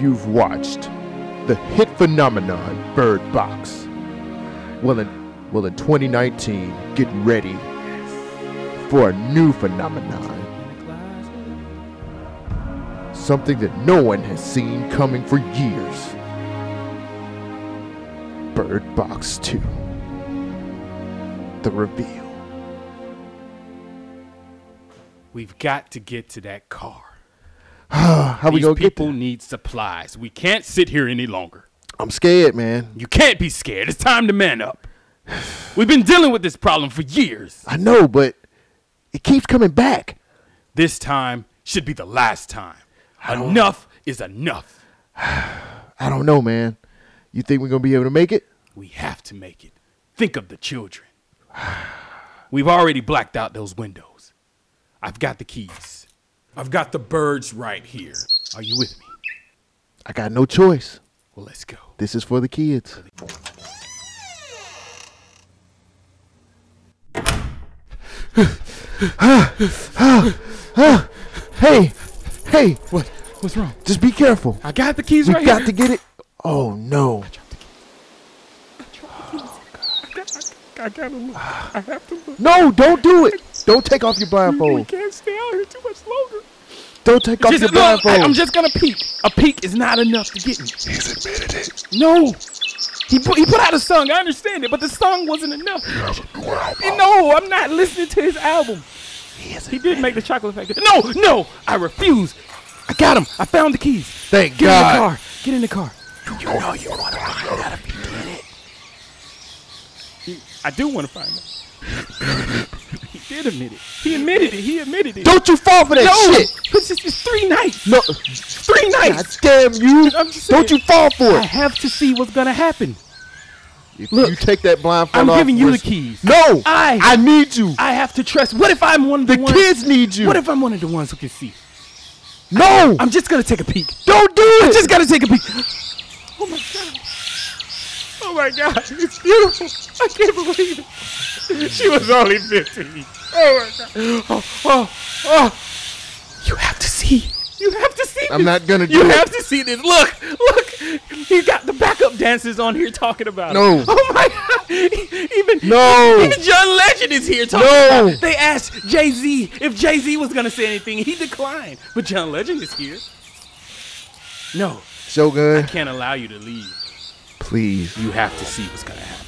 you've watched the hit phenomenon Bird Box. Well, in, well, in 2019, get ready for a new phenomenon. Something that no one has seen coming for years. Bird Box 2. The reveal. We've got to get to that car. How we These gonna get people there? need supplies. We can't sit here any longer. I'm scared, man. You can't be scared. It's time to man up. We've been dealing with this problem for years. I know, but it keeps coming back. This time should be the last time. Enough is enough. I don't know, man. You think we're gonna be able to make it? We have to make it. Think of the children. We've already blacked out those windows. I've got the keys. I've got the birds right here. Are you with me? I got no choice. Well, let's go. This is for the kids. hey, hey, What? What's wrong? just be careful. I got the keys We right got here. to get it. Oh no. I gotta look. I have to look. No, don't do it. Don't take off your We blindfold. can't stay out here too much longer. Don't take off Just- your no, I- blindfold. I'm just gonna peek. A peek is not enough to get me. He's admitted it. No. He put, he put out a song. I understand it, but the song wasn't enough. No, I'm not listening to his album. He, did make the chocolate factory. No, no, I refuse. I got him. I found the keys. Thank Get God. in the car. Get in the car. You know you want to find out if he did it. I do want to find out. he did admit it. He admitted it. He admitted it. Don't you fall for that no, shit. It's, just, it's three nights. No. Three God nights. damn you. I'm just Don't you saying. fall for I it. have to see what's gonna happen. If Look, you take that blindfold I'm off, giving you the we're- keys. No. I- I need you. I have to trust. What if I'm one of the, The ones? kids need you. What if I'm one of the ones who can see? No. I'm just gonna take a peek. don't do it. I just gotta take a peek. Oh my god. Oh my god. It's beautiful. I can't believe it. She was only 15. Oh my god. Oh, oh, oh. You have to see. You have to see. I'm this. not gonna do You it. have to see this. Look, look. He got the backup dancers on here talking about No. it. Oh my god. E- Even No. Even John Legend is here talking No. about it. They asked Jay Z if Jay Z was gonna say anything. He declined. But John Legend is here. No, Shogun, can't allow you to leave. please. You have to see what's gonna happen.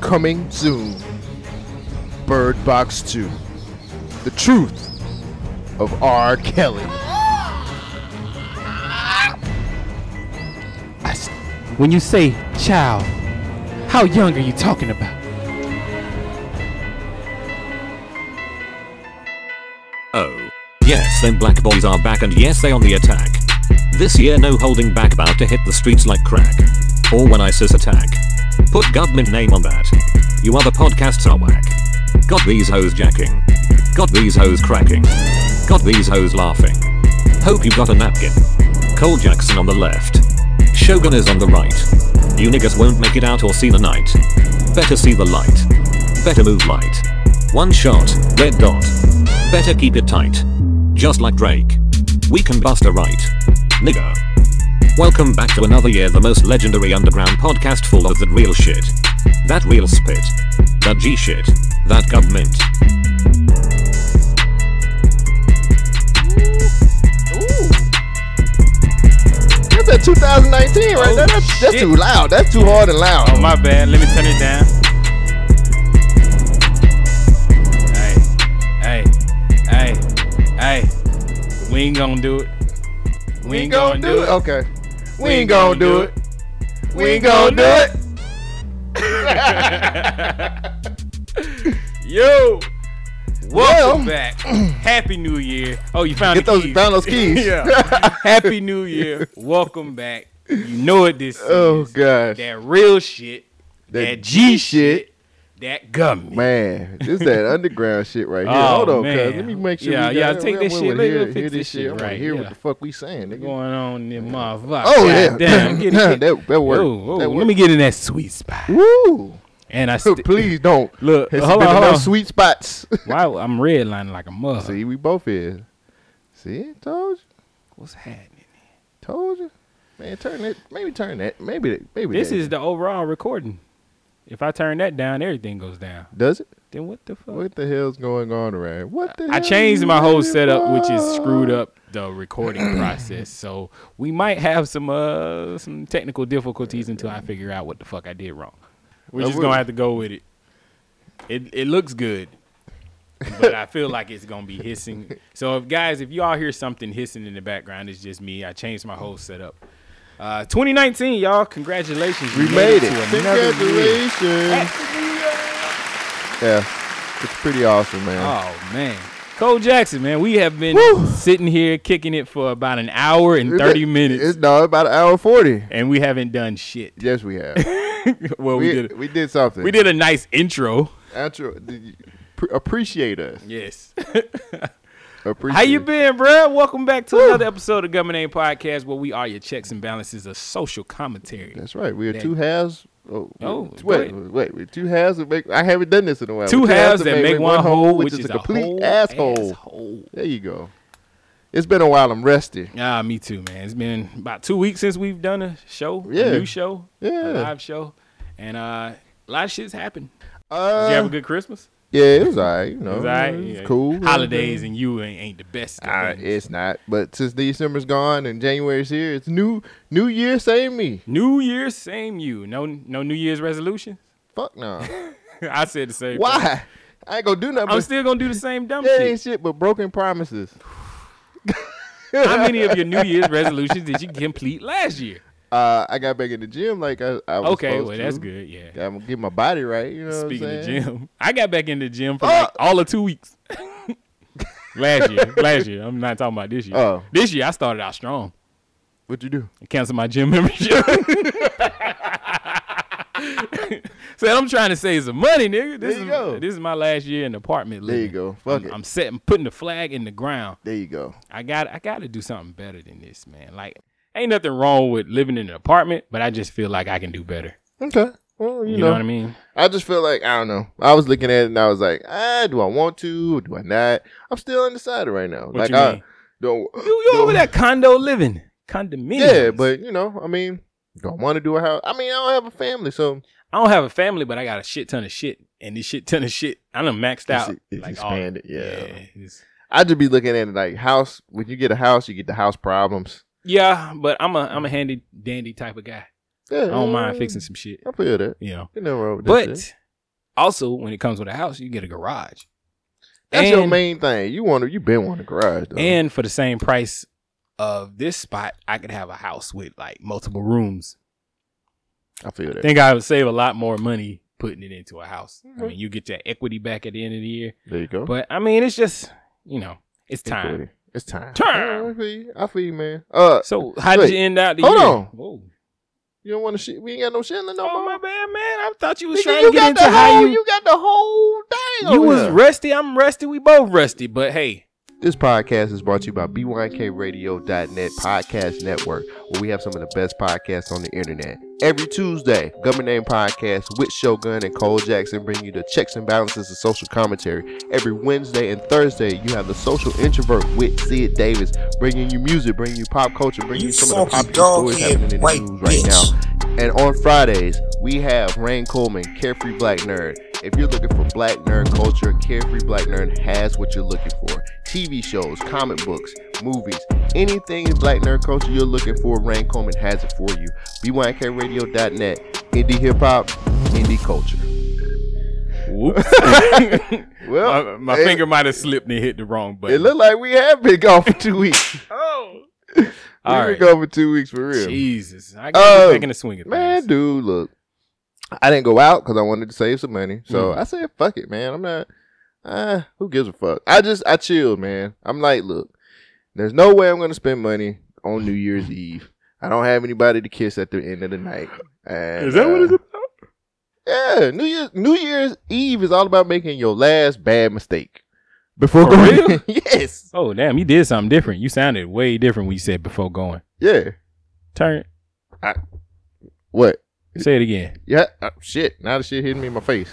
Coming soon. Bird Box 2. The truth of R. Kelly. When you say child, how young are you talking about? Oh. Yes, them black boys are back and yes, they on the attack. This year no holding back about to hit the streets like crack. Or when ISIS attack. Put government name on that. You other podcasts are whack. Got these hoes jacking. Got these hoes cracking. Got these hoes laughing. Hope you got a napkin. Cole Jackson on the left. Shogun is on the right. You niggas won't make it out or see the night. Better see the light. Better move light. One shot, red dot. Better keep it tight. Just like Drake. We can bust a right. Nigga. Welcome back to another year, the most legendary underground podcast full of that real shit. That real spit. That G shit. That government. That's at 2019 right Oh, there. That's, that's shit. too loud. That's too hard and loud. Oh my bad. Let me turn it down. Hey, hey, hey, hey. We ain't gonna do it. We ain't gonna do it. Okay. Oh, We ain't gonna do it. We ain't gonna do it. Yo, Well. welcome back. Happy New Year. Oh, you found Get the those keys. found those keys. yeah. Happy New Year. Welcome back. You know what this Oh is. gosh. That real shit. That, That G G shit. That gum. Man, this that underground shit right here. Oh, Hold on, man. cuz. Let me make sure. Yeah, we yeah, got- take we- this we- shit. we Let- Hear, let hear fix this this shit. shit I'm right gonna hear here. what the fuck we saying. Nigga. Going on in the motherfucker. Oh, yeah. Damn, get it. That- that worked. Yo, oh, That Let worked. me get in that sweet spot. Woo! And I st- Please don't. Look, it's hold been on, hold enough on. sweet spots. wow, I'm redlining like a mug. See, we both is. See, told you, What's happening? told you. Man, turn it. Maybe turn that. Maybe that- maybe This that- is the overall recording. If I turn that down, everything goes down. Does it? Then what the fuck? What the hell's going on around? What the? I hell changed you my whole ready setup, which is for? screwed up the recording process. So we might have some uh some technical difficulties until I figure out what the fuck I did wrong. We're I just would- gonna have to go with it. It it looks good, but I feel like it's gonna be hissing. So if guys, if y'all hear something hissing in the background, it's just me. I changed my whole setup. Uh, 2019, y'all, congratulations! We You made it. to another year. Congratulations. Yeah, it's pretty awesome, man. Oh man. Cole Jackson, man, we have been Woo. sitting here kicking it for about an hour and It's- 30 minutes, It's no about an hour forty. and we haven't done shit. Yes, we have. Well, we, we, did. we did something. We did a nice intro. Actual, did you pre- appreciate us. Yes. Appreciate How you been, bruh? Welcome back to another episode of Government Name Podcast, where we are your checks and balances of social commentary. That's right. We are That- two halves. Oh, Oh, wait, wait, go ahead. wait. We're two halves that make. I haven't done this in a while. Two We're halves that make one whole, which is a complete whole asshole. asshole. There you go. It's been a while. I'm rusty. Ah, me too, man. It's been about two weeks since we've done a show, Yeah. a new show, Yeah. a live show, and uh, a lot of shit's happened. Did Uh, you have a good Christmas? yeah, it was alright. You know, it It's was, alright, yeah. cool. Holidays and you ain't, ain't the best. of Uh, things. it's not. But since December's gone and January's here, it's new. New year, same me. New Year, same you. No, no New Year's resolutions. Fuck no. I said the same. thing. Why? I ain't gonna do nothing. I'm but still gonna do the same dumb that shit. ain't shit but broken promises. How many of your New Year's resolutions did you complete last year? Uh, I got back in the gym like I, I was Okay, supposed well that's to. good. Yeah. I'm gonna get my body right. You know, what I'm Speaking of saying? gym, I got back in the gym for like Oh. all of two weeks. last year, last year. I'm not talking about this year. Oh. This year I started out strong. What you do? I canceled my gym membership. so what I'm trying to save some money, nigga. This There you is go. this is my last year in the apartment. There you living. go. Fuck I'm, it. I'm setting, putting the flag in the ground. There you go. I got, I got to do something better than this, man. Like, ain't nothing wrong with living in an apartment, but I just feel like I can do better. Okay. Well, you, You know, know what I mean? I just feel like I don't know. I was looking at it and I was like, ah, do I want to? Do I not? I'm still undecided right now. What like you I mean? don't. You, you don't- over that condo living, condominium? Yeah, but you know, I mean, do I want to do a house? I mean, I don't have a family, so I don't have a family, but I got a shit ton of shit, and this shit ton of shit, I done maxed It's- e-, out. it's all- expanded, yeah. it's- I just be looking at it like house. When you get a house, you get the house problems. Yeah, but I'm a I'm a handy dandy type of guy. Mm. Yeah, I don't mind fixing some shit, I feel that. you know. You know, wrong with that shit. But also, when it comes with a house, you get a garage, that's your and- main thing. You want to. You been wanting a garage though. and for the same price of this spot, I could have a house with like multiple rooms. I feel I that. think I would save a lot more money putting it into a house. I Mhm. mean, you get your equity back at the end of the year, There you go. but I mean, it's just you know, it's time. It's time. Time. I feel you. I feel you, man. Uh, So how did Wait, you end out the hold year? on. Whoa. you don't want to shit. We ain't got no shit in no Oh more. my bad, man! I thought you was Nigga, trying you to get got into the how whole, you got the whole thing. You over was here. rusty. I'm rusty. We both rusty. But hey, This podcast is brought to you by BYKRadio.net Podcast Network, where we have some of the best podcasts on the internet. Every Tuesday, Government Name Podcast with Shogun and Cole Jackson bring you the checks and balances of social commentary. Every Wednesday and Thursday, you have the social introvert with Sid Davis bringing you music, bringing you pop culture, bringing you some of the funky popular stories dog-eared happening in the white news right bitch. now. And on Fridays, we have Rain Coleman, Carefree Black Nerd. If you're looking for black nerd culture, Carefree Black Nerd has what you're looking for. TV shows, comic books, movies, anything in black nerd culture you're looking for, Rain Coleman has it for you. BYKRadio.net, indie hip hop, indie culture. whoops. Well, my my it- finger might have slipped and hit the wrong button. It looked like we have been gone for two weeks. oh. We've All been right. gone for two weeks for real. Jesus. I got Oh, back in the swing of Man, things. dude, look. I didn't go out because I wanted to save some money. So Mm. I said, fuck it, man. I'm not, uh, who gives a fuck? I just, I chilled, man. I'm like, look, there's no way I'm going to spend money on New Year's Eve. I don't have anybody to kiss at the end of the night. And, Is that what it's uh, Yeah. New Year's, New Year's Eve is all about making your last bad mistake. Before For real? yes. Oh damn, you did something different. You sounded way different when you said before going. Yeah. Turn. What? Say it again. Yeah, uh, shit. Now the shit hitting me in my face.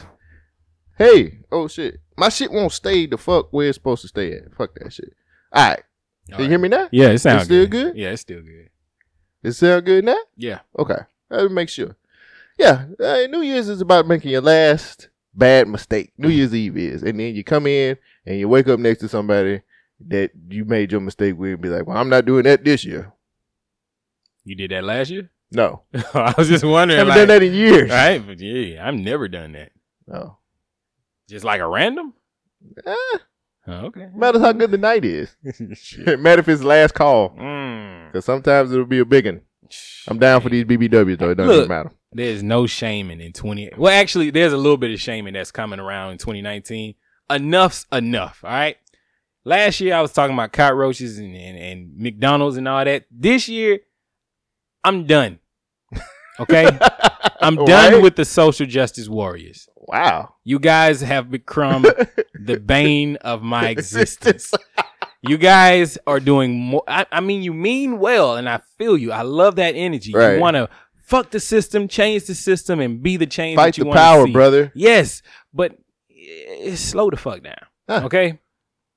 Hey, oh shit. My shit won't stay the fuck where it's supposed to stay at. Fuck that shit. All right. Can you hear me now? Yeah, it sounds still good? Yeah, it's still good. It sound good now? Yeah. Okay. Let me make sure. Yeah, uh, New Year's is about making your last bad mistake. New Year's Eve is. And then you come in and you wake up next to somebody that you made your mistake with and be like, well, I'm not doing that this year. You did that last year? No. I was just I wondering. haven't Like, done that in years. Right? But yeah, I've never done that. No. Just like a random? Eh, Oh, okay. matters how good the night is. Matter if it's last call. Mm. Because sometimes it'll be a big one. I'm down for these BBWs, though. It doesn't Look. matter. There's no shaming in 20. Well, actually, there's a little bit of shaming that's coming around in 2019. Enough's enough. All right. Last year, I was talking about cockroaches and, and, and McDonald's and all that. This year, I'm done. Okay. I'm done Right? with the social justice warriors. Wow. You guys have become the bane of my existence. You guys are doing more. I, I mean, you mean well, and I feel you. I love that energy. Right. You want to fuck the system, change the system, and be the change. Fight that you the wanna power, see. brother. Yes, but it's slow the fuck down. Huh. Okay,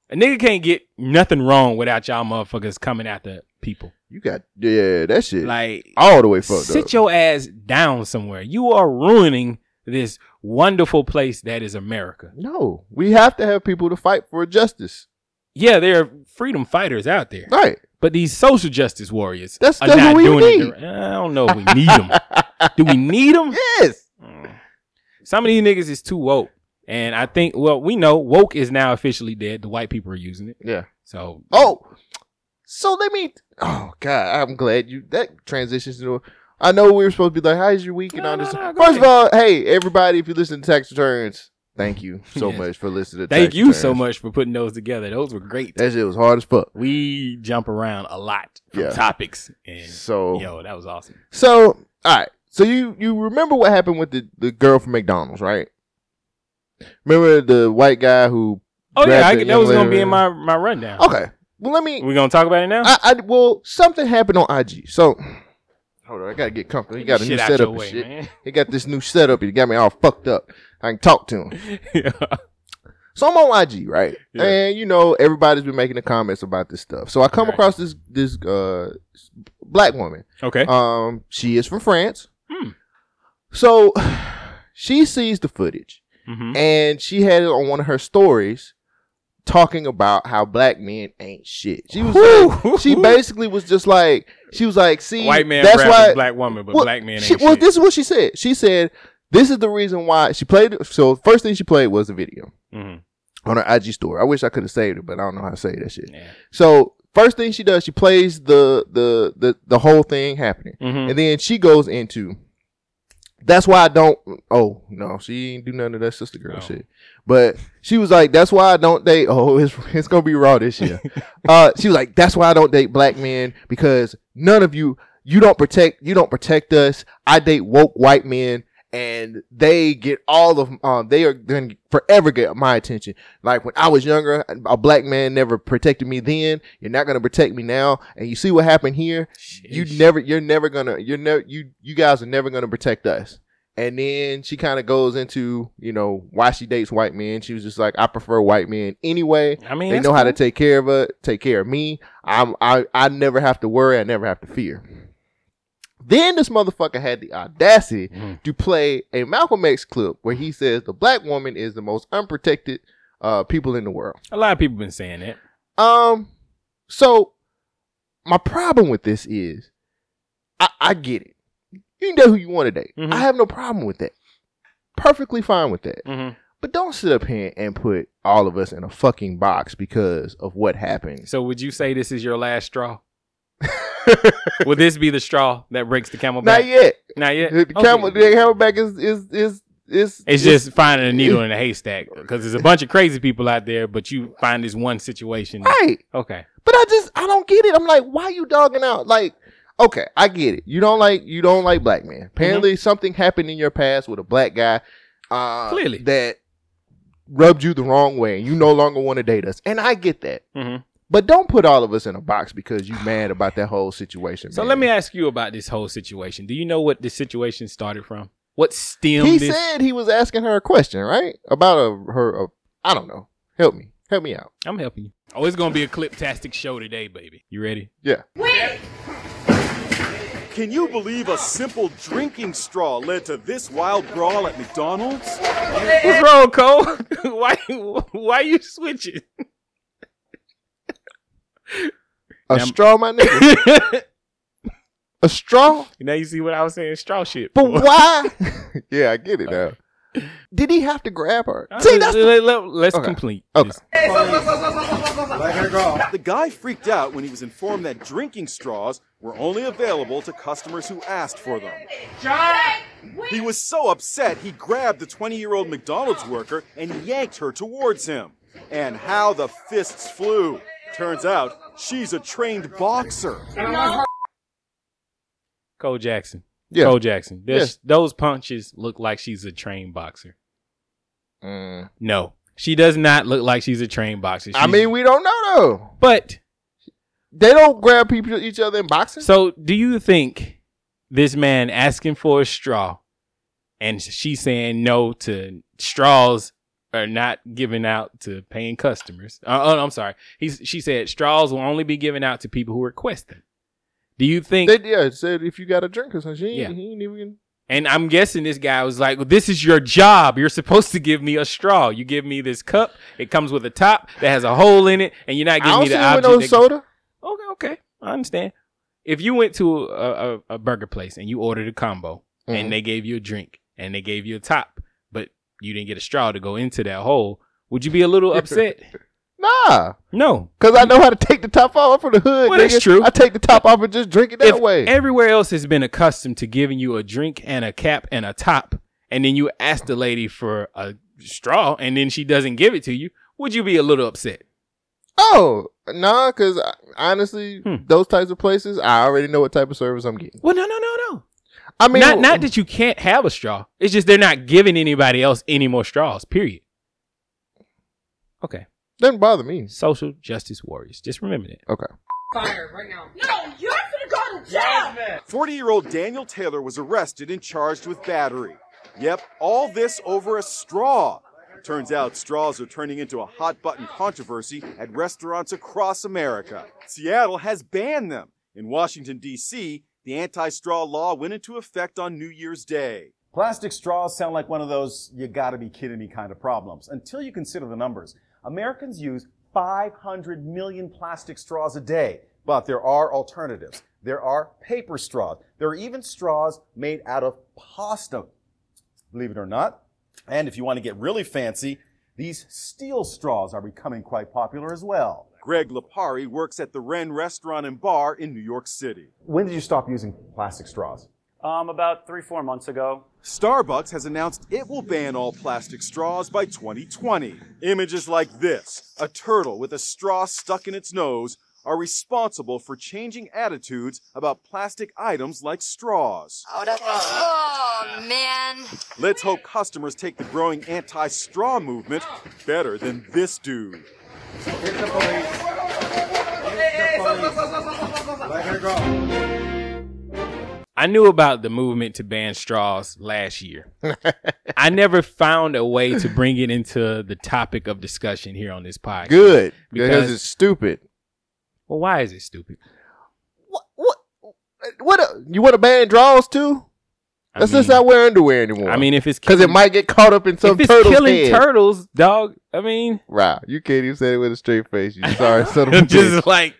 a nigga can't get nothing wrong without y'all motherfuckers coming after people. You got, yeah, that shit. Like all the way fucked sit up. your ass down somewhere. You are ruining this wonderful place that is America. no, we have to have people to fight for justice. Yeah, there are freedom fighters out there, Right. but these social justice warriors That's- are that's not what we doing need. it. the- I don't know if we need them. Do we need them? Yes. Some of these niggas is too woke, and I think well, we know woke is now officially dead. The white people are using it, Yeah. so Oh, so let me. Oh God, I'm glad you that transitions to. I know we were supposed to be like, "How's your week?" And No, all no, this. no, go First of all, hey everybody, if you listen to tax returns, thank you so Yes. much for listening. to thank Tax you so Returns. much for putting those together. Those were great. That shit was hard as fuck. we jump around a lot from Yeah. topics, and So yo, that was awesome. so all right. So you you remember what happened with the the girl from McDonald's, right? Remember the white guy who? Oh yeah, grabbed I, the that young was gonna lady? be in my my rundown. Okay. Well, let me. We gonna talk about it now. I, I well, something happened on IG. So hold on, I gotta get comfortable. He got a Shit new out setup your and way, shit. man. He got this new setup. He got me all fucked up. I can talk to him. Yeah. So I'm on IG, right? Yeah. And you know, everybody's been making the comments about this stuff. So I come Right. across this this uh black woman. Okay. Um, she is from France. Hmm. So she sees the footage hmm and she had it on one of her stories talking about how black men ain't shit. She was like, she basically was just like she was like, see, White man that's rapping why black woman, but well, black man ain't she, shit. Well, this is what she said. She said this is the reason why she played. So first thing she played was the video Mhm. on her IG story. I wish I could have saved it, but I don't know how to save that shit. Yeah. So first thing she does, she plays the the the the whole thing happening, Mhm. and then she goes into. That's why I don't. Oh no, she ain't do none of that sister girl Oh. shit. But she was like, "That's why I don't date." Oh, it's it's gonna be raw this year. uh, she was like, "That's why I don't date black men because none of you you don't protect you don't protect us. I date woke white men." And they get all of um, they are gonna forever get my attention. Like when I was younger, a black man never protected me then. You're not gonna protect me now. And you see what happened here. You Sheesh. never, you're never gonna, you're never, you, you guys are never gonna protect us. And then she kind of goes into, you know, why she dates white men. She was just like, I prefer white men anyway. I mean, They that's know how to cool. take care of her, take care of me. I'm, I, I never have to worry. I never have to fear. Then this motherfucker had the audacity Mm-hmm. to play a Malcolm X clip where he says the black woman is the most unprotected uh, people in the world. A lot of people been saying that. Um, so my problem with this is, I, I get it. You know who you want today. Mhm. I have no problem with that. Perfectly fine with that. Mm-hmm. But don't sit up here and put all of us in a fucking box because of what happened. So would you say this is your last straw? Would this be the straw that breaks the camel Not back? yet. Not yet. The Okay. camel, the camelback is is is is. It's just finding a needle in a haystack because there's a bunch of crazy people out there, but you find this one situation. right. Okay. But I just I don't get it. I'm like, why you dogging out? Like, okay, I get it. You don't like you don't like black Mm-hmm. men. Apparently, something happened in your past with a black guy. Uh, Clearly. that rubbed you the wrong way, and you no longer want to date us. And I get that. Mhm. But don't put all of us in a box because you mad about that whole situation. So man. let me ask you about this whole situation. Do you know what this situation started from? What stemmed He this? said he was asking her a question, right? About a her. A, I don't know. Help me. Help me out. I'm helping you. Oh, it's gonna be a cliptastic show today, baby. You ready? Yeah. Can you believe a simple drinking straw led to this wild brawl at McDonald's? What's wrong, Cole? why why you switching? A Now- straw, my nigga. a straw. now you see what I was saying, straw shit. But why? yeah, I get it now. Did he have to grab her? See, that's the, Uh, let, us Okay. complete. Okay. this. The guy freaked out when he was informed that drinking straws were only available to customers who asked for them. He was so upset he grabbed the 20 year old McDonald's worker and yanked her towards him. And how the fists flew! Turns out she's a trained boxer. Cole Jackson. yeah. Cole Jackson. This- Those punches look like she's a trained boxer. Mm. No, she does not look like she's a trained boxer. I She's- mean, we don't know though. but They don't grab people each other in boxing. so do you think this man asking for a straw and she saying no to straws are not given out to paying customers? Uh, oh, I'm sorry. He's, she said straws will only be given out to people who request them. Do you think? they yeah said if you got a drink or something, she ain't, Yeah. he ain't even. And I'm guessing this guy was like, well, "This is your job. You're supposed to give me a straw. You give me this cup. It comes with a top that has a hole in it, and you're not I giving don't me see the him with object." no that- soda. okay, okay, I understand. If you went to a, a, a burger place and you ordered a combo, Mhm. and they gave you a drink and they gave you a top, but you didn't get a straw to go into that hole, would you be a little upset? Nah, no. cause I know how to take the top off. I'm from the hood. Well, nigga. that's true. I take the top off and just drink it that if way. everywhere else has been accustomed to giving you a drink and a cap and a top, and then you ask the lady for a straw, and then she doesn't give it to you, would you be a little upset? oh, nah, cause I- honestly, Hmm. those types of places, I already know what type of service I'm getting. Well, no, no, no, no. I mean, not not that you can't have a straw. It's just they're not giving anybody else any more straws. Period. Okay, doesn't bother me. social justice warriors. Just remember that. Okay, Fire right now. No, you're gonna go to jail. 40 year old Daniel Taylor was arrested and charged with battery. Yep, all this over a straw. Turns out straws are turning into a hot button controversy at restaurants across America. Seattle has banned them. In Washington, D.C., the anti straw law went into effect on New Year's Day. Plastic straws sound like one of those you gotta be kidding me kind of problems until you consider the numbers. Americans use 500 million plastic straws a day, but there are alternatives. There are paper straws. There are even straws made out of pasta, believe it or not. And if you want to get really fancy, these steel straws are becoming quite popular as well. Greg Lapari works at the Wren Restaurant and Bar in New York City. When did you stop using plastic straws? Um, about three, four months ago. Starbucks has announced it will ban all plastic straws by 2020. Images like this, a turtle with a straw stuck in its nose, are responsible for changing attitudes about plastic items like straws. Oh man. Let's hope customers take the growing anti straw movement better than this dude. I knew about the movement to ban straws last year. I never found a way to bring it into the topic of discussion here on this podcast. good because, Because- it's stupid. Well, why is it stupid? What? What? What? A, you want to ban draws too? I Let's mean, just not wear underwear anymore. I mean, if it's because it might get caught up in some if it's turtle's killing head. turtles, dog. I mean, Wow, you can't even say it with a straight face. You sorry son of a I'm bitch. just like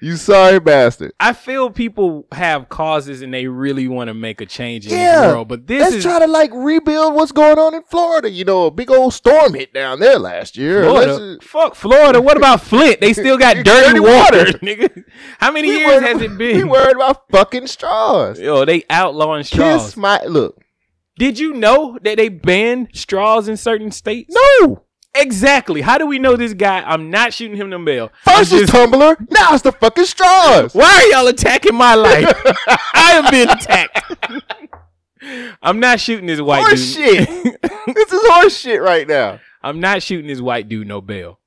You sorry bastard. I feel people have causes and they really want to make a change in Yeah, the world, but this Let's is try to like rebuild what's going on in Florida. You know, a big old storm hit down there last year. Let's Florida. just- Fuck Florida. What about Flint? They still got dirty Dirty water, water. nigga. How many we years worried- has it We been? worried about fucking straws. Yo, they outlawing straws. Kiss my look. Did you know that they banned straws in certain states? No. Exactly. How do we know this guy? I'm not shooting him the mail. First I'm it's just- tumbler. Now it's the fucking straws. why are y'all attacking my life? I am being attacked. I'm not shooting this white Horse dude. shit. this is horse shit right now. I'm not shooting this white dude no bail.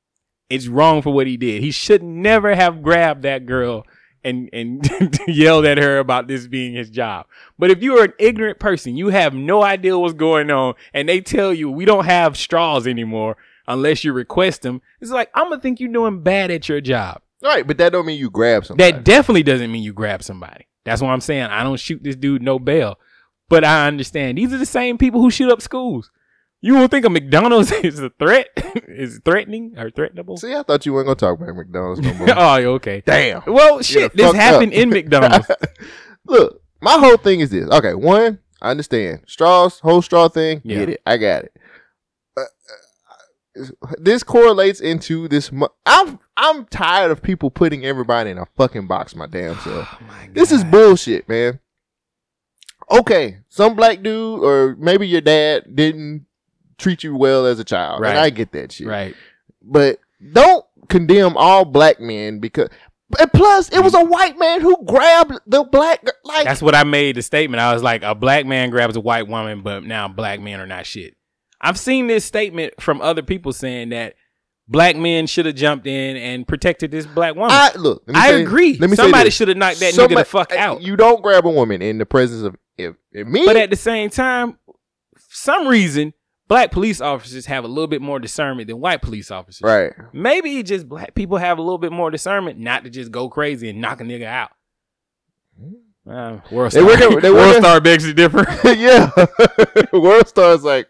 It's wrong for what he did. He should never have grabbed that girl and and yelled at her about this being his job. But if you are an ignorant person, you have no idea what's going on, and they tell you we don't have straws anymore unless you request them. It's like I'm gonna think you're doing bad at your job. All right, but that don't mean you grab somebody. That definitely doesn't mean you grab somebody. That's why I'm saying I don't shoot this dude no bail. But I understand these are the same people who shoot up schools. You don't think a McDonald's is a threat? is threatening or threatenable? See, I thought you weren't gonna talk about McDonald's no more. oh, yeah, okay. Damn. Well, shit, this fucked up. happened in McDonald's. Look, my whole thing is this. Okay, one, I understand straws, whole straw thing. Yeah. Get it? I got it. Uh, uh, this correlates into this. Mu- I'm I'm tired of people putting everybody in a fucking box. My damn Oh self. this is bullshit, man. Okay, some black dude or maybe your dad didn't treat you well as a child, Right. and I get that shit. right. But don't condemn all black men because. And plus, it was a white man who grabbed the black. gir- Like That's what I made the statement. I was like, a black man grabs a white woman, but now black men are not shit. I've seen this statement from other people saying that black men should have jumped in and protected this black woman. I look. let me I say- agree. Let me say Somebody this. should have knocked that nigga the Somebody- fuck out. You don't grab a woman in the presence of if, if me. but at the same time, for some reason, black police officers have a little bit more discernment than white police officers. right. Maybe just black people have a little bit more discernment not to just go crazy and knock a nigga out. Uh, world They star, working- they world working- star begs are different. yeah. World stars like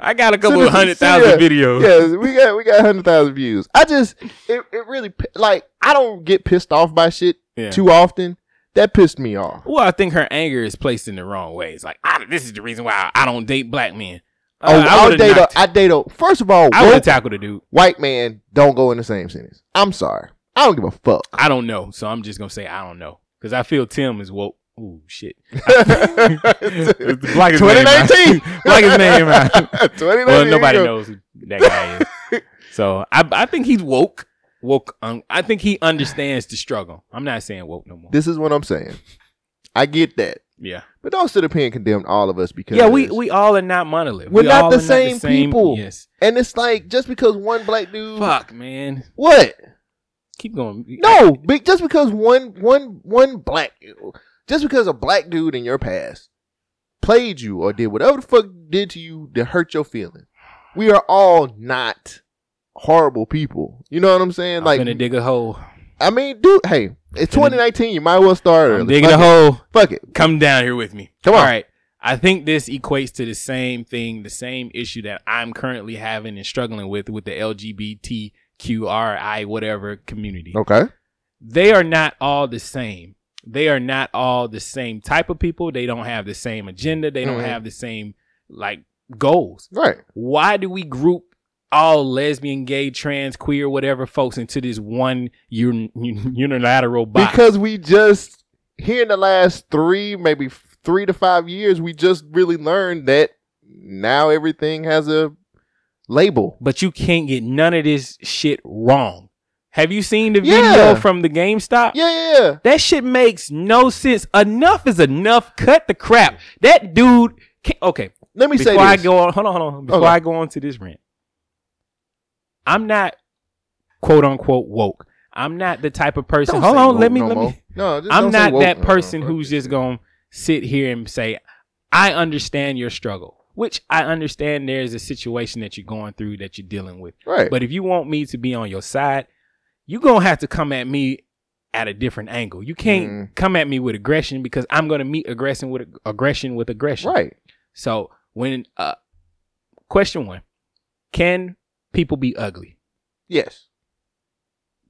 I got a couple send of us- hundred send- thousand yeah, videos. Yeah, we got we got hundred thousand views. I just it, it really pi- like I don't get pissed off by shit Yeah. too often. That pissed me off. Well, I think her anger is placed in the wrong way. It's like, I, this is the reason why I don't date black men. Uh, Oh, I I'll would date have a, I date a first of all woke tackled a dude. white man don't go in the same sentence. I'm sorry. I don't give a fuck. I don't know, so I'm just gonna say I don't know because I feel Tim is woke. Ooh, shit. blackest name, right? 2019. Blackest name, right? 2019. Well, nobody you know. knows who that guy is. So I, I think he's woke. Woke. Um, I think he understands the struggle. I'm not saying woke no more. This is what I'm saying. I get that. yeah. But don't sit up here and condemn all of us because Yeah, we we all are not monolith. We're We not all the are same people. Yes. and it's like just because one black dude Fuck, man. what Keep going. no be, just because one one one black just because a black dude in your past played you or did whatever the fuck did to you to hurt your feelings we are all not horrible people you know what i'm saying I'm like gonna dig a hole. i mean dude hey it's 2019 you might as well start I'm early. digging a fuck hole. it, fuck it Come down here with me. Come on. All right. I think this equates to the same thing, the same issue that I'm currently having and struggling with with the LGBTQRI whatever community. okay They are not all the same. They are not all the same type of people. They don't have the same agenda. They don't Mhm. have the same like goals. right Why do we group all lesbian, gay, trans, queer, whatever folks into this one un- un- unilateral box? because we just here in the last three maybe f- three to five years we just really learned that now everything has a label but you can't get none of this shit wrong. Have you seen the video Yeah. from the GameStop? yeah yeah, yeah That shit makes no sense. Enough is enough. Cut the crap. That dude. Can't, okay, let me before say I this. go on, hold on, hold on. Before Okay. I go on to this rant, I'm not quote unquote woke. I'm not the type of person. Don't hold say on, woke let me no let more. me. no just I'm don't say not woke Oh, that no more. person Fuck this who's just shit. going to sit here and say, I understand your struggle, which I understand there's a situation that you're going through that you're dealing with. right But if you want me to be on your side, you're going to have to come at me at a different angle. You can't Mm. come at me with aggression because I'm going to meet aggression with aggression with aggression. right So, when uh question 1, can people be ugly? yes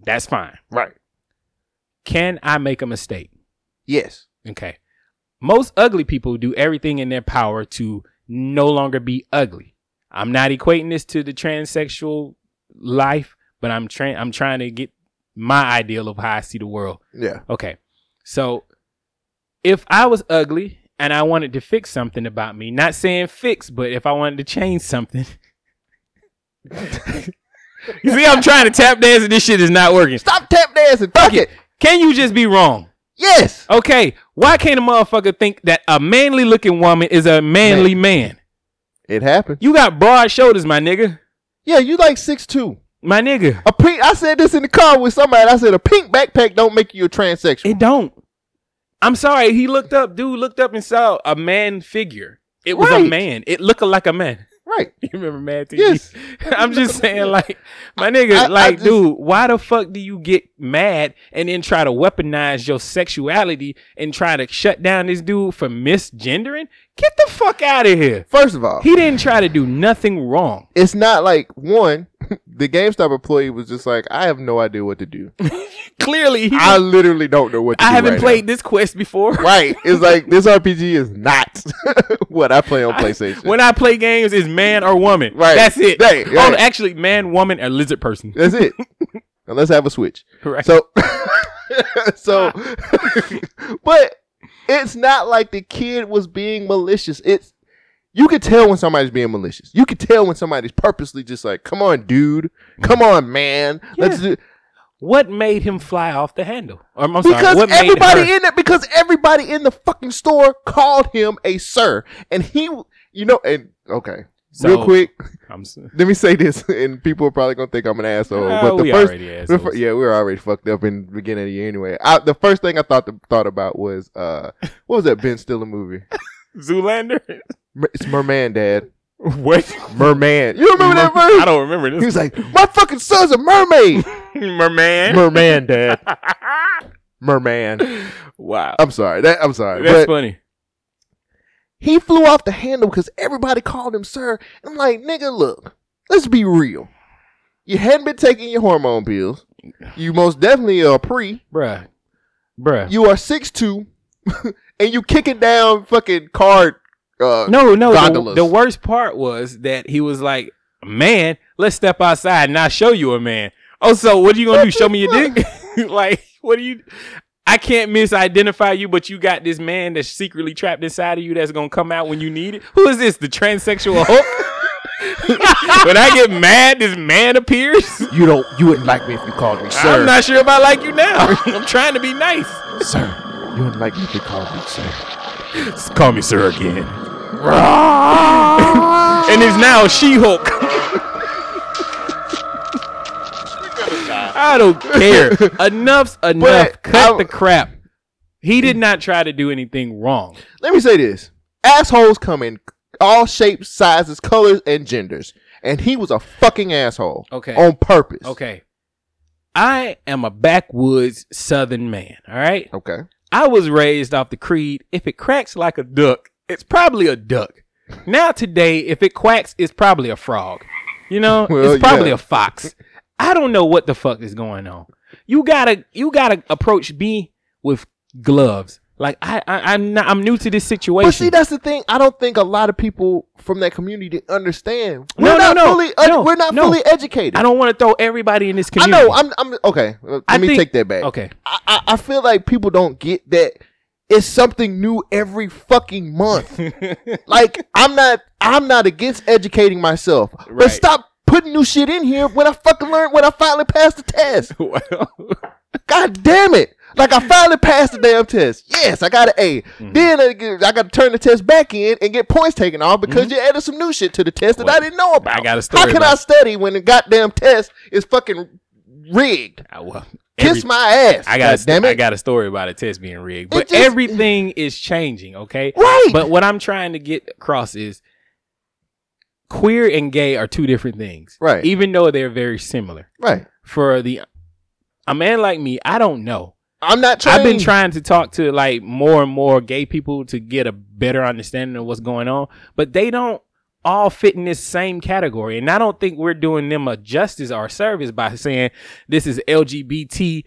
That's fine. right Can I make a mistake? yes Okay. Most ugly people do everything in their power to no longer be ugly. I'm not equating this to the transsexual life, but I'm trying I'm trying to get my ideal of how I see the world. yeah Okay. So if I was ugly and I wanted to fix something about me, not saying fix, but if I wanted to change something. you see, I'm trying to tap dance and this shit is not working. stop tap dancing fuck it Can you just be wrong? yes Okay, why can't a motherfucker think that a manly looking woman is a manly man? it happened You got broad shoulders, my nigga. yeah you like six two My nigga, A pink. I said this in the car with somebody. I said a pink backpack don't make you a transsexual. it don't. I'm sorry. He looked up, dude looked up and saw a man figure. It was Right. a man. It looked like a man. right. You remember Mad TV? Yes. I'm just saying, like, my nigga, I- I like, just- dude, why the fuck do you get mad and then try to weaponize your sexuality and try to shut down this dude for misgendering? Get the fuck out of here. First of all, He didn't try to do nothing wrong. it's not like one. The GameStop employee was just like, I have no idea what to do. Clearly, he, I, I literally don't know what to do. haven't right played this quest before. now. Right. It's like this RPG is not what I play on PlayStation. When I play games, it's man or woman. Right. That's it. Right, Oh, right. actually, man, woman, or lizard person. That's it. Unless I have a Switch. Correct. So, so, Ah. but it's not like the kid was being malicious. It's you could tell when somebody's being malicious. You could tell when somebody's purposely just like, "Come on, dude. Come on, man. Let's do." what made him fly off the handle? Or, I'm sorry, Because what made her- everybody in it, because everybody in the fucking store called him a sir, and he, you know, and okay, real So- quick, I'm s- let me say this, and people are probably gonna think I'm an asshole. Uh, but the we first, already the fir- assholes. yeah, we were already fucked up in the beginning of the year anyway. I, the first thing I thought the, thought about was uh, what was that Ben Stiller movie? Zoolander. Mer- It's Merman Dad. What? Merman. You remember that movie? I don't remember He this. was like, my fucking son's a mermaid. Merman. Merman Dad. Merman. wow. I'm sorry. That I'm sorry. but That's funny. he flew off the handle because everybody called him sir. And I'm like, nigga, look, let's be real. You hadn't been taking your hormone pills. You most definitely are pre. Bruh. Bruh. you are six two, and you kicking down fucking card. Uh, no, no. The, gondolas. the worst part was that he was like, man, let's step outside and I'll show you a man. Oh, so what are you going to do? Show me your dick? like, what are you. I can't misidentify you, but you got this man that's secretly trapped inside of you that's gonna come out when you need it. Who is this? The transsexual Hulk? when I get mad, this man appears. you don't. You wouldn't like me if you called me I'm not sure if I like you now. I'm trying to be nice. sir. You wouldn't like me if you called me sir. Call me sir again. and it's now She Hulk. I don't care. Enough's enough. But Cut I- the crap. He did not try to do anything wrong. Let me say this: assholes come in all shapes, sizes, colors, and genders, and he was a fucking asshole. Okay. On purpose. Okay. I am a backwoods southern man, all right? Okay. I was raised off the creed if it cracks like a duck, it's probably a duck. Now today, if it quacks, it's probably a frog. You know, Well, it's probably yeah. a fox. I don't know what the fuck is going on. You gotta you gotta approach me with gloves. Like I, I I'm not I'm new to this situation. But see, that's the thing. I don't think a lot of people from that community understand. We're No, no, not no. fully. ed- No, we're not no. fully educated. I don't want to throw everybody in this I community. know. I'm. I'm okay. Let I me think- take that back. Okay. I, I, I feel like people don't get that it's something new every fucking month. like I'm not I'm not against educating myself, but Right. stop putting new shit in here when I fucking learned when I finally passed the test. God damn it! Like I finally passed the damn test. Yes, I got an A. Mm-hmm. Then I, get- I got to turn the test back in and get points taken off because you added some new shit to the test that I didn't know about. Mm-hmm. I got a story How can about I it. study when the goddamn test is fucking rigged? I, well, Kiss every- my ass! I got, a God st- damn it! I got a story about a test being rigged, but just- everything is changing. Okay, Right. But what I'm trying to get across is queer and gay are two different things, Right. Even though they're very similar. right. For the a man like me, I don't know. I'm not trying. I've been trying to talk to like more and more gay people to get a better understanding of what's going on, but they don't all fit in this same category. And I don't think we're doing them a justice or service by saying this is LGBTQ,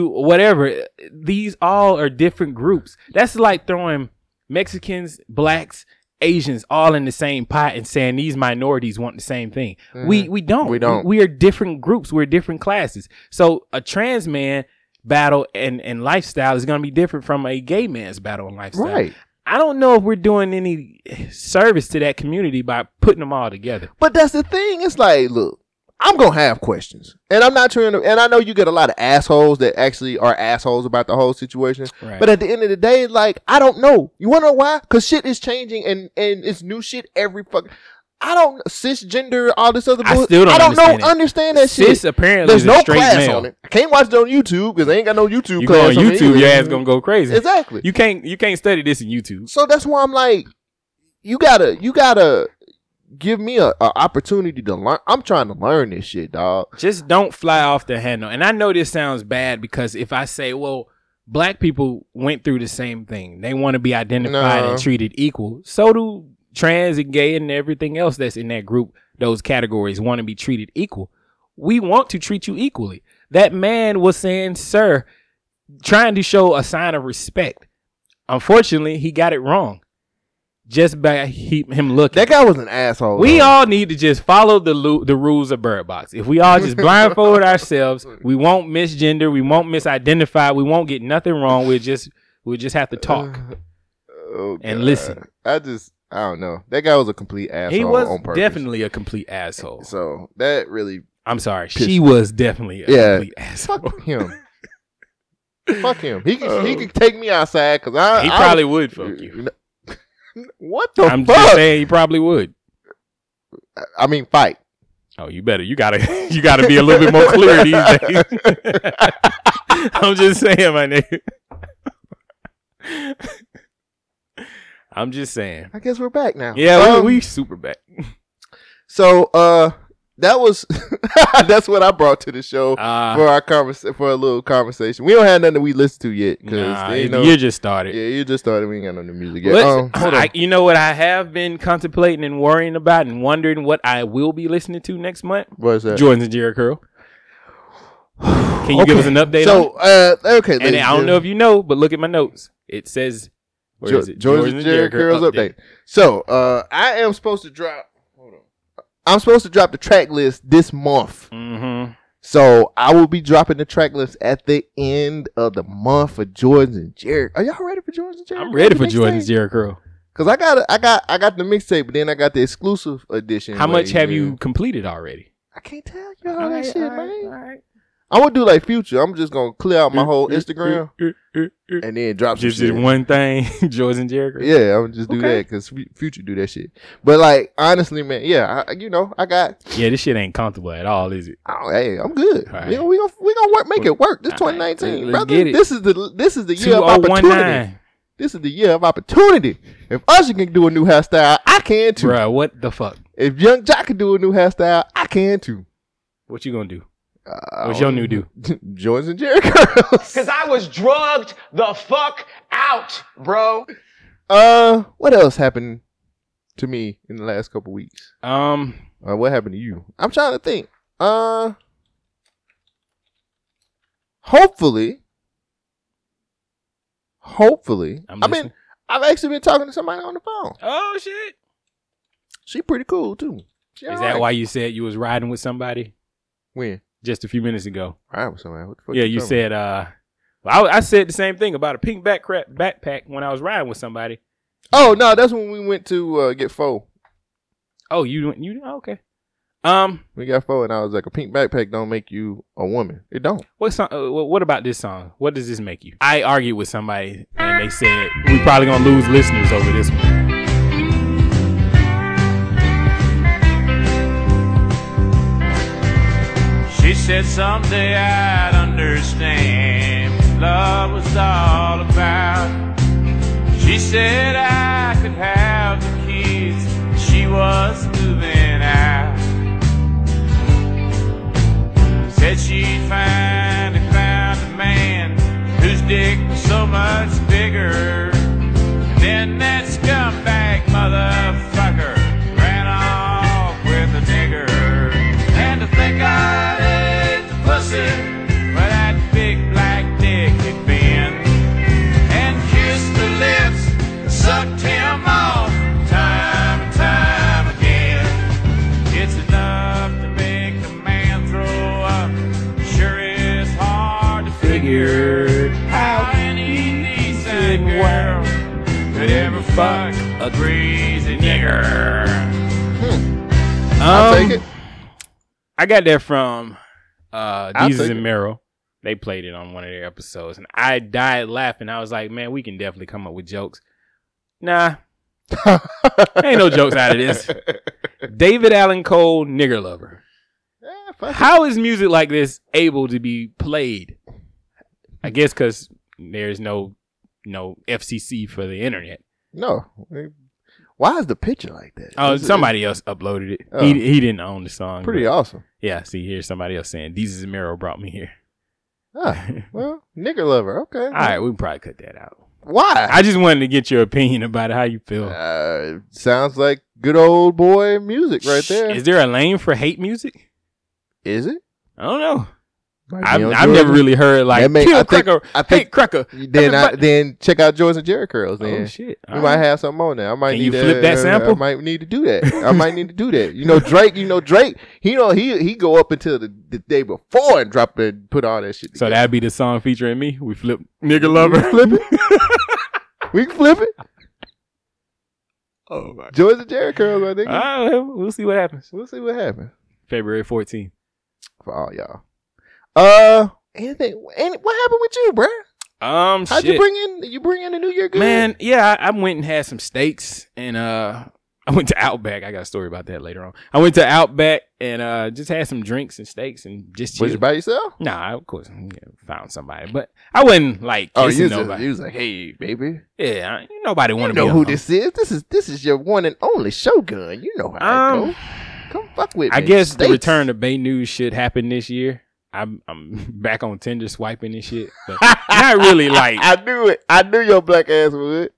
whatever. These all are different groups. That's like throwing Mexicans, blacks, Asians all in the same pot and saying these minorities want the same thing. Mm-hmm. We we don't. We don't. We, we are different groups. We're different classes. So a trans man battle and, and lifestyle is going to be different from a gay man's battle and lifestyle. Right. I don't know if we're doing any service to that community by putting them all together. But that's the thing. It's like, look, I'm gonna have questions, and I'm not trying to. And I know you get a lot of assholes that actually are assholes about the whole situation. Right. But at the end of the day, like, I don't know. You wanna know why? Cause shit is changing, and and it's new shit every fuck. I don't cisgender, all this other I bull- still don't I don't understand know it. understand that Cis shit. apparently There's is a no straight class male. on it. I can't watch it on YouTube because they ain't got no YouTube You go class. on on it YouTube, either. your ass gonna go crazy. Exactly. You can't you can't study this in YouTube. so that's why I'm like, you gotta you gotta give me a, a opportunity to learn. I'm trying to learn this shit, dog. Just don't fly off the handle. And I know this sounds bad because if I say, well, black people went through the same thing. They want to be identified No. and treated equal. So do trans and gay and everything else that's in that group, those categories want to be treated equal. We want to treat you equally. That man was saying, sir, trying to show a sign of respect. Unfortunately, he got it wrong. Just by he, him looking. That guy was an asshole. We though. all need to just follow the lu- the rules of Bird Box. If we all just blindfold ourselves, we won't misgender, we won't misidentify, we won't get nothing wrong. We'll just we'll just have to talk. Uh, Oh, and God. listen. I just I don't know. That guy was a complete asshole. he was on purpose. definitely a complete asshole. So that really I'm sorry, she was definitely a Yeah. complete asshole. fuck him. fuck him. He could, he could take me outside because I Oh. He I- probably would fuck you. What the I'm just fuck? saying, he probably would. I mean, fight. Oh, you better. You gotta. You gotta be a little bit more clear these days. I'm just saying, my nigga. I'm just saying. I guess we're back now. Yeah, Um, we, we super back. So uh, that was that's what I brought to the show Uh, for our convers for a little conversation. We don't have nothing we listen to yet because nah, you it- know you just started. yeah you just started. We ain't got no new music yet. Let's- Um, hold on. I, you know what I have been contemplating and worrying about and wondering what I will be listening to next month? What is that? Jordans and Jerry Curl. Can you give us Okay. an update So on uh, okay, it? And I don't know if you know, but look at my notes. It says, where Jo- is it? Jordan's and Jerry Curls update. So uh, I am supposed to drop. Hold on. I'm supposed to drop the track list this month. Mm-hmm. So I will be dropping the track list at the end of the month for Jordan's and Jerry. Are y'all ready for Jordan's and Jerry? I'm ready for Jordan's and Jerry Curl. Cause I got I got I got the mixtape, but then I got the exclusive edition. How much like, have man. you completed already? I can't tell you all, that shit, man. I'm gonna do like future. I'm just gonna clear out Eh, my whole Instagram and then drop some Just shit. did one thing, Jordan's and Jerry Curl. Yeah, I'm just do Okay. that 'cause that because Future do that shit. But like honestly, man, yeah, I, you know, I got. Yeah, this shit ain't comfortable at all, is it? Oh, hey, I'm good. All right. You know, we gonna we gonna work, make it work. This All right, 2019, let's brother. get it. This is the this is the year of opportunity. 2019. This is the year of opportunity. If Usher can do a new hairstyle, I can too. Bruh, what the fuck? If Young Jock can do a new hairstyle, I can too. What you gonna do? Uh, What's your new do? Joins and Jerry curls. Cause I was drugged the fuck out, bro. Uh, what else happened to me in the last couple weeks? Um, Uh, what happened to you? I'm trying to think. Uh, hopefully, hopefully. I'm I mean, listening. I've actually been talking to somebody on the phone. oh shit! She pretty cool too. She Is alright. that why you said you was riding with somebody When just a few minutes ago? I was somewhere. What the fuck yeah, you talking said. Uh, well, I, I said the same thing about a pink back crap backpack when I was riding with somebody. about? Oh no, that's when we went to uh, get foe. Oh, you you oh, okay? Um, We got foe, and I was like, a pink backpack don't make you a woman. It don't. what song? Uh, what what about this song? What does this make you? I argued with somebody and they said we probably gonna lose listeners over this one. She said someday I'd understand what love was all about. She said I could have the keys. She was moving out. Said she'd finally found a man whose dick was so much bigger. And then that scumbag motherfucker ran off with a nigger. And to think I ate the pussy where that big black dick had been. And kissed the lips, sucked him off time and time again. It's enough to make a man throw up. Sure is hard to figure how any decent girl could ever fuck a greasy nigger. Um, I'll take it. I got that from uh I'll Jesus take and Meryl. They played it on one of their episodes, and I died laughing. I was like, "Man, we can definitely come up with jokes." Nah, ain't no jokes out of this. David Allen Cole, nigger lover. Eh, fuck it. How is music like this able to be played? I guess because there's no no FCC for the internet. No. Why is the picture like that? Oh, This is- somebody else uploaded it. Oh. He he didn't own the song. Pretty but- awesome. Yeah, see here's somebody else saying, "These is Mero brought me here." Ah, well, nigger lover. Okay. All right, we can probably cut that out. Why? I just wanted to get your opinion about how you feel. Uh, sounds like good old boy music right there. Is there a lane for hate music? Is it? I don't know. Like I've, Neil I've never Jordan? really heard like That may- kill I think- Oh, cracker, I hate think- cracker. Then I, then check out Joyce and Jerry curls. Then Oh shit! we All might right. have something on there. I might Can need you to- flip that uh, I sample? might need to do that. I might need to do that. You know Drake. You know Drake. He know he he go up until the, the day before and drop it. and Put all that shit. So together. that'd be the song featuring me. We flip nigga lover. Flip we can flip it. Oh my. Joyce and Jerry curls. I think. All right, well, we'll see what happens. We'll see what happens February 14th. for all y'all. Uh, anything? Any, what happened with you, bruh? Um, How'd shit. you bring in? You bring in the New Year good? Man, yeah, I, I went and had some steaks and uh I went to Outback. I got a story about that later on. I went to Outback and uh just had some drinks and steaks and just was chilled. you by yourself? Nah, of course, yeah, found somebody, but I wasn't like Oh, you kissing was, just, nobody. you was like, hey, baby. yeah, I- nobody You wanted to know be who alone. this is? This is this is your one and only Shogun. You know how Um, it go. Come fuck with I me. guess the States. return of Bay News should happen this year. I'm I'm back on Tinder swiping and shit, but not really like. I knew it. I knew your black ass would.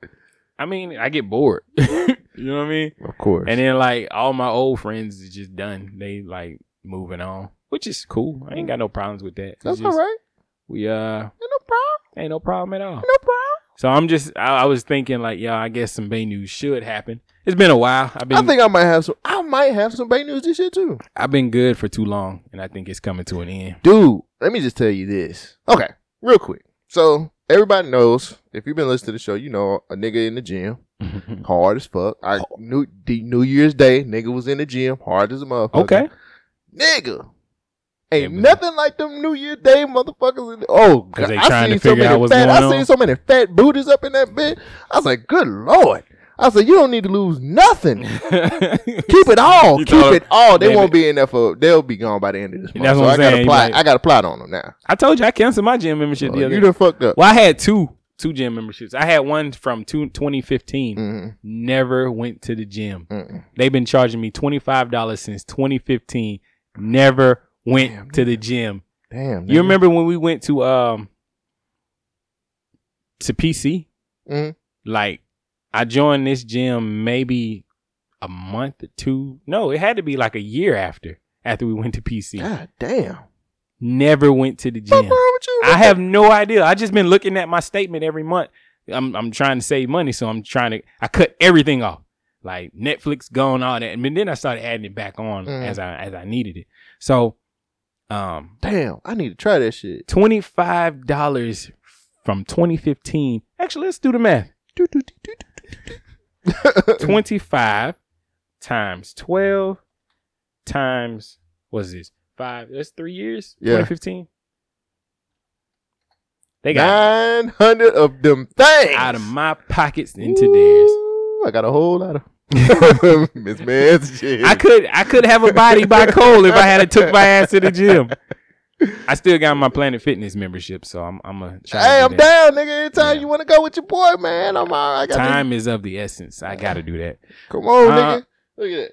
I mean, I get bored. you know what I mean? Of course. And then like all my old friends is just done. They like moving on, which is cool. I ain't got no problems with that. It's That's just- all right. We uh Ain't No problem. ain't no problem at all. No problem. So I'm just I, I was thinking like, yeah, I guess some Bay news should happen. It's been a while. I've been I think I might have some. I might have some bad news this year too. I've been good for too long, and I think it's coming to an end. dude let me just tell you this okay real quick so everybody knows if you've been listening to the show you know a nigga in the gym hard as fuck i knew the new year's day nigga was in the gym hard as a motherfucker okay. nigga Ain't Amen. nothing like them New Year's Day motherfuckers. In the, oh, God, they I trying to seen so figure out many what's fat. I going seen on. so many fat booties up in that bed. I was like, "Good lord!" I said, "You don't need to lose nothing. Keep it all. You Keep thought- it all. They Baby. won't be in there for. They'll be gone by the end of this month. That's so what I I'm got saying. a You plot. might- I got a plot on them now. I told you I canceled my gym membership Oh, the other you done fucked up. Well, I had two two gym memberships. I had one from two, 2015. Mhm. Never went to the gym. Mm-mm. They've been charging me twenty five dollars since twenty fifteen. Never went to the gym. Damn. You nigga. remember when we went to um to PC? Mhm. Like I joined this gym maybe a month or two. No, it had to be like a year after after we went to PC. God damn. Never went to the What's gym. wrong with you? I have no idea. I just been looking at my statement every month. I'm I'm trying to save money, so I'm trying to I cut everything off. Like Netflix gone, all that. And then I started adding it back on Mm. as I as I needed it. So um Damn. I need to try that shit. twenty five dollars from twenty fifteen. Actually, let's do the math. Twenty five times twelve times what's this? Five. That's three years? Yeah. Twenty fifteen. They got Nine hundred of them things out of my pockets into theirs. Ooh, I got a whole lot of Miss Man's shit. I could I could have a body by Cole if I had a took my ass to the gym. I still got my Planet Fitness membership, so I'm I'm a Hey, I'm down, nigga. Anytime Yeah. you want to go with your boy, man, I'm all. I got Time is of the essence. I gotta do that. This. Come on, Uh, nigga. Look at that.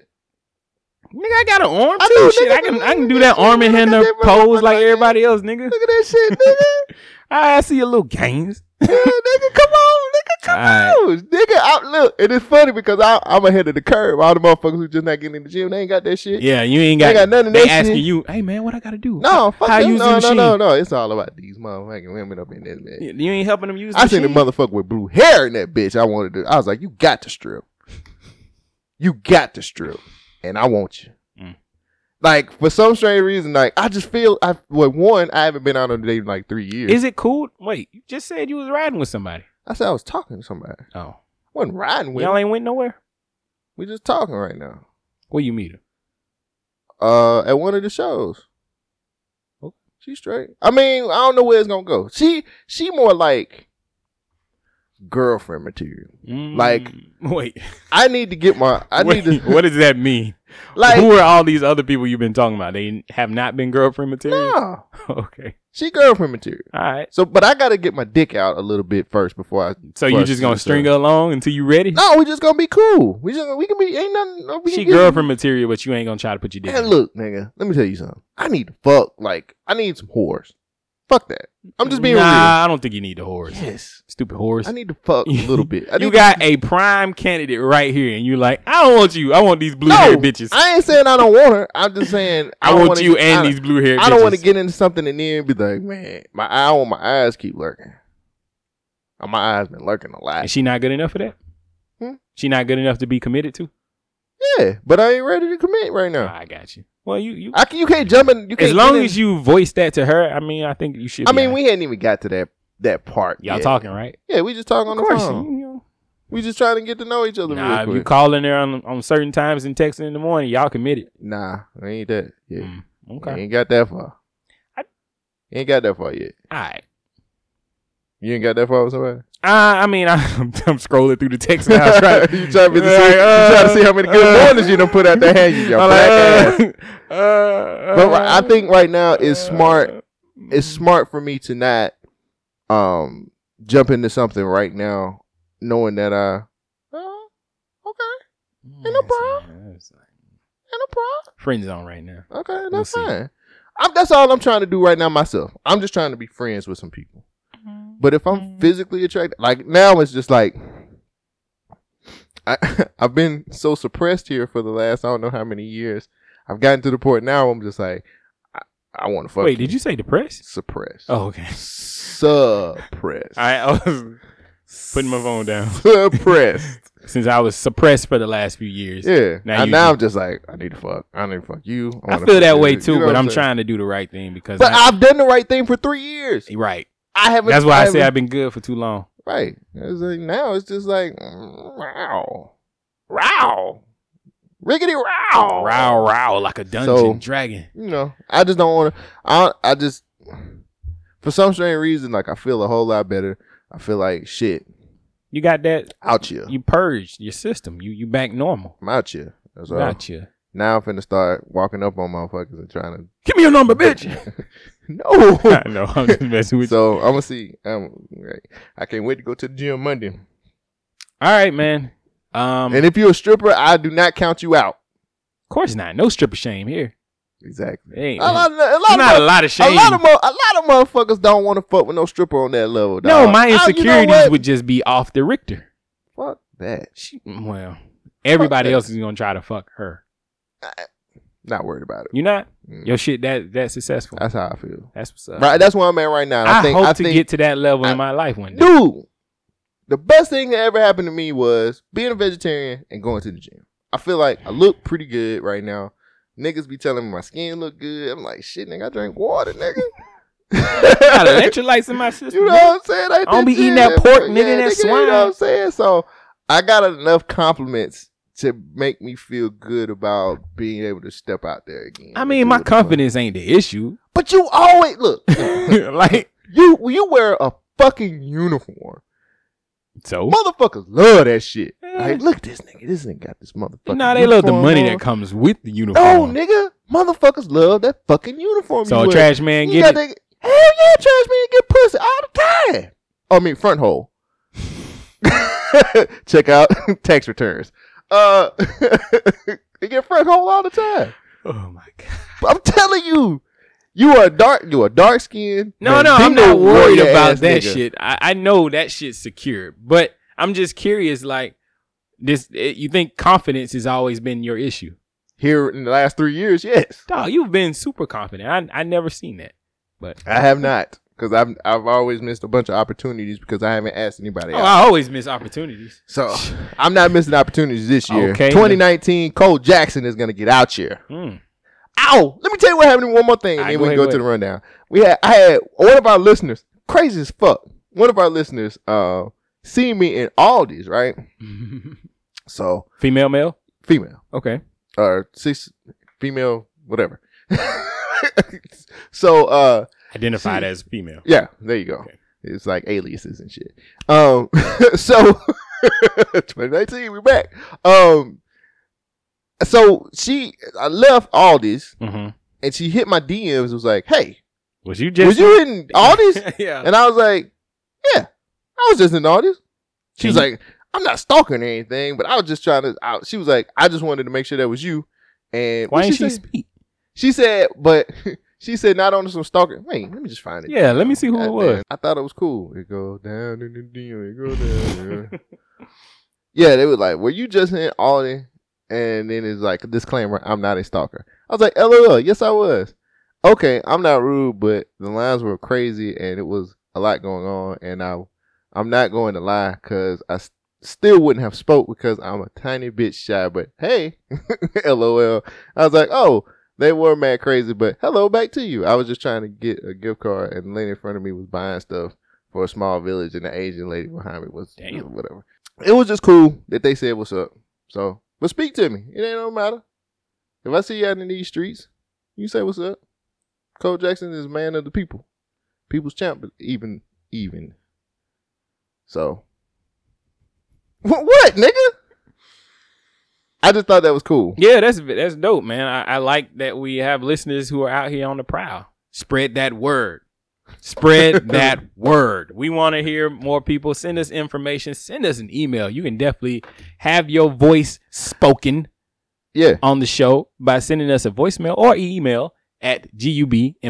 Nigga, I got an arm I too. know, shit, nigga, I can but I can nigga, do that arm and look at hand that up pose motherfucker like like that. everybody else, nigga. Look at that shit, nigga. I see your little gains. yeah, nigga, come on, nigga, come Alright. on, nigga. I, look, and it's funny because I, I'm ahead of the curve. All the motherfuckers who just not getting in the gym, they ain't got that shit. Yeah, you ain't They got, got none of They that asking shit. you, hey man, what I gotta do? No, fuck How them. use the no, no, no, machine? no. It's all about these motherfucking women up in this bitch. You you ain't helping them use. The I seen the machine? motherfucker with blue hair in that bitch. I wanted to. I was like, you got to strip. You got to strip, and I want you. Mm. Like for some strange reason, like I just feel I well one I haven't been out on the date in like three years. Is it cool? Wait, you just said you was riding with somebody. I said I was talking to somebody. I Oh, wasn't riding with. y'all him. ain't went nowhere. We just talking right now. Where you meet her? Uh, at one of the shows. Oh. She straight. I mean, I don't know where it's gonna go. She she more like girlfriend material. Mm-hmm. Like Mm. Wait, I need to get my I wait, need to what does that mean? like Who are all these other people you've been talking about? They have not been girlfriend material. nah, Okay, she girlfriend material. all right. So, but I gotta get my dick out a little bit first before I. So before I you just gonna start. string her along until you ready? No, we just gonna be cool. We just we can be ain't nothing. no, we she can get- uh, girlfriend material, but you ain't gonna try to put your dick. Man, in. look, nigga. Let me tell you something. I need to fuck. Like I need some whores. Fuck that. I'm just being nah, real. I don't think you need the horse. Yes. Stupid horse. I need to fuck a little bit. I you need got a prime candidate right here, and you like, I don't want you. I want these blue to, haired no bitches. I, I ain't saying I don't want her. I'm just saying I, don't want wanna you get- and I- these blue haired. I don't want to get into something and then be like, man, my eye on my eyes keep lurking. Uh, My eyes been lurking a lot. Is she not good enough for that? Hmm? She not good enough to be committed to. yeah, but I ain't ready to commit right now. I got you. Well, you you. I can, you can't jump in. You can't as get long in- as you voice that to her, I mean, I think you should. I be mean, all we hadn't even got to that that part. right. y'all yet. talking right? Yeah, we just talking on the phone. you know. We just trying to get to know each other. Nah, real if quick. you calling there on on certain times and texting in the morning, y'all committed. Nah, I ain't that. Yeah, Mm, okay. Okay. ain't got that far. I- ain't got that far yet. All right. You ain't got that far with somebody. Uh, I mean, I, I'm, I'm scrolling through the text now. I try- you trying to, see, Like, you trying to see how many good uh, warnings you done put out there, hand you your I'm black ass. like, uh, uh, but I think right now it's smart. It's smart for me to not um jump into something right now, knowing that I. Oh, okay, ain't no problem. ain't no problem. Friend zone right now. Okay, We'll that's see. fine. I'm, that's all I'm trying to do right now myself. I'm just trying to be friends with some people. But if I'm physically attracted, like now it's just like I I've been so suppressed here for the last I don't know how many years. I've gotten to the point now where I'm just like I, I want to fuck. Wait, did you say depressed? suppress? Oh, okay. Suppressed. I, I was putting my phone down suppressed. since I was suppressed for the last few years. Yeah. Now Now, you now do. I'm just like I need to fuck. I need to fuck you. I wanna feel fuck that you. way You too, know but what I'm saying? trying to do the right thing because But I, I've done the right thing for three years. right. I haven't. That's why I say haven't- I've been good for too long. Right. It's like now it's just like mm, wow. Wow. Riggedy wow. Row, row like a dungeon So- dragon. You know, I just don't want to I I just for some strange reason like I feel a whole lot better. I feel like shit. You got that? Out here. You purged your system. You you back normal. I'm out here. That's all. Gotcha. Now I'm finna start walking up on motherfuckers and trying to Give me your number, bitch. No. I know. I'm just messing with you. so I'm gonna see. Um, right. I can't wait to go to the gym Monday. All right, man. Um, And if you're a stripper, I do not count you out. of course not. No stripper shame here. Exactly. Hey, A lot of, a lot of not a lot of A shame. lot of mo- a lot of motherfuckers don't want to fuck with no stripper on that level. no, dawg. my I- you know insecurities what? would just be off the Richter. fuck that. She, well, everybody that. else is gonna try to fuck her. Not worried about it. You not Mm. your shit that that successful. That's how I feel. That's what's up. Right, that's where I'm at right now. And I, I, think hope I to think, get to that level I- in my life one day. dude, the best thing that ever happened to me was being a vegetarian and going to the gym. I feel like I look pretty good right now. Niggas be telling me my skin look good. I'm like, shit, nigga, I drink water, nigga. Got electrolytes in my system. You know what I'm saying? Like I that don't be shit, eating that pork, yeah, nigga, and that You swine. know what I'm saying? So I got enough compliments to make me feel good about being able to step out there again. I and mean, do my what the fuck. confidence ain't the issue. But you always look. like you you wear a fucking uniform. so. Motherfuckers love that shit. Eh. Like, look at this nigga. This nigga got this motherfucker. Nah, they love the money that comes. comes with the No, uniform. Oh, nigga. Motherfuckers love that fucking uniform. so you a wear. trash man You get got it. that- hell yeah, trash man get pussy all the time. oh, I mean, front hole. Check out tax returns. Uh, they get front hole all the time. Oh my god. But I'm telling you, you are dark. You are dark skinned. No, no, I'm not worried about that shit. I, I know that shit's secure, but I'm just curious. Like this, it, you think confidence has always been your issue? Here in the last three years, yes, Dog, you've been super confident. I I never seen that, but I have not because I've I've always missed a bunch of opportunities because I haven't asked anybody. oh, out. I always miss opportunities. So I'm not missing opportunities this year. Okay. 2019, Cole Jackson is gonna get out here. Mm. Ow! Let me tell you what happened in one more thing, and All right, then go we ahead, can go go to the ahead. rundown. We had I had one of our listeners, crazy as fuck. One of our listeners uh seen me in Aldi's, right? So Female, male. female. Okay. Or six female, whatever. so uh Identified as female. yeah, there you go. It's like aliases and shit. Um, so 2019, we back. Um, so she, I left all this, Mm-hmm. and she hit my DMs. Was like, "Hey, Was you was just? you in all this?" yeah. And I was like, "Yeah, I was just in all this." She was And like, "I'm not stalking or anything, but I was just trying to." I, she was like, "I just wanted to make sure that was you." And Why what'd didn't she say? speak? She said, but she said not on some stalker. Wait, let me just find it. Yeah, let me see who it God was. damn, I thought it was cool. It go down in the deal. It go down. yeah. yeah, they were like, were you just in all in? And then it's like disclaimer, I'm not a stalker. I was like, LOL, yes I was. Okay, I'm not rude, but the lines were crazy and it was a lot going on and I I'm not going to lie cuz I s- still wouldn't have spoke because I'm a tiny bit shy, but hey, LOL. I was like, "Oh, they were mad crazy, but hello, back to you. I was just trying to get a gift card, and the lady in front of me was buying stuff for a small village, and the Asian lady behind me was Damn. whatever. It was just cool that they said what's up. So, but speak to me. It ain't no matter. If I see you out in these streets, you say what's up. Cole Jackson is man of the people, people's champ, even even. So, what, what, nigga? I just thought that was cool. Yeah, that's that's dope, man. I, I like that we have listeners who are out here on the prowl. Spread that word. Spread that word. We want to hear more people. Send us information. Send us an email. You can definitely have your voice spoken Yeah, on the show by sending us a voicemail or email at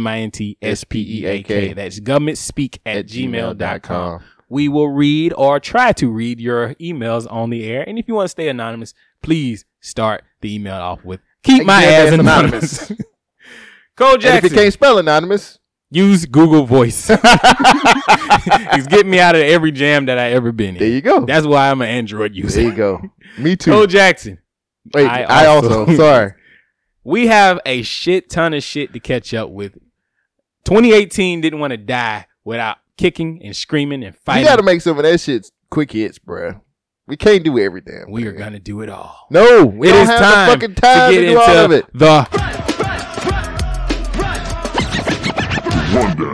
G-U-B-M-I-N-T-S-P-E-A-K. E That's government speak at gmail.com. We will read or try to read your emails on the air. And if you want to stay anonymous, please start the email off with Keep my ass anonymous. Cole And if Jackson, you can't spell anonymous, use Google Voice. He's getting me out of every jam that I ever been in. there you go. That's why I'm an Android user. there you go. Me too. Cole Jackson, Wait, I I, also, also- sorry. we have a shit ton of shit to catch up with. 2018 didn't want to die without kicking and screaming and We fighting. gotta make some of that shit quick hits, bruh. We can't do every damn. we are thing. gonna do it all. No, we it don't is have time, the fucking time to to, get do into all of it. the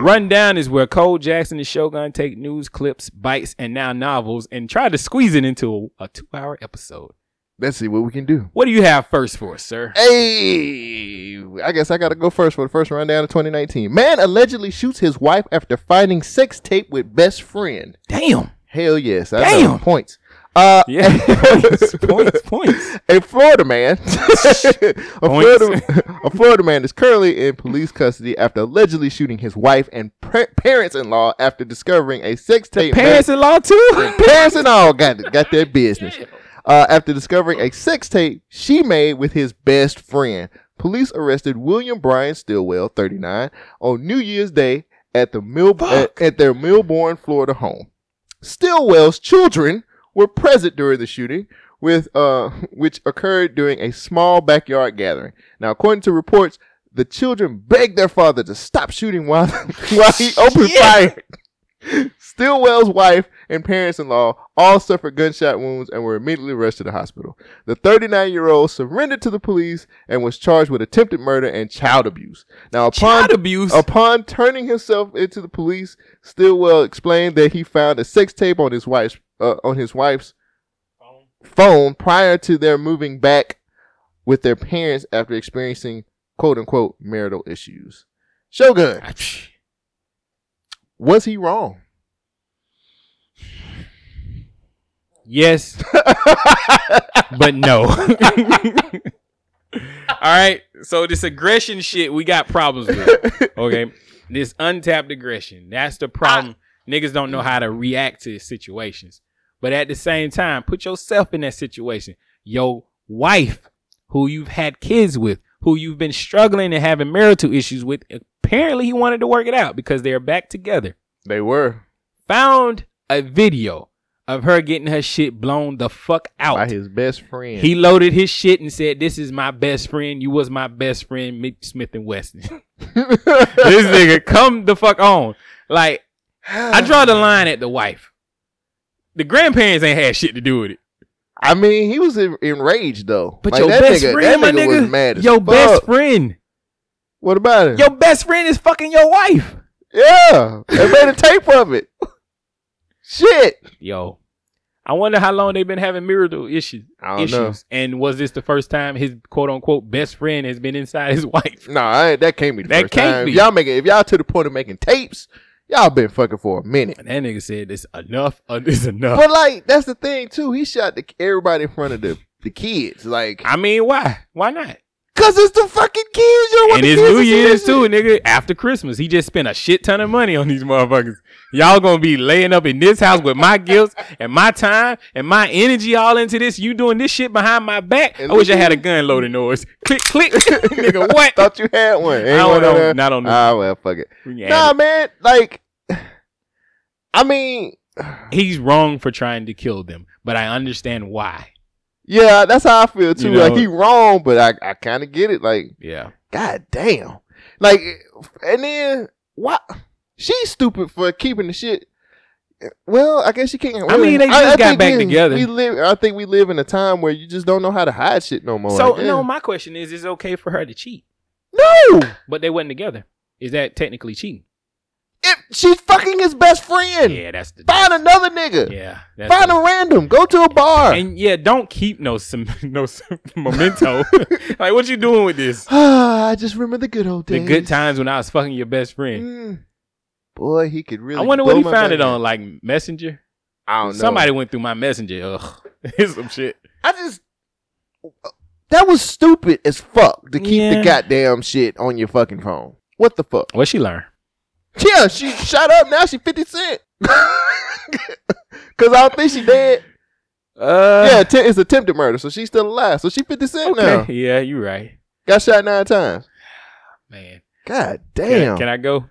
rundown. Is where Cole Jackson and Shogun take news clips, bites, and now novels, and try to squeeze it into a, a two-hour episode. Let's see what we can do. What do you have first for us, sir? Hey, I guess I gotta go first for the first rundown of 2019. Man allegedly shoots his wife after finding sex tape with best friend. Damn. Hell yes, I Damn. know. points. Uh, Yeah. points. Points. Points. a Florida man, a, Florida, a Florida man is currently in police custody after allegedly shooting his wife and pre- parents-in-law after discovering a sex tape. Parents-in-law too. parents and all got got their business. Uh, after discovering a sex tape she made with his best friend, police arrested William Bryan Stillwell, 39, on New Year's Day at the Mil- at, at their Milbourne, Florida home. Stillwell's children were present during the shooting, with uh, which occurred during a small backyard gathering. Now, according to reports, the children begged their father to stop shooting while while he opened fire. Stillwell's wife and parents-in-law all suffered gunshot wounds and were immediately rushed to the hospital. The 39-year-old surrendered to the police and was charged with attempted murder and child abuse. Now, upon Child abuse. Upon turning himself into the police, Stillwell explained that he found a sex tape on his wife's uh, on his wife's phone prior to their moving back with their parents after experiencing quote unquote marital issues. Shogun, was he wrong? Yes. but no. All right. So this aggression shit we got problems with. Okay. This untapped aggression. That's the problem. Niggas don't know how to react to situations. But at the same time, put yourself in that situation. Your wife, who you've had kids with, who you've been struggling and having marital issues with, apparently he wanted to work it out because they are back together They were found a video of her getting her shit blown the fuck by out. his best friend. He loaded his shit and said, "This is my best friend. You was my best friend, Mick Smith and Weston." this nigga, come the fuck on. Like, I draw the line at the wife. The grandparents ain't had shit to do with it. I mean, he was en- enraged though. But Like, your that best nigga, friend, that my nigga, was mad as your fuck. best friend, What about it? your best friend is fucking your wife. Yeah, they made a tape of it. Shit. Yo, I wonder how long they've been having marital issues. I don't issues. know. And was this the first time his quote unquote best friend has been inside his wife? Nah, I, that can't be the That Mm, first can't time. be. If y'all making if y'all to the point of making tapes, y'all been fucking for a minute. And that nigga said, "It's enough. uh, It's enough." But like that's the thing too. He shot the, everybody in front of the the kids. Like I mean, why? Why not? Cause it's the fucking kids. You don't want and the it's kids New to see Year's this too, shit. nigga. After Christmas, he just spent a shit ton of money on these motherfuckers. Y'all gonna be laying up in this house with my guilt and my time and my energy all into this. You doing this shit behind my back. And I wish I look had a at gun loading noise. Click, click, nigga. What? Thought you had one. Ain't don't one know. on there? Not on this. Ah, well, fuck it. We can Nah, add man. Like, I mean, it. He's wrong for trying to kill them, but I understand why. yeah, that's how I feel too. You know- like he wrong, but I, I kind of get it. Like, Yeah. god damn. Like, and then why? She's stupid for keeping the shit. Well, I guess she can't. I mean, they just got think back we- together. We live. I think we live in a time where you just don't know how to hide shit no more. so I guess. no, my question is: Is it okay for her to cheat? no. But they wasn't together. Is that technically cheating? If she's fucking his best friend. Yeah, that's the Find another nigga. yeah. That's Find the- a random. Go to a bar. And yeah, don't keep no some no some memento. like what you doing with this? I just remember the good old The days. good times when I was fucking your best friend. Mm. Boy, he could really. I wonder what blow he my found it mind. on, like Messenger. I don't know. Somebody went through my Messenger. Ugh, Here's some shit. I just. That was stupid as fuck to keep the Yeah. goddamn shit on your fucking phone. What the fuck? What she learn? Yeah, she shot up. Now she fifty cent. Cause I don't think she dead. Uh, yeah, att- it's attempted murder, so she's still alive. So she fifty cent now. okay. Yeah, you right, Got shot nine times. man. God Can- damn. Uh, can I go?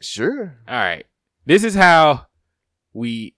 sure. All right. This is how we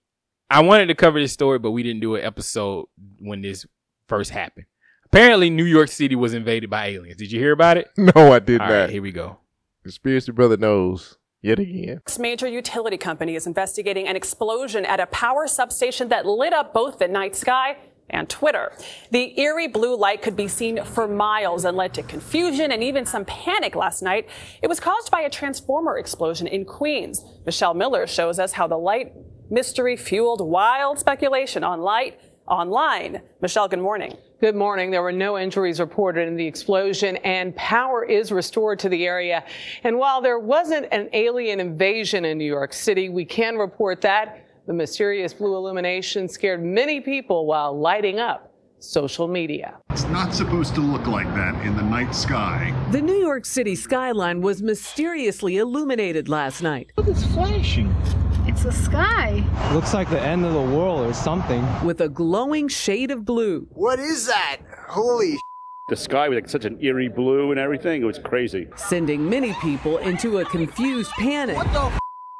I wanted to cover this story, but we didn't do an episode when this first happened. Apparently, New York City was invaded by aliens. Did you hear about it? No, I did All right, here we go. Conspiracy brother knows yet again. Next major utility company is investigating an explosion at a power substation that lit up both the night sky and Twitter. The eerie blue light could be seen for miles and led to confusion and even some panic last night. It was caused by a transformer explosion in Queens. Michelle Miller shows us how the light mystery fueled wild speculation on light online. Michelle, good morning. Good morning. There were no injuries reported in the explosion and power is restored to the area. And while there wasn't an alien invasion in New York City, we can report that the mysterious blue illumination scared many people while lighting up social media. It's not supposed to look like that in the night sky. The New York City skyline was mysteriously illuminated last night. Look, it's flashing. It's the sky. Looks like the end of the world or something. with a glowing shade of blue. What is that? Holy The sky was like such an eerie blue and everything. It was crazy. Sending many people into a confused panic.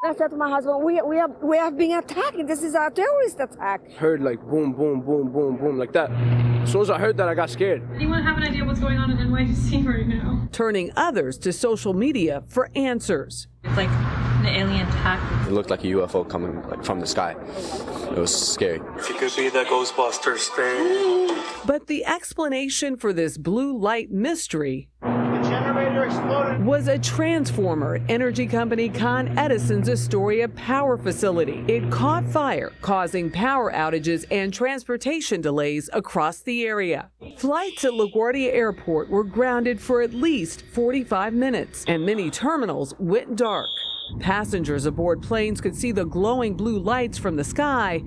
I said to my husband, we, we, are, we have been attacked. This is a terrorist attack. heard like boom, boom, boom, boom, boom, like that. As soon as I heard that, I got scared. Anyone have an idea what's going on in NYC right now? Turning others to social media for answers. It's like an alien attack. It looked like a UFO coming like from the sky. It was scary. It could be the Ghostbusters thing. But the explanation for this blue light mystery Generator exploded. was a transformer at energy company Con Edison's Astoria power facility. It caught fire, causing power outages and transportation delays across the area. Flights at LaGuardia Airport were grounded for at least 45 minutes, and many terminals went dark. Passengers aboard planes could see the glowing blue lights from the sky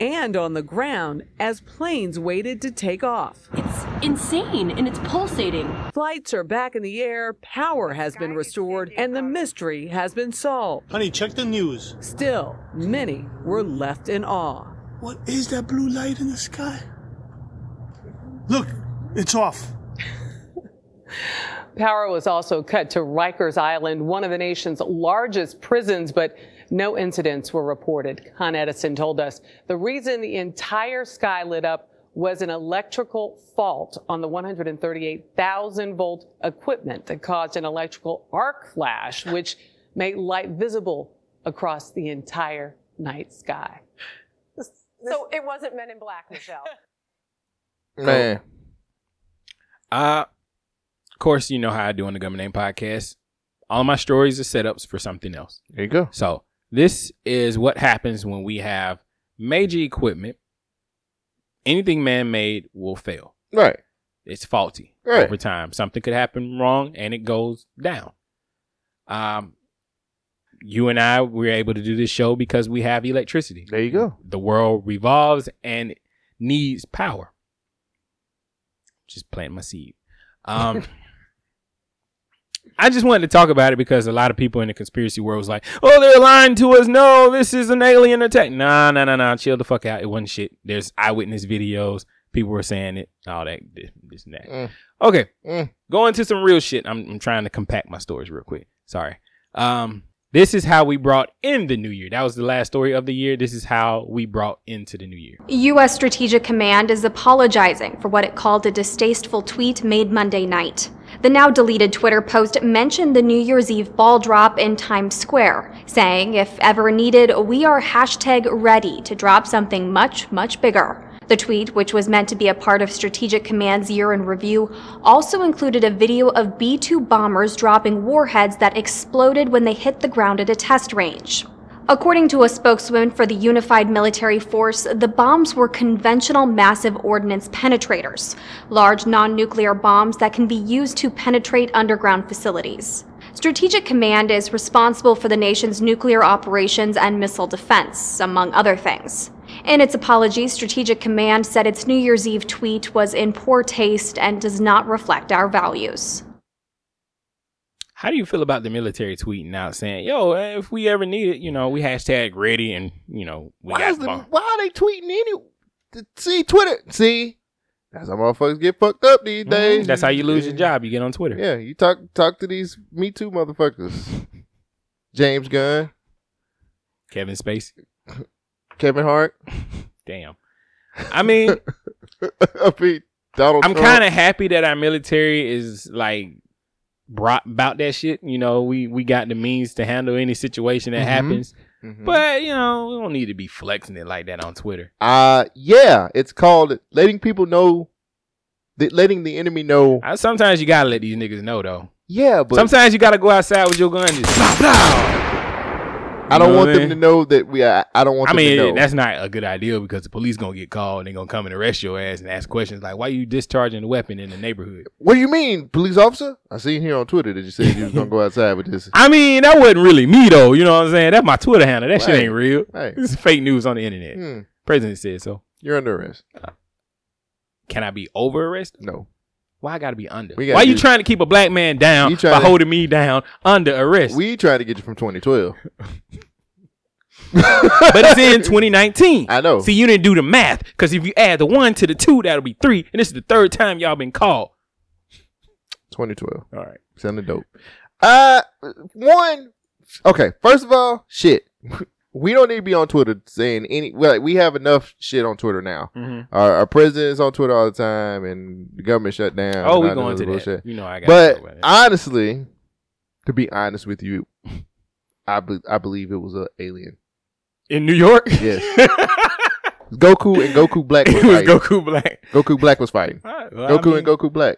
and on the ground as planes waited to take off. It's insane and it's pulsating. Flights are back in the air, power has been restored, and the mystery has been solved. Honey, check the news. Still, many were left in awe. What is that blue light in the sky? Look, it's off. Power was also cut to Rikers Island, one of the nation's largest prisons, but no incidents were reported. Con Edison told us the reason the entire sky lit up was an electrical fault on the 138,000 volt equipment that caused an electrical arc flash, which made light visible across the entire night sky. So it wasn't Men in Black, Michelle. Man. Uh, of course, you know how I do on the Gummy Name podcast. All my stories are setups for something else. There you go. So This is what happens when we have major equipment. Anything man made will fail. Right. It's faulty Right. over time. Something could happen wrong and it goes down. Um, you and I we're able to do this show because we have electricity. There you go. The world revolves and needs power. Just plant my seed. Um, I just wanted to talk about it because a lot of people in the conspiracy world was like, "Oh, they're lying to us. No, this is an alien attack." Nah, nah, nah, nah. Chill the fuck out. It wasn't shit. There's eyewitness videos. People were saying it. All that, this, this and that. Mm. Okay, Mm. going to some real shit. I'm, I'm trying to compact my stories real quick. Sorry. Um, this is how we brought in the new year. That was the last story of the year. This is how we brought into the new year. U.S. Strategic Command is apologizing for what it called a distasteful tweet made Monday night. The now deleted Twitter post mentioned the New Year's Eve ball drop in Times Square, saying, if ever needed, we are hashtag ready to drop something much, much bigger. The tweet, which was meant to be a part of Strategic Command's year in review, also included a video of B 2 bombers dropping warheads that exploded when they hit the ground at a test range. According to a spokeswoman for the Unified Military Force, the bombs were conventional massive ordnance penetrators, large non nuclear bombs that can be used to penetrate underground facilities. Strategic Command is responsible for the nation's nuclear operations and missile defense, among other things. In its apology, Strategic Command said its New Year's Eve tweet was in poor taste and does not reflect our values. How do you feel about the military tweeting out saying, "Yo, eh, if we ever need it, you know, we hashtag ready and you know we Why got is the, bomb." why are they tweeting any? See Twitter. See, that's how motherfuckers get fucked up these Mhm. days. That's how you lose your job. You get on Twitter. Yeah, you talk talk to these Me Too motherfuckers. James Gunn, Kevin Spacey. Kevin Hart. Damn. I mean, I mean Donald. I'm Trump. kind of happy that our military is like brought about that shit. You know, we we got the means to handle any situation that Mhm. happens. Mhm. But you know, we don't need to be flexing it like that on Twitter. Uh yeah, it's called letting people know that letting the enemy know. I, sometimes you gotta let these niggas know though. Yeah, but Sometimes you gotta go outside with your gun. and Just blah, blah. I don't You want know what I them mean? to know that we. I, I don't want. I them to know. mean, that's not a good idea because the police gonna get called and they gonna come and arrest your ass and ask questions like, "Why you discharging the weapon in the neighborhood?" What do you mean, police officer? I seen here on Twitter that you said you was gonna go outside with this. I mean, that wasn't really me though. You know what I'm saying? That's my Twitter handle. That Right, shit ain't real. right. This is fake news on the internet. Hmm. President said so. You're under arrest. Can I be over arrested? No. Why I gotta be under? We gotta Why you do- trying to keep a black man down You Oh, by trying to- holding me down under arrest? We tried to get you from 2012. but it's in 2019. I know. See, you didn't do the math because if you add the one to the two, that'll be three. And this is the third time y'all been called. 2012. All right. Sounding dope. Uh, one. Okay. First of all, shit. We don't need to be on Twitter saying any. well, Like, we have enough shit on Twitter now. Mhm. Our, our president's on Twitter all the time, and the government shut down. and Oh, we all this going to other that. bullshit. You know I gotta But talk about that. honestly, to be honest with you, I be- I believe it was a alien. In New York? Yes. Goku and Goku Black. It were was fighting. Goku Black. Goku Black was fighting. All right, well, I Goku mean- and Goku Black.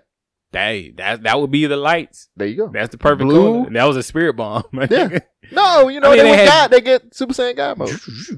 Hey, that that would be the lights. There you go. That's the perfect Blue. color. That was a spirit bomb. Yeah. No, you know I they, mean, they was had- God. They get Super Saiyan God mode.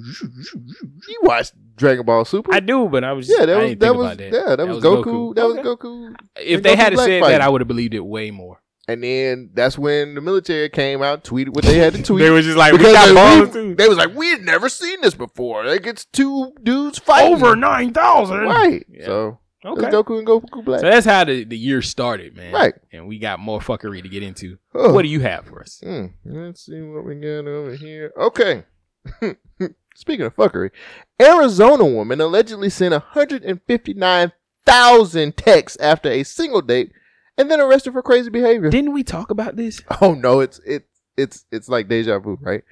you watched Dragon Ball Super? I do, but I was just, yeah, that I was didn't that think was about that. yeah, that, was Goku. That was Goku. If and they Goku had Black said fighting. that, I would have believed it way more. And then that's when the military came out, tweeted what they had to tweet. They was just like, we Because got they- balls we- too. They was like, we had never seen this before. Like it's two dudes fighting Over 9,000. right? So Okay. it's Goku and Goku Black. So that's how the, the year started, man. Right. And we got more fuckery to get into. Huh. What do you have for us? Hmm, let's see what we got over here. Okay. Speaking of fuckery, Arizona woman allegedly sent 159,000 texts after a single date and then arrested for crazy behavior. Didn't we talk about this? Oh no, it's it it's it's like deja vu, right?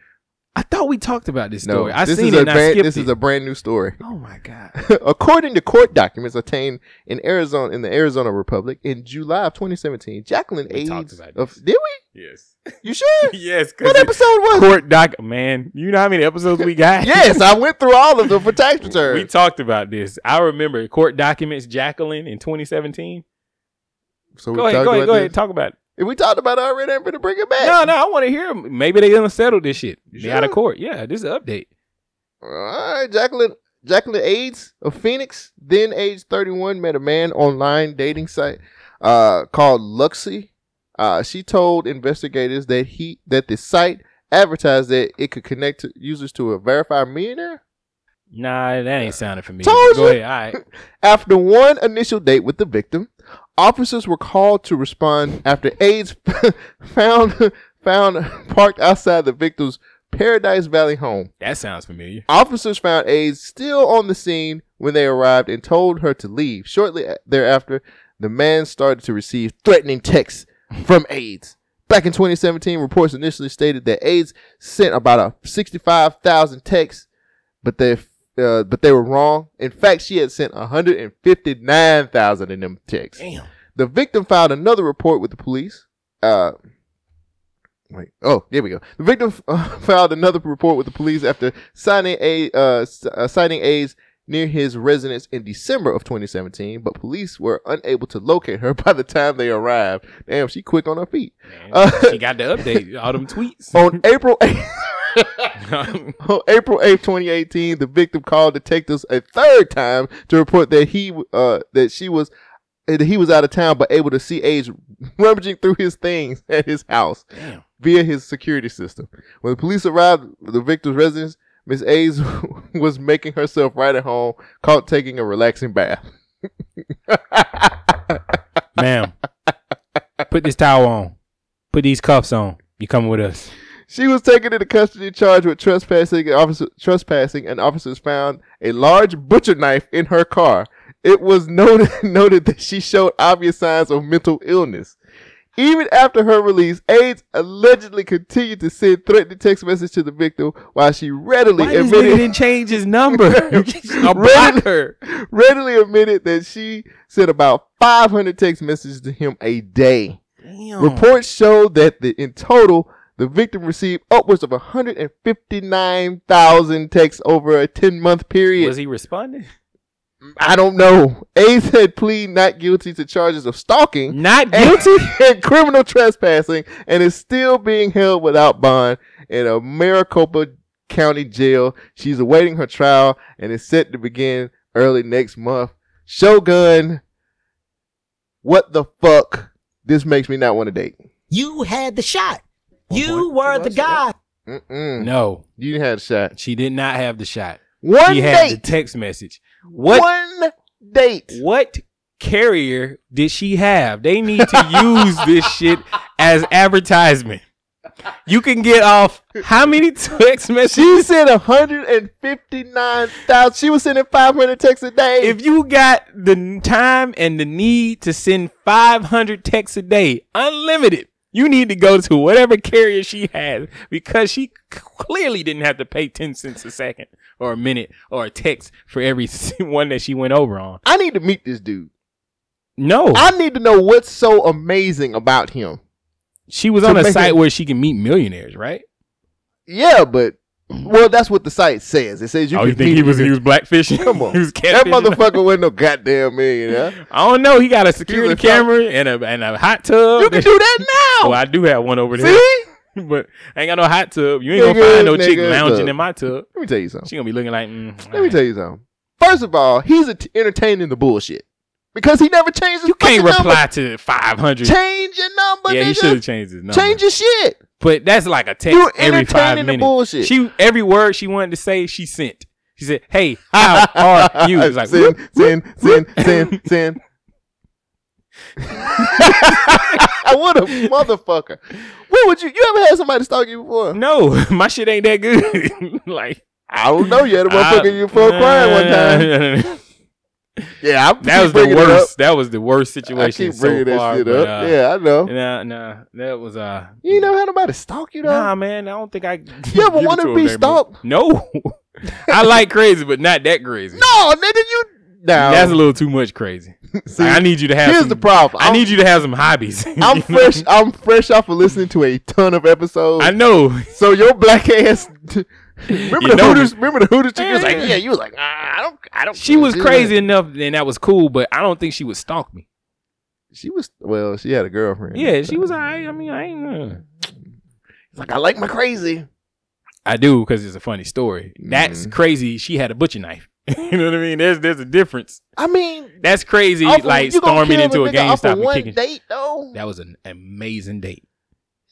I thought we talked about this story. no, I this seen is it a and I brand, skipped this is it. a brand new story. oh my God. According to court documents obtained in Arizona in the Arizona Republic in July of 2017, Jacqueline We talked Aids about of did we? Yes. You sure? yes. 'cause What it- episode was it? Court doc. Man, you know how many episodes we got? Yes, I went through all of them for tax We returns. talked about this. I remember court documents Jacqueline in 2017. so Go ahead, go ahead, go ahead. Talk about it. If we talked about it already, I'm gonna bring it back. No, no, I want to hear. 'em. Maybe they gonna settle this shit. They out of court. Yeah, this is an update. All right, Jacqueline. Jacqueline Aids of Phoenix, then age 31, met a man online dating site uh, called Luxy. Uh, she told investigators that he that the site advertised that it could connect to users to a verified millionaire. Nah, that ain't sounding familiar. Told Go you. ahead. All right. After one initial date with the victim, officers were called to respond after aides found found parked outside the victim's Paradise Valley home. That sounds familiar. Officers found aides still on the scene when they arrived and told her to leave. Shortly a- thereafter, the man started to receive threatening texts from aides. Back in 2017, reports initially stated that aides sent about a 65,000 texts, but they uh, but they were wrong. In fact, she had sent 159,000 in them texts. Damn. The victim filed another report with the police. Uh, Wait. Oh, there we go. The victim uh, filed another report with the police after signing a uh, s- uh, signing aids near his residence in December of 2017, but police were unable to locate her by the time they arrived. Damn, she quick on her feet. Uh, She got the update. All them tweets. on April 8th, on April 8th, 2018, the victim called detectives a third time to report that he uh that she was uh, that he was out of town but able to see Age rummaging through his things at his house via his security system. When the police arrived at the victim's residence, Miss A's was making herself right at home, caught taking a relaxing bath. Ma'am, put this towel on. Put these cuffs on. You coming with us? She was taken into custody charged with trespassing and officer, trespassing and officers found a large butcher knife in her car. It was noted noted that she showed obvious signs of mental illness. Even after her release, AIDS allegedly continued to send threatening text messages to the victim while she readily Why this nigga admitted didn't change his number? I blocked Readily- her. readily admitted that she sent about 500 text messages to him a day. Reports show that the, in total, the victim received upwards of 159,000 texts over a 10 month period. Was he responding? I don't know. Ace had pleaded not guilty to charges of stalking, not guilty, and, criminal trespassing, and is still being held without bond in a Maricopa County jail. She's awaiting her trial and is set to begin early next month. Shogun, what the fuck? This makes me not want to date. You had the shot. You were the guy. Mm-mm. No, Mm. you had a shot. She did not have the shot. One she had the date. text message. What One date. What carrier did she have? They need to use this shit as advertisement. You can get off how many text She messages? sent 159,000. She was sending 500 texts a day. If you got the n- time and the need to send 500 texts a day, unlimited, you need to go to whatever carrier she has because she c- clearly didn't have to pay 10 cents a second or a minute or a text for every one that she went over on. I need to meet this dude. No. I need to know what's so amazing about him. She was To on a make site it- where she can meet millionaires, right? Yeah, but well, that's what the site says. It says you oh, can you think meet he was he him. was blackfishing? Come on, he was that catfishing? motherfucker wasn't no goddamn millionaire. I don't know. Oh, He got a security He's a fuck- camera and a and a hot tub. You can do that now. Well, I do have one over there, See, but I ain't got no hot tub. You ain't gonna Nigga, find no chick nigga, lounging look. in my tub. let me tell you something. She gonna be looking like. Mm, Let me tell you something. First of all, he's a t- entertaining the bullshit because he never changes. you can't reply to five hundred. Change your number, Yeah, he should have nigga. changed his number. Change your shit. But that's like a text You're every five entertaining the minutes. bullshit. She every word she wanted to say, she sent. She said, "Hey, how are you?" It's like sin, whoop. sin, sin, sin, sin. what a motherfucker! What would you? You ever had somebody stalk you before? no, my shit ain't that good. like I don't know. You had a motherfucker in you for a crime one time. one time. Yeah, I That keep was the bringing it worst. That was the worst up. I situation. keep bringing so that far, shit but, up. uh, yeah, I know. Nah, nah, that was uh. You ain't never had nobody stalk you though. Nah, man, I don't think I. You ever give it wanna a be damn stalked? mo- No, I like crazy, but not that crazy. No, nigga, you. Nah, That's a little too much crazy. See, Like, I need you to have. here's some- the problem. I I'm- need you to have some hobbies. I'm You know? fresh. I'm fresh off of listening to a ton of episodes. I know. So your black ass. Remember You the know Hooters? Remember the Hooters? chick? Yeah, You was like, yeah. yeah, you was like, ah, I don't, I don't. She was Yeah. crazy enough, and that was cool, but I don't think she would stalk me. She was well. She had a girlfriend. Yeah, she was. I. I mean, I ain't. Uh, It's like I like my crazy. I do because it's a funny story. That's Mm-hmm. crazy. She had a butcher knife. you know what I mean? There's there's a difference. I mean, that's crazy. off of- like you gonna storming kill a into a nigga off of GameStop and one kicking. date, though? That was an amazing date.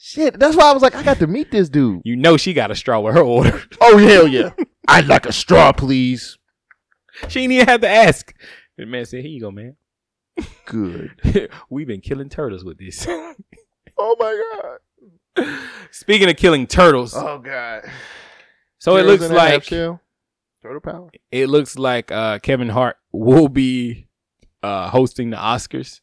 Shit, that's why I was like, I got to meet this dude. You know she got a straw with her order. Oh hell yeah! I'd like a straw, please. she didn't even have to ask. The man said, "Here you go, man. Good. We've been killing turtles with this." Oh my god. Speaking of killing turtles, Oh god. so it Girls looks in a half like shell. turtle power. it looks like uh, Kevin Hart will be uh, hosting the Oscars.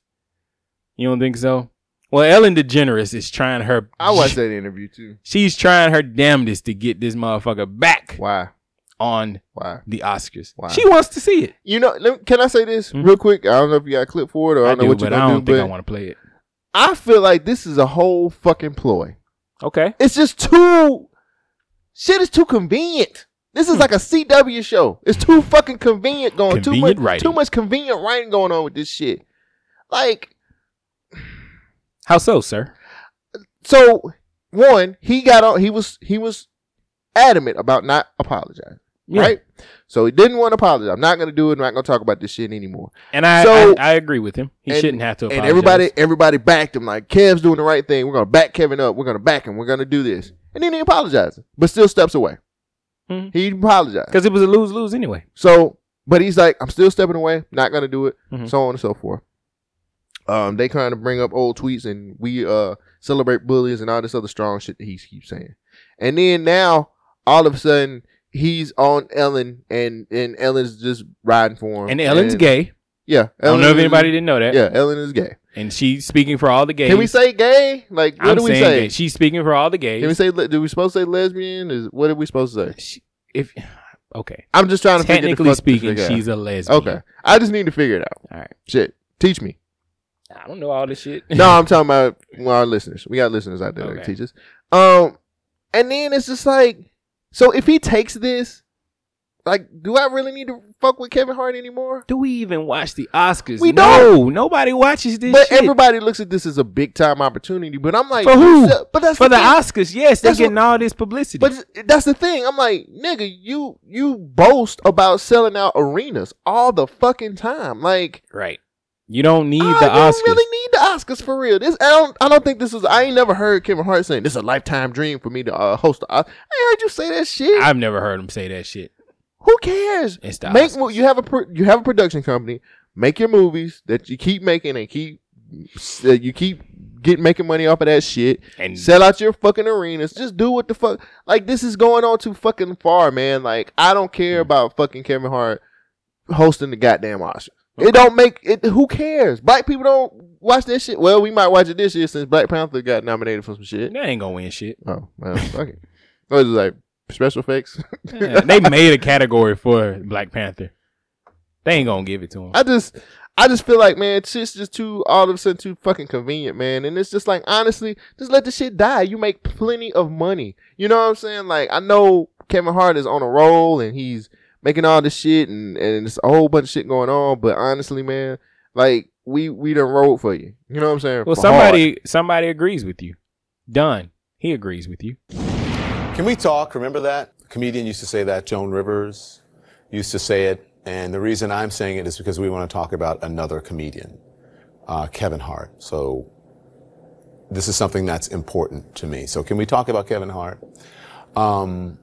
You don't think so? Well, Ellen DeGeneres is trying her. I watched that interview too. She's trying her damnedest to get this motherfucker back. Why? On why the Oscars? Why? She wants to see it. You know, let me- can I say this real quick? I don't know if you got a clip for it or I Hmm? I don't know do, what you're but I gonna don't do, think but I want to play it. I feel like this is a whole fucking ploy. Okay. It's just too shit is too convenient. This Hmm. is like a CW show. It's too fucking convenient going Convenient too much writing. too much convenient writing going on with this shit. Like How so, sir? so one, he got on he was he was adamant about not apologizing. Yeah. Right? So he didn't want to apologize. I'm not gonna do it, I'm not gonna talk about this shit anymore. And I, So- I I agree with him. He shouldn't have to. Apologize. And everybody, everybody backed him. Like Kev's doing the right thing. We're gonna back Kevin up. We're gonna back him. We're gonna do this. And then he apologizes, but still steps away. Mhm. He apologized because it was a lose lose anyway. So, but he's like, I'm still stepping away. Not gonna do it. Mm-hmm. So on and so forth. Um, they kind of bring up old tweets, and we uh celebrate bullies and all this other strong shit that he keeps saying. And then now, all of a sudden, he's on Ellen, and and Ellen's just riding for him. And Ellen's gay. Yeah, I don't know if is- anybody didn't know that. Yeah, Ellen is gay. And she's speaking for all the gays. Can we say gay? Like, what I'm do we saying say? gay. She's speaking for all the gays. Can we say? le- Do we supposed to say lesbian? Is what are we supposed to say? If okay, I'm just trying to figure the Technically fuck- speaking, figure it she's out. a lesbian. Okay, I just need to figure it out. All right, shit, teach me. I don't know all this shit. No, I'm talking about our listeners. We got listeners out there that Okay. teach us. Um, and then it's just like, so if he takes this, like, do I really need to fuck with Kevin Hart anymore? Do we even watch the Oscars? We no, don't. Nobody watches this. But shit. everybody looks at this as a big time opportunity. But I'm like, for who? But that's for the, thing. Oscars. Yes, they're That's getting all this publicity. But that's the thing. I'm like, nigga, you you boast about selling out arenas all the fucking time. Like, right, you don't need I the don't Oscars. really need the Oscars for real. This I don't I don't think this is. I ain't never heard Kevin Hart saying this is a lifetime dream for me to uh, host. The, Os-" I ain't heard you say that shit. I've never heard him say that shit. Who cares? It's the Make mo- you have a pro- you have a production company. Make your movies that you keep making and keep uh, you keep get making money off of that shit And- sell out your fucking arenas. Just do what the fuck. Like this is going on too fucking far, man. Like I don't Mm. care about fucking Kevin Hart hosting the goddamn Oscars. It don't make it. Who cares? Black people don't watch that shit. Well, we might watch it this year since Black Panther got nominated for some shit. That ain't gonna win shit. Oh, well, fuck it. What is it like special effects? Yeah, they made a category for Black Panther. They ain't gonna give it to him. I just I just feel like man, shit's just too all of a sudden too fucking convenient, man. And it's just like honestly, just let the shit die. You make plenty of money. You know what I'm saying? Like I know Kevin Hart is on a roll and he's making all this shit and and it's a whole bunch of shit going on. But honestly, man, like we we done rolled for you. You know what I'm saying? Well, For somebody somebody agrees with you. Dunn, he agrees with you. Can we talk? Remember that? A comedian used to say that. Joan Rivers used to say it. And the reason I'm saying it is because we want to talk about another comedian, uh, Kevin Hart. So this is something that's important to me. So can we talk about Kevin Hart? Um,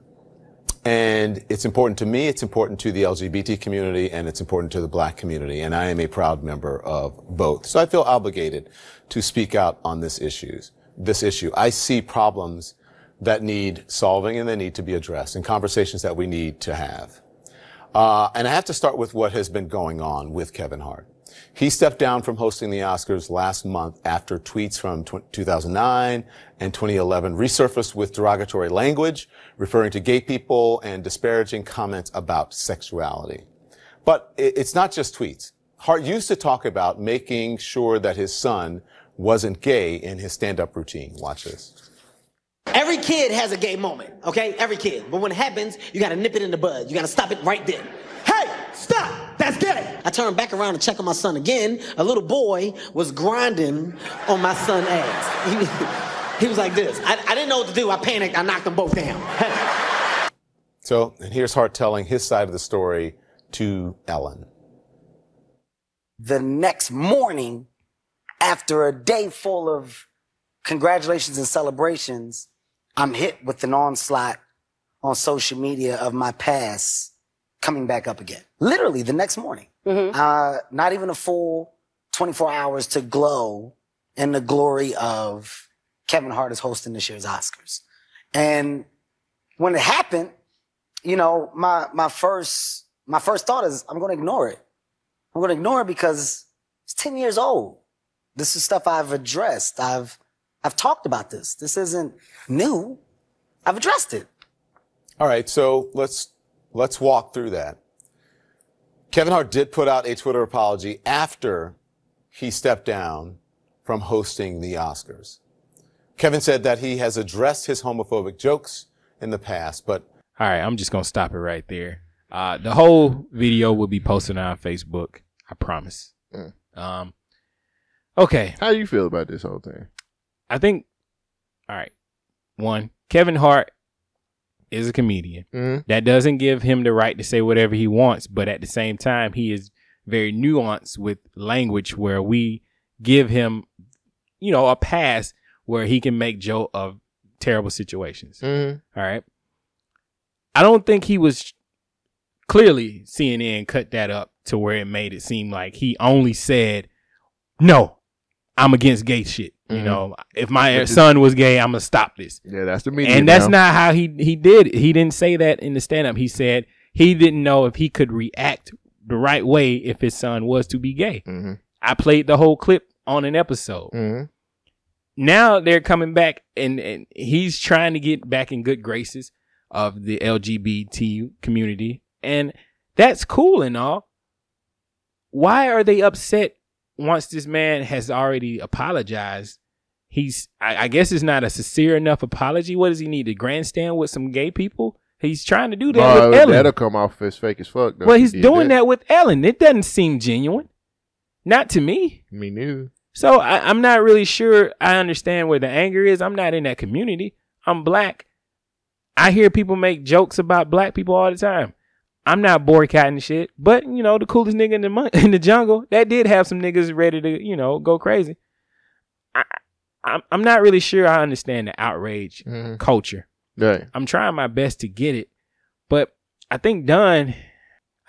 and it's important to me, it's important to the LGBT community, and it's important to the black community. And I am a proud member of both. So I feel obligated to speak out on this issues, this issue. I see problems that need solving and they need to be addressed and conversations that we need to have. Uh, and I have to start with what has been going on with Kevin Hart. He stepped down from hosting the Oscars last month after tweets from tw- 2009 and 2011 resurfaced with derogatory language, referring to gay people and disparaging comments about sexuality. But i- it's not just tweets. Hart used to talk about making sure that his son wasn't gay in his stand-up routine. Watch this. Every kid has a gay moment, okay? Every kid. But when it happens, you gotta nip it in the bud. You gotta stop it right then. Hey, stop! That's gay. I turned back around to check on my son again. A little boy was grinding on my son's ass. He, he was like this. I, I didn't know what to do. I panicked. I knocked them both down. So, and here's Hart telling his side of the story to Ellen. The next morning, after a day full of congratulations and celebrations, I'm hit with an onslaught on social media of my past coming back up again. Literally the next morning. Uh, not even a full 24 hours to glow in the glory of Kevin Hart is hosting this year's Oscars. And when it happened, you know, my, my first, my first thought is I'm going to ignore it. I'm going to ignore it because it's 10 years old. This is stuff I've addressed. I've, I've talked about this. This isn't new. I've addressed it. All right, so let's let's walk through that. Kevin Hart did put out a Twitter apology after he stepped down from hosting the Oscars. Kevin said that he has addressed his homophobic jokes in the past, but All right, I'm just gonna stop it right there. Uh, the whole video will be posted on Facebook. I promise. Mm. Um, okay, How you feel about this whole thing? I think. All right, one Kevin Hart is a comedian. Mhm. That doesn't give him the right to say whatever he wants, but at the same time, he is very nuanced with language where we give him, you know, a pass where he can make joke of terrible situations. Mhm. All right. I don't think he was clearly CNN cut that up to where it made it seem like he only said, "No, I'm against gay shit." You Mhm. know, if my son was gay, I'm gonna stop this. Yeah, that's the media. And that's now. not how he he did. It. He didn't say that in the stand up. He said he didn't know if he could react the right way if his son was to be gay. Mm-hmm. I played the whole clip on an episode. Now they're coming back, and, and he's trying to get back in good graces of the LGBT community, and that's cool and all. Why are they upset once this man has already apologized? He's, I, I guess, it's not a sincere enough apology. What does he need to grandstand with some gay people? He's trying to do that Nah, with Ellen. that'll come off as fake as fuck. Though, Well, if he's he did doing that. with Ellen. It doesn't seem genuine. Not to me. Me neither. So I, I'm not really sure I understand where the anger is. I'm not in that community. I'm black. I hear people make jokes about black people all the time. I'm not boycotting shit, but you know, the coolest nigga in the mon- in the jungle that did have some niggas ready to you know go crazy. I, I'm I'm not really sure I understand the outrage Mhm. culture. Right. I'm trying my best to get it, but I think Dunn.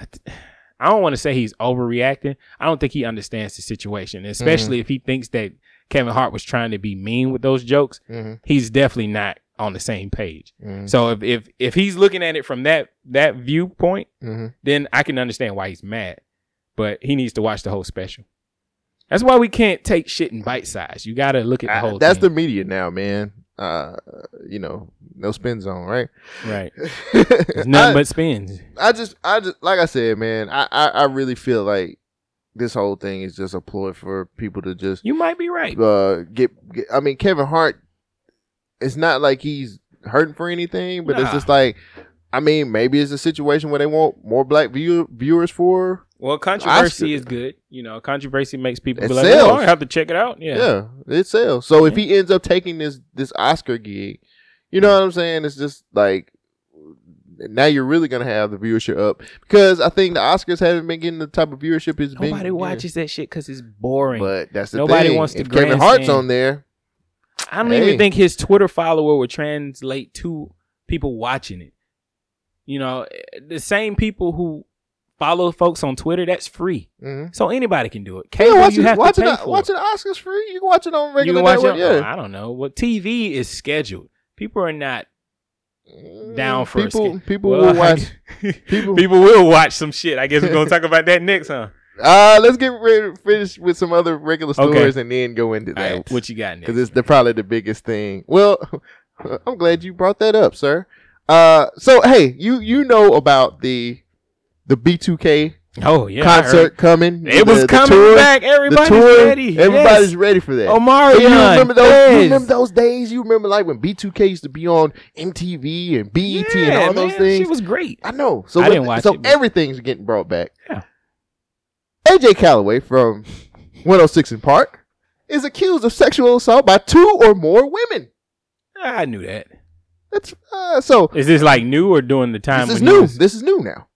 I, th- I don't want to say he's overreacting. I don't think he understands the situation, especially Mhm. if he thinks that Kevin Hart was trying to be mean with those jokes. Mhm. He's definitely not on the same page. Mhm. So if, if if he's looking at it from that that viewpoint, Mhm. then I can understand why he's mad. But he needs to watch the whole special. That's why we can't take shit in bite size. You got to look at the whole. That's thing. the media now, man. Uh, you know, no spin zone, right? right. It's nothing I- but spins. I just, I just, like I said, man, I, I, I really feel like this whole thing is just a ploy for people to just. You might be right. Uh, get, get, I mean, Kevin Hart. It's not like he's hurting for anything, but Nah. it's just like, I mean, maybe it's a situation where they want more black view, viewers for. Well, Oscar. controversy is good. You know, controversy makes people It be like, sells. "Oh, I have to check it out." Yeah. yeah, it sells. So if he ends up taking this this Oscar gig, you know what I'm saying? It's just like now you're really gonna have the viewership up because I think the Oscars haven't been getting the type of viewership it's been. Nobody watches that shit because it's boring. But that's the Nobody thing. wants to If Kevin Hart's grandstand. on there. I don't Hey. even think his Twitter follower would translate to people watching it. You know, the same people who follow folks on Twitter, that's free. Mhm. So anybody can do it. Yeah, Cable, watch you it- have watch to it pay on- for. watch it Oscars free. You can watch it on You regular can watch network. it. on- yeah. I don't know. Well, TV is scheduled. People are not down for a people. ske- People Well, will I watch. guess- people. People will watch some shit. I guess we're gonna talk about that next, huh? Uh, let's get ready, finish with some other regular Okay. stories and then go into All right, that. what you got next? Because it's the, probably the biggest thing. Well, I'm glad you brought that up, sir. Uh, so hey, you you know about the the B2K Oh, yeah, I concert heard. coming? It was coming back. the Everybody's ready. Everybody's Yes. ready for that. Omarion, So you remember those? You yes. remember those days? You remember like when B2K used to be on MTV and BET and Yeah, all those man, things? She was great. I know. So I when- didn't watch so it, but- everything's getting brought back. Yeah. AJ Calloway from 106 in Park is accused of sexual assault by two or more women. I knew that. That's uh, so. Is this like new or during the time? This is when he new. was- This is new now.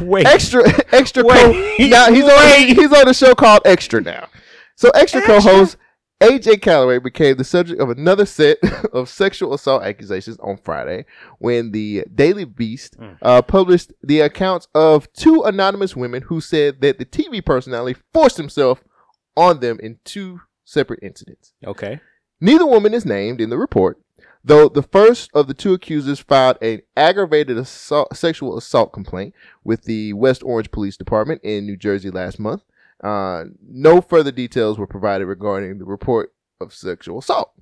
Wait. Extra, extra. Co- Wait. now he's on. He's on a show called Extra now. So extra, co-host AJ Calloway became the subject of another set of sexual assault accusations on Friday when the Daily Beast Mm. uh, published the accounts of two anonymous women who said that the TV personality forced himself on them in two separate incidents. Okay. Neither woman is named in the report, though the first of the two accusers filed an aggravated assault, sexual assault complaint with the West Orange Police Department in New Jersey last month. Uh, no further details were provided regarding the report of sexual assault.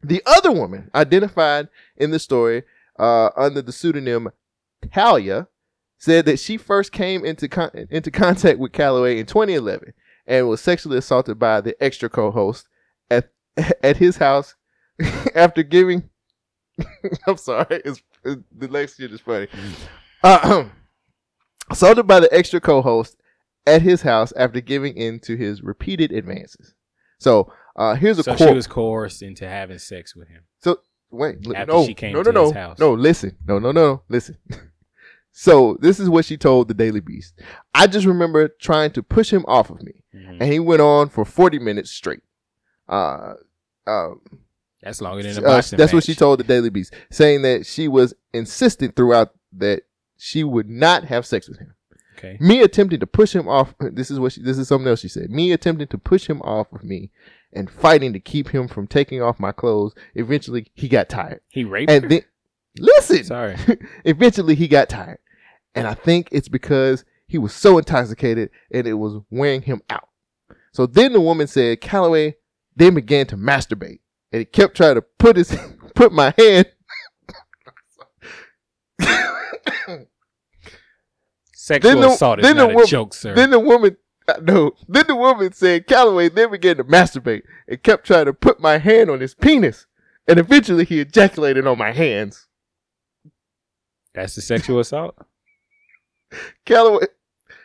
The other woman identified in the story uh, under the pseudonym Talia said that she first came into con- into contact with Calloway in 2011 and was sexually assaulted by the extra co-host at at his house after giving. I'm sorry, it's, it- the next shit is funny. Uh, assaulted by the extra co-host at his house after giving in to his repeated advances. So uh, here's a so quote. she was coerced into having sex with him. So wait, li- After no, she came no, to no, his no, house. no. Listen, no, no, no, listen. so this is what she told the Daily Beast. I just remember trying to push him off of me, Mm-hmm. and he went on for forty minutes straight. Uh, um, That's longer than a uh, boxing that's what match. she told the Daily Beast, saying that she was insistent throughout that she would not have sex with him. Okay. Me attempting to push him off. This is what she, this is something else she said. Me attempting to push him off of me, and fighting to keep him from taking off my clothes. Eventually, he got tired. He raped and her? then listen. Sorry. eventually, he got tired, and I think it's because he was so intoxicated and it was wearing him out. So then the woman said Calloway then began to masturbate, and he kept trying to put his put my hand Sexual then the, assault is then not the a woman, joke, sir. Then the woman, uh, no, then the woman said Calloway then began to masturbate and kept trying to put my hand on his penis, and eventually he ejaculated on my hands. That's the sexual assault. Calloway,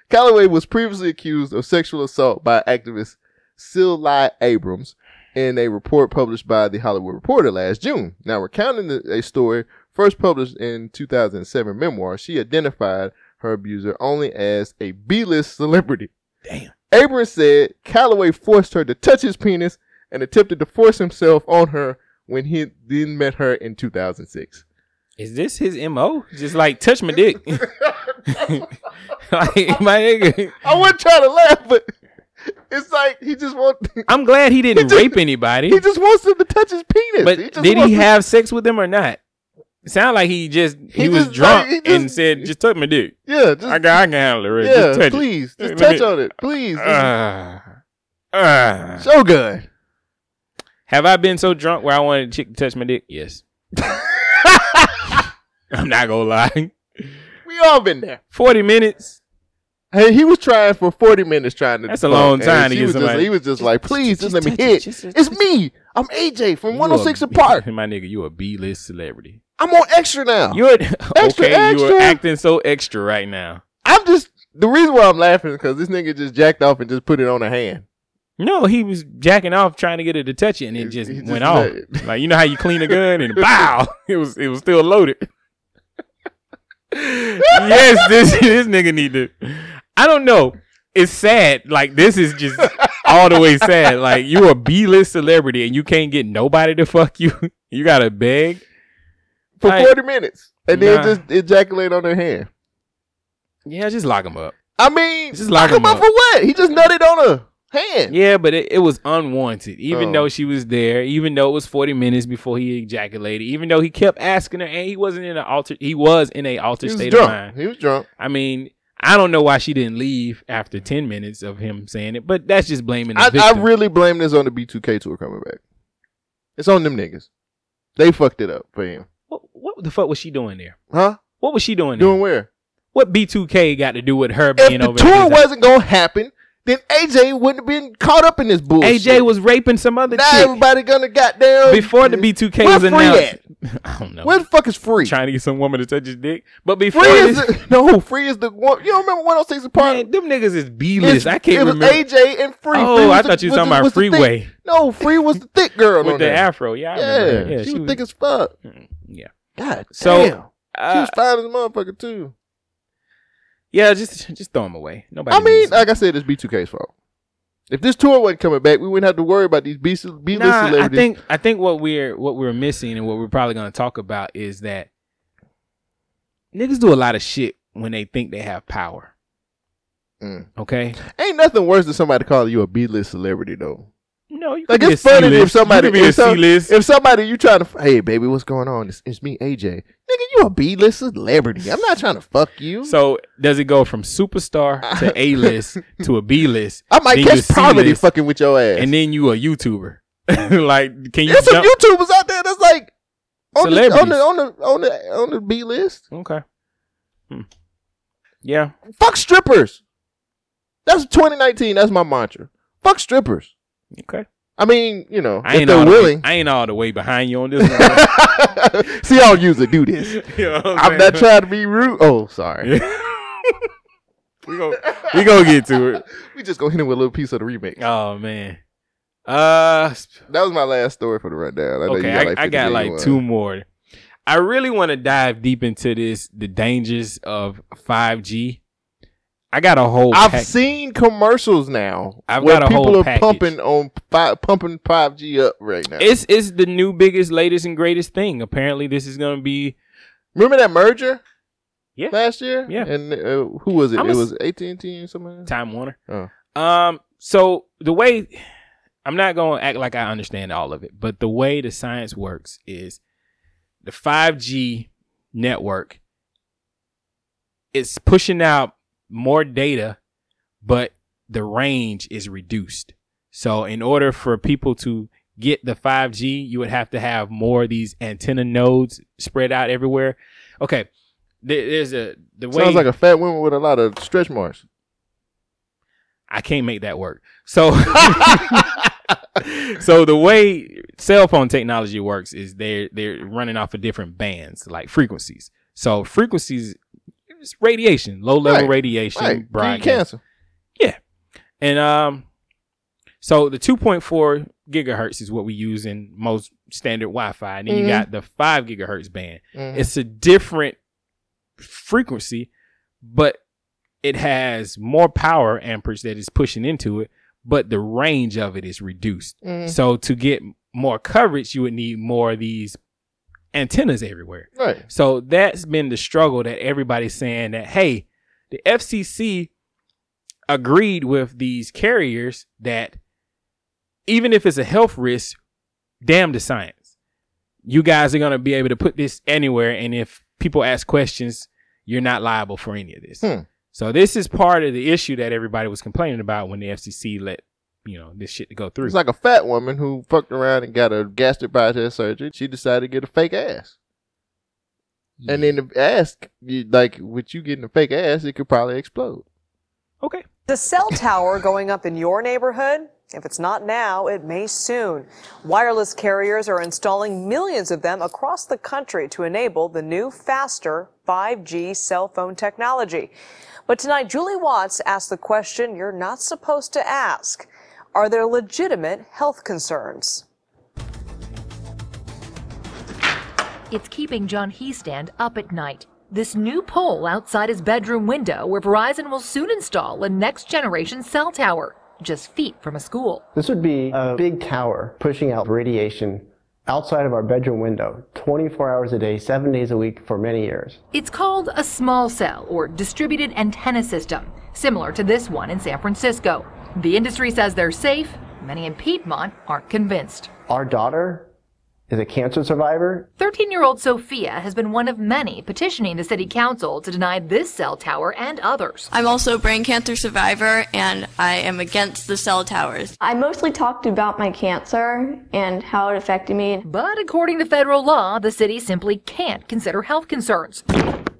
Calloway was previously accused of sexual assault by activist Silai Abrams in a report published by the Hollywood Reporter last June. Now, recounting the, a story first published in 2007 memoir, she identified her abuser only as a B-list celebrity. Damn. Abrams said Calloway forced her to touch his penis and attempted to force himself on her when he then met her in 2006. Is this his mo? Just like touch my dick. like my nigga. I wouldn't try to laugh, but it's like he just wants. I'm glad he didn't rape anybody. He just wants him to touch his penis. but just did wants he to- have sex with him or not? It sound like he just he, was just- drunk like, he and said, "Just touch my dick." Yeah, just, I, can, I can handle it. Rick. Yeah, just touch please, it. just Let touch on it, please. Ah. Ah. so good. Have I been so drunk where I wanted a chick to touch my dick? Yes. I'm not gonna lie. We all been there. Forty minutes. Hey, he was trying for forty minutes trying to. That's a fuck, long and time to she get was just- somebody- he was just like, please, just, let me hit. it's me. I'm AJ from You 106 a- Apart. My nigga, you a B list celebrity. I'm on extra now. You're Extra, okay. You extra. are acting so extra right now. I'm just the reason why I'm laughing is because this nigga just jacked off and just put it on a hand. No, he was jacking off trying to get her to touch it, and it just just went off. Like you know how you clean a gun and bow, it was it was still loaded. yes, this this nigga need to. I don't know. It's sad. Like this is just all the way sad. Like you a B list celebrity and you can't get nobody to fuck you. You gotta beg. for Like, forty minutes, and then nah. just ejaculate on her hand. Yeah, just lock him up. I mean, Just lock him up up. for what? He just nutted on her hand. Yeah, but it, it was unwanted. Even Oh. though she was there, even though it was forty minutes before he ejaculated, even though he kept asking her, and he wasn't in an altered, he was in a altered He was state drunk. of mind. He was drunk. I mean, I don't know why she didn't leave after ten minutes of him saying it, but that's just blaming the I, victim. I really blame this on the B2K tour coming back. It's on them niggas. They fucked it up for him. what the fuck was she doing there? Huh? What was she doing? Doing where? What B two K got to do with her If being the over? at tour his house? wasn't gonna happen, then AJ wouldn't have been caught up in this bullshit. AJ was raping some other now chick. everybody gonna goddamn Before the B2K Where was free announced. at? I don't know. Where the fuck is free? Trying to get some woman to touch his dick. But before Free is this, the, no free is the one. oh You don't remember 106 apart? man, them niggas is B list. I can't it was remember. AJ and Free. Oh, Free was I the- thought you was were talking the- about was the thick- Freeway. no, Free was the thick girl With on the there. afro, yeah, I remember her. Yeah, she, she was, was- Mm, thick as fuck. Yeah. God, So, uh, damn. she was fine as a motherfucker too. Yeah, just just throw them away. Nobody. I mean, needs 'em. like I said, it's B2K's fault. If this tour wasn't coming back, we wouldn't have to worry about these B B-list Nah, I celebrities. think I think what we're what we're missing and what we're probably gonna talk about is that niggas do a lot of shit when they think they have power. Mm. Okay. Ain't nothing worse than somebody calling you a B-list celebrity though. No, you Like could be it's a funny C-list. if somebody you could be a if, some- C-list. if somebody you trying to f- hey baby what's going on it's, it's me AJ nigga you a B list celebrity I'm not trying to fuck you So does it go from superstar to A list to a B list? I might then you a catch poverty C-list, fucking with your ass and then you a YouTuber. like, can you there's some jump? YouTubers out there that's like on the, on Celebrities. the on the on the on the B list okay Hmm. yeah fuck strippers that's 2019 that's my mantra fuck strippers okay I mean you know I if ain't they're all the willing Way, I ain't all the way behind you on this one. see all user do this You know what I'm saying? not trying to be rude oh sorry we go we gonna get to it. we just gonna hit him with a little piece of the remix. Oh man. Uh That was my last story for the rundown. I know okay, you got like I, I 50 got million like ones. two more. I really want to dive deep into this, the dangers of 5G. I got a whole I've pack- seen commercials now I've where got a people whole are package. pumping on fi- pumping five G up right now. It's it's the new biggest, latest, and greatest thing. Apparently, this is gonna be Remember that merger? Yeah. Last year. Yeah. And uh, who was it? I'm it a- was AT and T or something. Time Warner. Oh. Um, so the way I'm not gonna act like I understand all of it, but the way the science works is the 5G network is pushing out more data, but the range is reduced. So in order for people to get the 5G, you would have to have more of these antenna nodes spread out everywhere. Okay. There- There's a the way Sounds like a fat woman with a lot of stretch marks. I can't make that work. So So the way cell phone technology works is they're they're running off of different bands, like frequencies. So frequencies it's radiation, low level Right. radiation, Right. Breed broadcast. cancer. And um so the 2.4 gigahertz is what we use in most standard Wi-Fi. And then Mhm. you got the 5 gigahertz band. Mhm. It's a different frequency, but it has more power amperage that is pushing into it, but the range of it is reduced. Mhm. So to get more coverage, you would need more of these antennas everywhere. Right. So that's been the struggle that everybody's saying that hey, the FCC agreed with these carriers that even if it's a health risk, damn the science. You guys are going to be able to put this anywhere and if people ask questions, you're not liable for any of this. Hmm. So this is part of the issue that everybody was complaining about when the FCC let, you know, this shit to go through. It's like a fat woman who fucked around and got a gastric bypass surgery. She decided to get a fake ass. And then the ass, you, like with you getting a fake ass, it could probably explode. okay. The cell tower going up in your neighborhood? If it's not now, it may soon. Wireless carriers are installing millions of them across the country to enable the new, faster 5G cell phone technology. But tonight, Julie Watts asked the question you're not supposed to ask. Are there legitimate health concerns? It's keeping John Heestand up at night. This new pole outside his bedroom window where Verizon will soon install a next generation cell tower, just feet from a school. This would be a big tower pushing out radiation outside of our bedroom window 24 hours a day, seven days a week for many years. It's called a small cell or distributed antenna system, similar to this one in San Francisco. The industry says they're safe. Many in Piedmont aren't convinced. Our daughter is a cancer survivor. 13 year old Sophia has been one of many petitioning the city council to deny this cell tower and others. I'm also a brain cancer survivor and I am against the cell towers. I mostly talked about my cancer and how it affected me. But according to federal law, the city simply can't consider health concerns.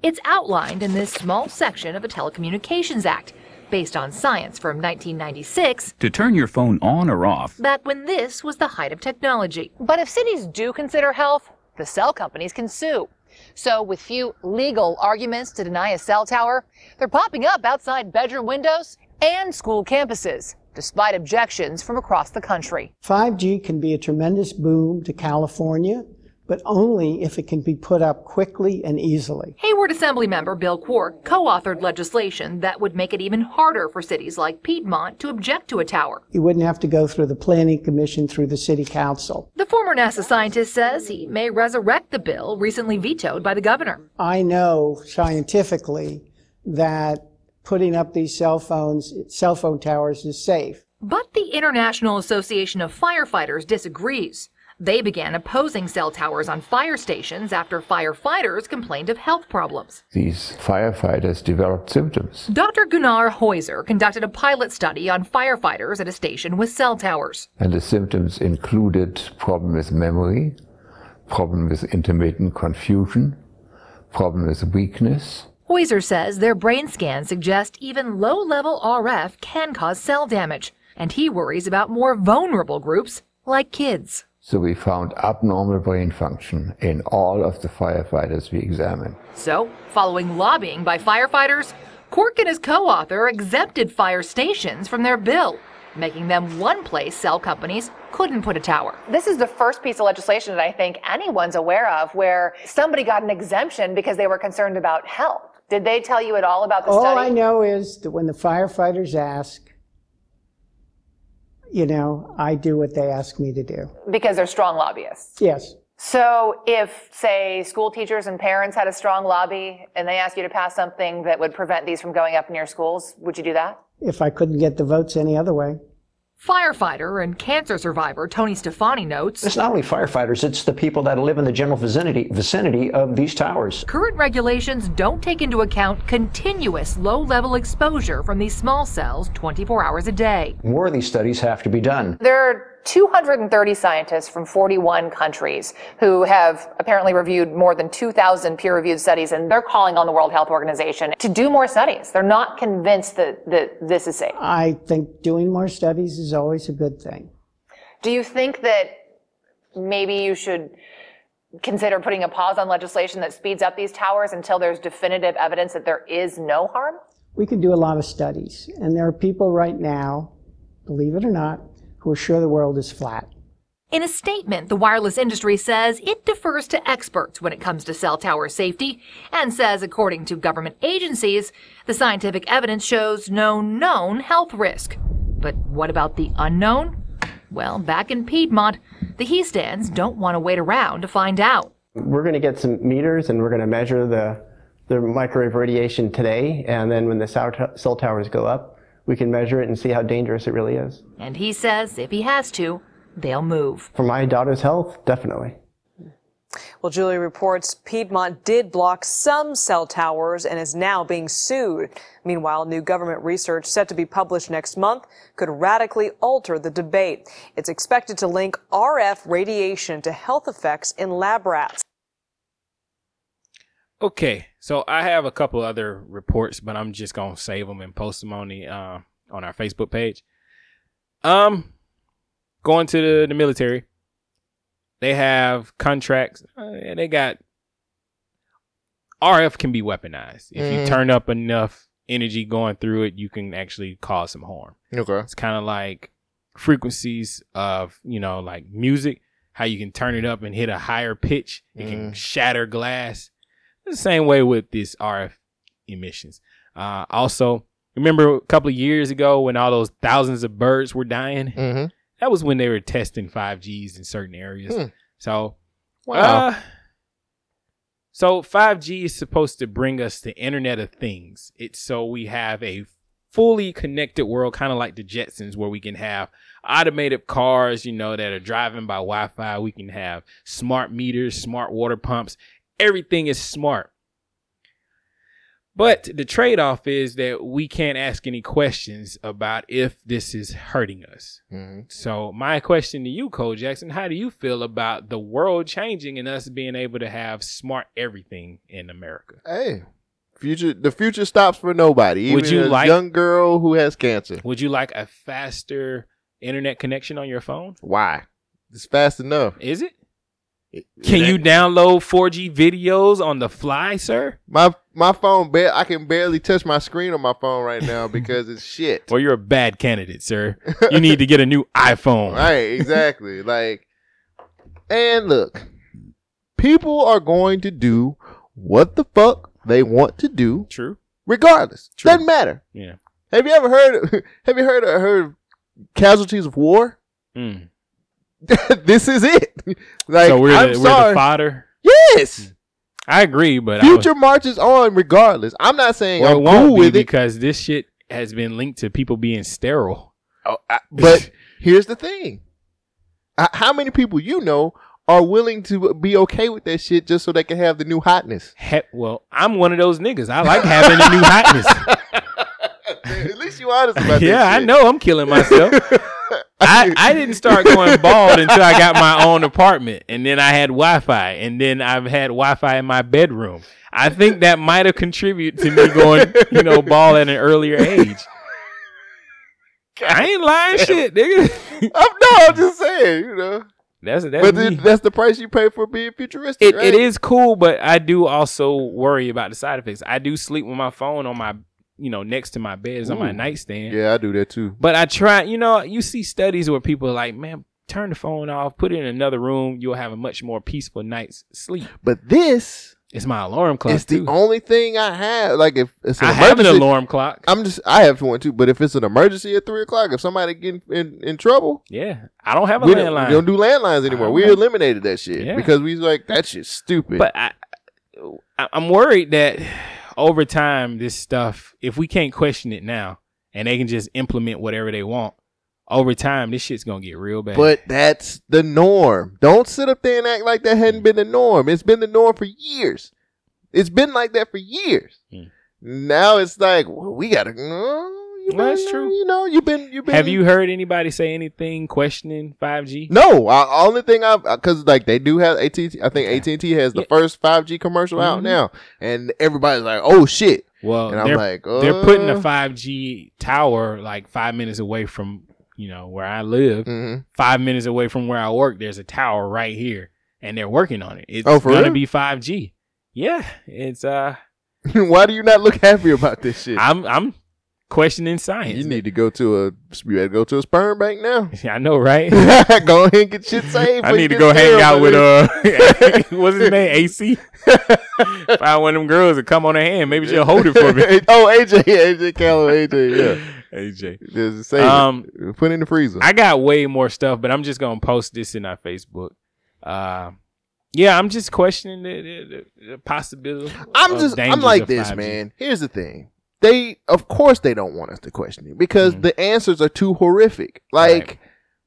It's outlined in this small section of the Telecommunications Act. based on science from 1996, To turn your phone on or off, back when this was the height of technology. But if cities do consider health, the cell companies can sue. So, with few legal arguments to deny a cell tower, they're popping up outside bedroom windows and school campuses, despite objections from across the country. 5G can be a tremendous boom to California, but only if it can be put up quickly and easily. Hayward Assemblymember Bill Quark co authored legislation that would make it even harder for cities like Piedmont to object to a tower. You wouldn't have to go through the planning commission, through the city council. The former NASA scientist says he may resurrect the bill recently vetoed by the governor. I know scientifically that putting up these cell phones, cell phone towers is safe. But the International Association of Firefighters disagrees. They began opposing cell towers on fire stations after firefighters complained of health problems. These firefighters developed symptoms. Dr. Gunnar Heuser conducted a pilot study on firefighters at a station with cell towers. And the symptoms included problem with memory, problem with intermittent confusion, problem with weakness, Heuser says their brain scans suggest even low level RF can cause cell damage, and he worries about more vulnerable groups like kids. So we found abnormal brain function in all of the firefighters we examined. So, following lobbying by firefighters, Cork and his co author exempted fire stations from their bill, making them one place cell companies couldn't put a tower. This is the first piece of legislation that I think anyone's aware of where somebody got an exemption because they were concerned about health. Did they tell you at all about the All study? I know is that when the firefighters ask, you know, I do what they ask me to do. Because they're strong lobbyists. Yes. So if, say, school teachers and parents had a strong lobby and they asked you to pass something that would prevent these from going up in your schools, would you do that? If I couldn't get the votes any other way. Firefighter and cancer survivor Tony Stefani notes It's not only firefighters, it's the people that live in the general vicinity, vicinity of these towers. current regulations don't take into account continuous low level exposure from these small cells 24 hours a day. More of these studies have to be done. There are 230 scientists from 41 countries who have apparently reviewed more than 2,000 peer reviewed studies, and they're calling on the World Health Organization to do more studies. They're not convinced that, that this is safe. I think doing more studies is always a good thing. Do you think that maybe you should consider putting a pause on legislation that speeds up these towers until there's definitive evidence that there is no harm? We can do a lot of studies, and there are people right now, believe it or not, who are sure the world is flat. In a statement, the wireless industry says it defers to experts when it comes to cell tower safety and says, according to government agencies, the scientific evidence shows no known health risk. But what about the unknown? Well, back in Piedmont, the he stands don't want to wait around to find out. We're going to get some meters and we're going to measure the, the microwave radiation today. And then when the cell, to- cell towers go up, we can measure it and see how dangerous it really is. And he says if he has to, they'll move. For my daughter's health, definitely. Well, Julie reports Piedmont did block some cell towers and is now being sued. Meanwhile, new government research set to be published next month could radically alter the debate. It's expected to link RF radiation to health effects in lab rats. Okay, so I have a couple other reports, but I'm just gonna save them and post them on the uh, on our Facebook page. Um, going to the, the military, they have contracts uh, and they got RF can be weaponized. If you Mhm. turn up enough energy going through it, you can actually cause some harm. Okay. It's kind of like frequencies of you know like music, how you can turn it up and hit a higher pitch. It Mm. can shatter glass. The same way with this RF emissions. Uh, also, remember a couple of years ago when all those thousands of birds were dying? Mhm. That was when they were testing 5Gs in certain areas. Hmm. So, Wow. uh, so 5G is supposed to bring us the Internet of Things. It's so we have a fully connected world, kind of like the Jetsons, where we can have automated cars, you know, that are driving by Wi-Fi. We can have smart meters, smart water pumps. Everything is smart. But the trade-off is that we can't ask any questions about if this is hurting us. So my question to you, Cole Jackson, how do you feel about the world changing and us being able to have smart everything in America? Hey, Future, the future stops for nobody. Even Would a you like- young girl who has cancer? Would you like a faster internet connection on your phone? Why? It's fast enough. Is it? Can you download 4G videos on the fly, sir? My my phone, ba- I can barely touch my screen on my phone right now because it's shit. Or you're a bad candidate, sir. You need to get a new iPhone. Right, exactly. like, and look, people are going to do what the fuck they want to do. True. Regardless, doesn't matter. Yeah. Have you ever heard? Have you heard of, heard of casualties of war? Mm. this is it. like, so we're, I'm the, we're sorry. the fodder. Yes. I agree, but I was- Future marches on regardless. I'm not saying Well, I'm it won't cool be with it, because this shit has been linked to people being sterile. Oh, I, but here's the thing: H- how many people you know are willing to be okay with that shit just so they can have the new hotness? He- well, I'm one of those niggas. I like having a new hotness. At least you honest about yeah, that. I know I'm killing myself. I, I didn't start going bald until I got my own apartment, and then I had Wi Fi, and then I've had Wi Fi in my bedroom. I think that might have contributed to me going, you know, bald at an earlier age. I ain't lying, shit, nigga. I'm, no, I'm just saying, you know. That's that's But me. then that's the price you pay for being futuristic. it, right? it is cool, but I do also worry about the side effects. I do sleep with my phone on my, you know, next to my bed is on my Ooh. nightstand. Yeah, I do that too. But I try, you know, you see studies where people are like, man, turn the phone off, put it in another room. You'll have a much more peaceful night's sleep. But this is my alarm clock. it's the too. only thing I have. Like if it's an I have an emergency- alarm clock. I'm just I have one too. But if it's an emergency at three o'clock, if somebody getting in, in trouble, Yeah. I don't have a we don't, landline. we don't do landlines anymore. don't We have- eliminated that shit Yeah. because we was like that shit's stupid. But I, I, I'm worried that over time, this stuff, if we can't question it now and they can just implement whatever they want, over time, this shit's going to get real bad. But that's the norm. Don't sit up there and act like that hadn't been the norm. It's been the norm for years. It's been like that for years. Hmm. Now it's like well, we gotta. No, you That's better- true. You know, you've been. You've been. have you heard anybody say anything questioning 5G? No, I, only thing I've because like they do have AT. I think AT and T has the first five G commercial out Mhm. now, and everybody's like, "Oh shit!" Well, and I'm they're, like, they're putting a "Uh." 5G tower like five minutes away from you know where I live. Mm-hmm. Five minutes away from where I work, there's a tower right here, and they're working on it. It's Oh, for gonna real? be 5G. Yeah, it's uh, Why do you not look happy about this shit? I'm I'm questioning science. You need to go to a. You better go to a sperm bank now. I know, right? go ahead and get shit saved. I before you need to get go hang out with uh, sterilized. what's his name? AC. Find one of them girls to come on her hand. Maybe she'll uh, hold it for me. oh, AJ, yeah, AJ Calloway, AJ, yeah, AJ. Just say Um, it. Put it in the freezer. I got way more stuff, but I'm just gonna post this in our Facebook. Uh, yeah, I'm just questioning the, the, the, the possibility. I'm of just, I'm dangers like of this, 5G. man. Here's the thing. They, of course, they don't want us to question it because Mm-hmm. the answers are too horrific. Like,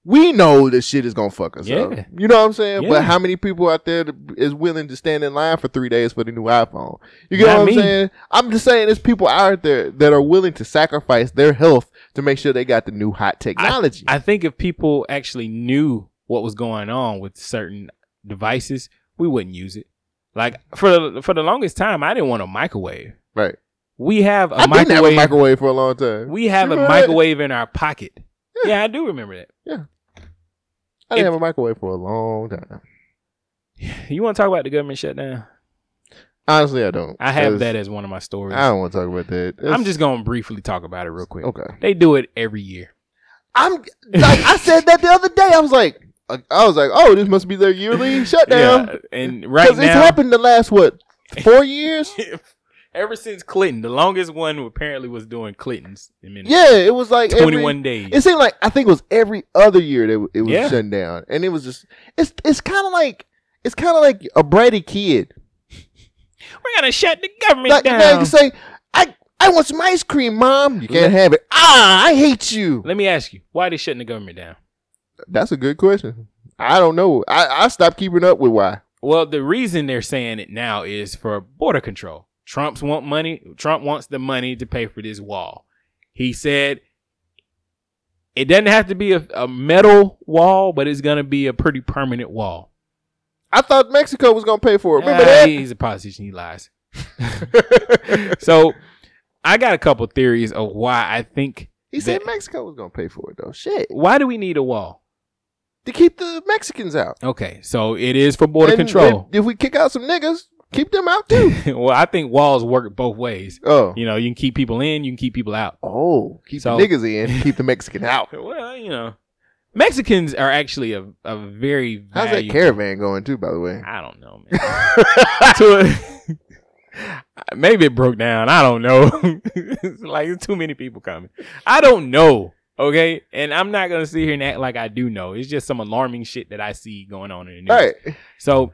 we know this shit is gonna fuck us up. Yeah. You know what I'm saying? Yeah. But how many people out there that is willing to stand in line for three days for the new iPhone? You get Not what me. I'm saying? I'm just saying there's people out there that are willing to sacrifice their health to make sure they got the new hot technology. I think if people actually knew what was going on with certain devices, we wouldn't use it. Like for for the longest time, I didn't want a microwave. Right. We have a I, didn't have a microwave. microwave for a long time. We have You a remember that? microwave in our pocket. Yeah. I do remember that. Yeah. I didn't have a microwave for a long time. You want to talk about the government shutdown? Honestly, I don't. I That's- have that as one of my stories. I don't want to talk about that. I'm just gonna briefly talk about it real quick. Okay. They do it every year. I'm like I said that the other day. I was like, I was like, oh, this must be their yearly shutdown. Yeah, and right it's now- happened the last what four years? Ever since Clinton, the longest one apparently was doing Clinton's. administration. yeah, it was like every- 21 days. It seemed like I think it was every other year that it was Yeah. shutting down, and it was just it's it's kind of like it's kind of like a bratty kid. We're gonna shut the government Like down. man can say, I I want some ice cream, mom. You can't have it. Ah, I hate you. Let me ask you, why they shutting the government down? That's a good question. I don't know. I I stopped keeping up with why. Well, the reason they're saying it now is for border control. Trump's want money. Trump wants the money to pay for this wall. He said it doesn't have to be a, a metal wall, but it's gonna be a pretty permanent wall. I thought Mexico was gonna pay for it. Remember Ah, that? He's a politician. He lies. so I got a couple theories of why I think He said Mexico was gonna pay for it though. Shit. Why do we need a wall? To keep the Mexicans out. Okay, so it is for border And control. If, if we kick out some niggas, keep them out too. well, I think walls work both ways. Oh. You know, you can keep people in, you can keep people out. Oh, keep So- the niggas in, keep the Mexican out. Well, you know. Mexicans are actually a, a very How's that valuable- caravan going too, by the way? I don't know, man. To a- maybe it broke down. I don't know. It's like there's too many people coming. I don't know. Okay, and I'm not gonna sit here and act like I do know. It's just some alarming shit that I see going on in the news. Right. So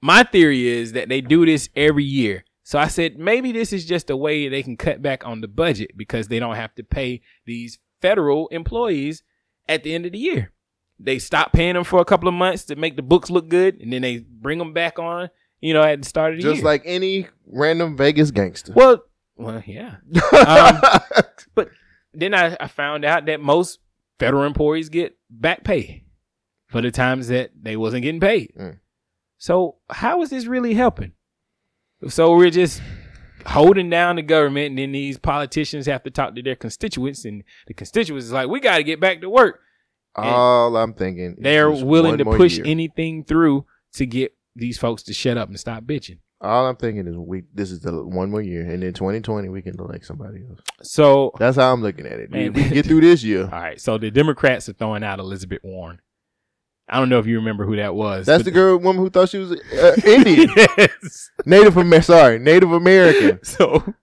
my theory is that they do this every year. So I said maybe this is just a way they can cut back on the budget because they don't have to pay these federal employees at the end of the year. They stop paying them for a couple of months to make the books look good, and then they bring them back on. You know, at the start of the Just year. like any random Vegas gangster. Well, well, yeah. um, but then I, I found out that most federal employees get back pay for the times that they wasn't getting paid. Mm. So how is this really helping? So we're just holding down the government, and then these politicians have to talk to their constituents, and the constituents is like, "We got to get back to work." And All I'm thinking. is they're just willing one to more push year. anything through to get these folks to shut up and stop bitching. All I'm thinking is we. This is the one more year, and then 2020 we can elect somebody else. So that's how I'm looking at it. We- Man. we get through this year. All right, so the Democrats are throwing out Elizabeth Warren. I don't know if you remember who that was. That's but- the girl woman who thought she was uh, Indian, Native Amer- Sorry, Native American. So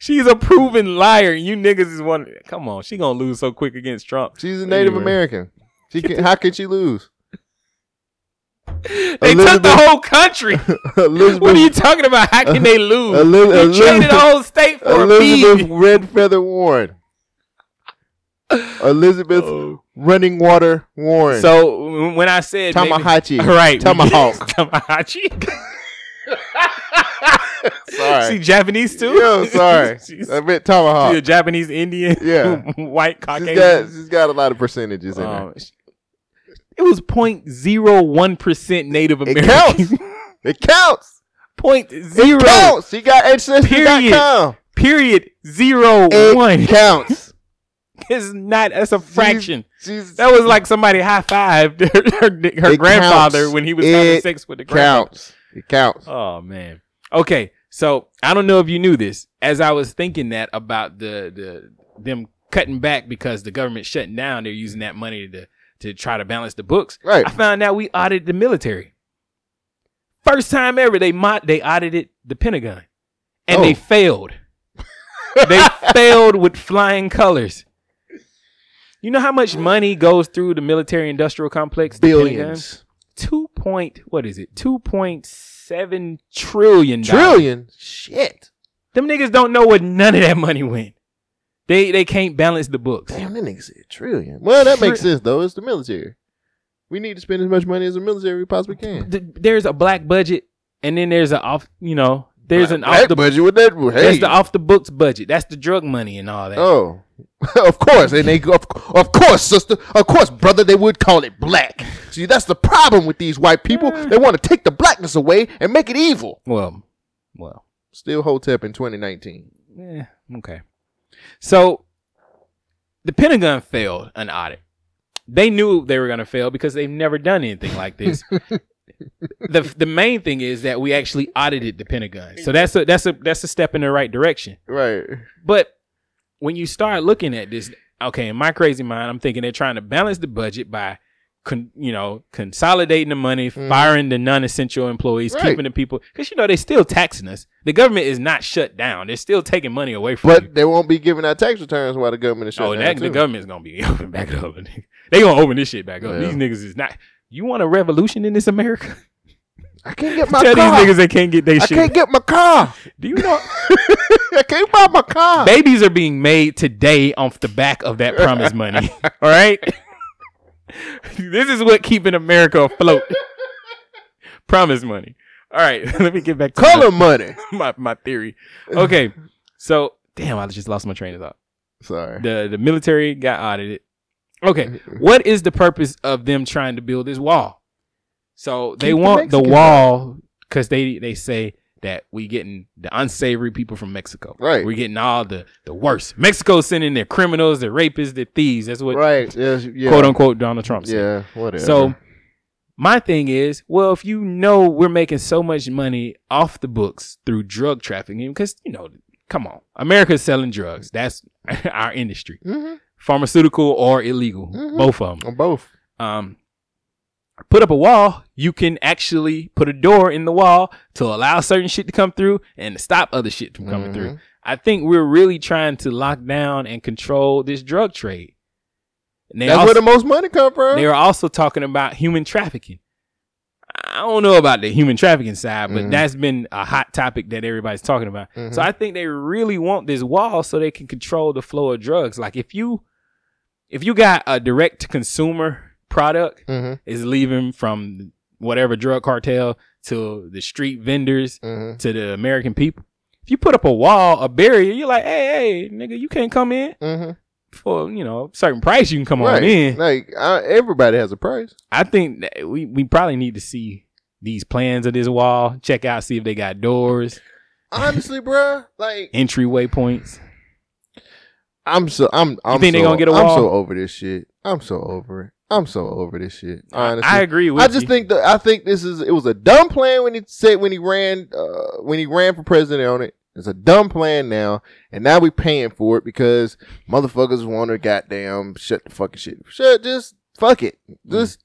She's a proven liar. and You niggas is one. Come on, she gonna lose so quick against Trump. She's a Native American. She can, how can she lose? They took the whole country. what are you talking about? How can they lose? you traded the whole state for a Elizabeth bead. Red Feather Warren. Elizabeth Running Water Warren. Oh. So when I said maybe- Tamahachi, right? Tomahawk. Tamahachi. sorry, She Japanese too? Yo, sorry, She's- I meant Tomahawk. She a Japanese Indian. Yeah. white She's got, Caucasian. she's got a lot of percentages in Um, It was 0.01 percent Native It American. counts. It counts. Point there. zero. It counts. She got Period. ancestry.com. Period. Zero It one. counts. It's not. That's a fraction. she's- that was like somebody high fived her, her, her It grandfather counts. when he was It having sex with the grandfather. counts. It counts. Oh man. Okay, so I don't know if you knew this. As I was thinking that about the the them cutting back because the government shutting down, they're using that money to to try to balance the books. Right. I found out we audited the military. First time ever they mo- they audited the Pentagon, and they Oh. failed. they failed with flying colors. You know how much money goes through the military industrial complex? the Pentagon? Billions. Two point what is it? Two point seven trillion. Trillion? Shit. Them niggas don't know where none of that money went. They they can't balance the books. Damn, that nigga said trillion. Well, that makes sense though. It's the military. We need to spend as much money as the military we possibly can. Th- There's a black budget, and then there's a off. You know, there's an Black off the budget with that. Hey. That's the off the books budget. That's the drug money and all that. Oh, of course, and they of, of course, sister, of course, brother, they would call it black. See, that's the problem with these white people. They want to take the blackness away and make it evil. Well, well, still Hotep in 2019. Yeah. Okay. So the Pentagon failed an audit. They knew they were going to fail because they've never done anything like this. the the main thing is that we actually audited the Pentagon. So that's a that's a that's a step in the right direction. Right. But when you start looking at this, okay, in my crazy mind, I'm thinking they're trying to balance the budget by con, you know, consolidating the money, firing the non-essential employees, Mm-hmm. Right. keeping the people cuz you know they're still taxing us. The government is not shut down. They're still taking money away from But they won't be giving out tax returns while the government is shut Oh, down. that, too. the government's gonna be open back up. they gonna open this shit back up. Yeah. These niggas is not. You want a revolution in this America? I can't get my Tell car. these niggas they can't get their I shit. can't get my car. Do you know? I can't buy my car. Babies are being made today off the back of that promise money. All right. this is what keeping America afloat. promise money. All right. Let me get back to Color my- money. My my theory. Okay. So damn, I just lost my train of thought. Sorry. The the military got audited. Okay. What is the purpose of them trying to build this wall? So they Keep the want the Mexicans wall because they they say that we getting the unsavory people from Mexico. Right. We're getting all the the worst. Mexico's sending their criminals, their rapists, their thieves. That's what right. Yes, yeah. quote unquote Donald Trump said. Yeah, whatever. So my thing is, well, if you know we're making so much money off the books through drug trafficking, because you know, come on, America's selling drugs. That's our industry, Mm-hmm. pharmaceutical or illegal, both of them. both. Um, put up a wall. You can actually put a door in the wall to allow certain shit to come through and to stop other shit from coming through. Mm-hmm. I think we're really trying to lock down and control this drug trade. And they That's also- where the most money come from. they were also talking about human trafficking. I don't know about the human trafficking side, but Mhm. that's been a hot topic that everybody's talking about. Mhm. So I think they really want this wall so they can control the flow of drugs. Like if you if you got a direct to consumer product Mhm. is leaving from whatever drug cartel to the street vendors Mm-hmm. to the American people. If you put up a wall, a barrier, you're like, hey, hey, nigga, you can't come in. For you know, certain price you can come Mm-hmm. right. on in. Like I, everybody has a price. I think that we, we probably need to see these plans of this wall. Check out, see if they got doors, Honestly, bruh, like entryway points. I'm so I'm I'm think so, they gonna get a I'm wall? so over this shit. I'm so over it. I'm so over this shit. I- Honestly, I agree with I just you. think that I think this is it was a dumb plan when he said when he ran uh, when he ran for president on it. It's a dumb plan now, and now we paying for it because motherfuckers want to goddamn shut the fucking shit. Shut just fuck it. Mm. Just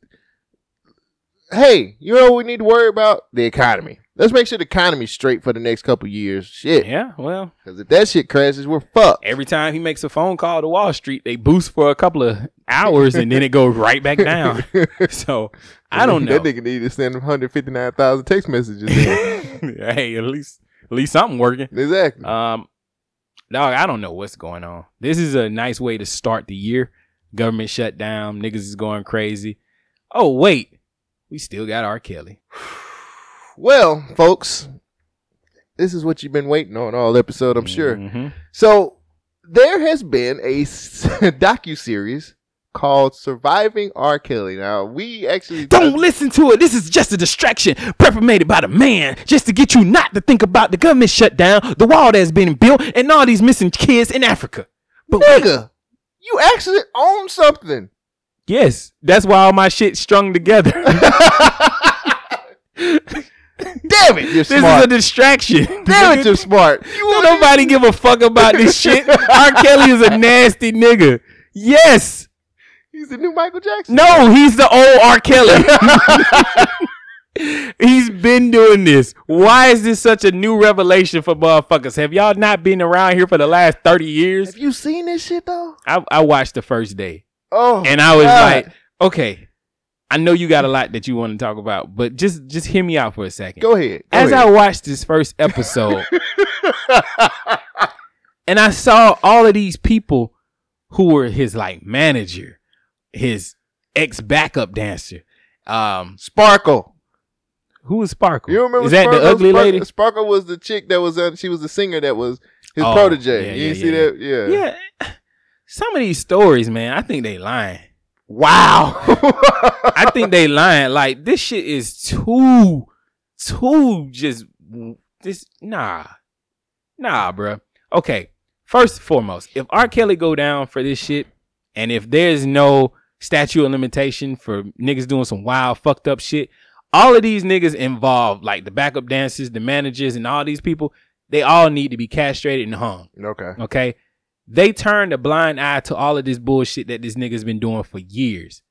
hey, you know what we need to worry about the economy. Let's make sure the economy's straight for the next couple years. Shit. Yeah, well, because if that shit crashes, we're fucked. Every time he makes a phone call to Wall Street, they boost for a couple of hours and then it goes right back down. So I don't know. That nigga needed to send 159,000 text messages. in. hey, at least at least something working. Exactly. Um, dog, I don't know what's going on. This is a nice way to start the year. Government shutdown. Niggas is going crazy. Oh wait, we still got R. Kelly. well, folks, this is what you've been waiting on all episode, I'm Mm-hmm. sure. So there has been a docu series called "Surviving R. Kelly." Now we actually Don't listen to it. This is just a distraction preparated by the man just to get you not to think about the government shutdown, the wall that's been built, and all these missing kids in Africa. But nigga, you actually own something. Yes, that's why all my shit strung together. Damn it, you're this smart. is a distraction. Damn it, you're smart. Don't nobody give a fuck about this shit. R. Kelly is a nasty nigga. Yes. He's the new Michael Jackson. No, he's the old R. Kelly. he's been doing this. Why is this such a new revelation for motherfuckers? Have y'all not been around here for the last 30 years? Have you seen this shit though? I, I watched the first day. Oh, and I was God. like, okay, I know you got a lot that you want to talk about, but just just hear me out for a second. Go ahead. Go As ahead. I watched this first episode, and I saw all of these people who were his like manager, his ex backup dancer, um, Sparkle. Who was Sparkle? You remember? Is that Sparkle? the ugly Sparkle- lady? Sparkle was the chick that was uh, she was the singer that was his Oh, protege. yeah, you yeah, didn't see yeah, that? Yeah. Yeah. Some of these stories, man, I think they lying. Wow. I think they lying. Like this shit is too, too just this nah, nah, bruh. Okay, first and foremost, if R. Kelly go down for this shit, and if there's no statute of limitation for niggas doing some wild fucked up shit, all of these niggas involved, like the backup dancers, the managers, and all these people, they all need to be castrated and hung. Okay. Okay. They turned a blind eye to all of this bullshit that this nigga's been doing for years.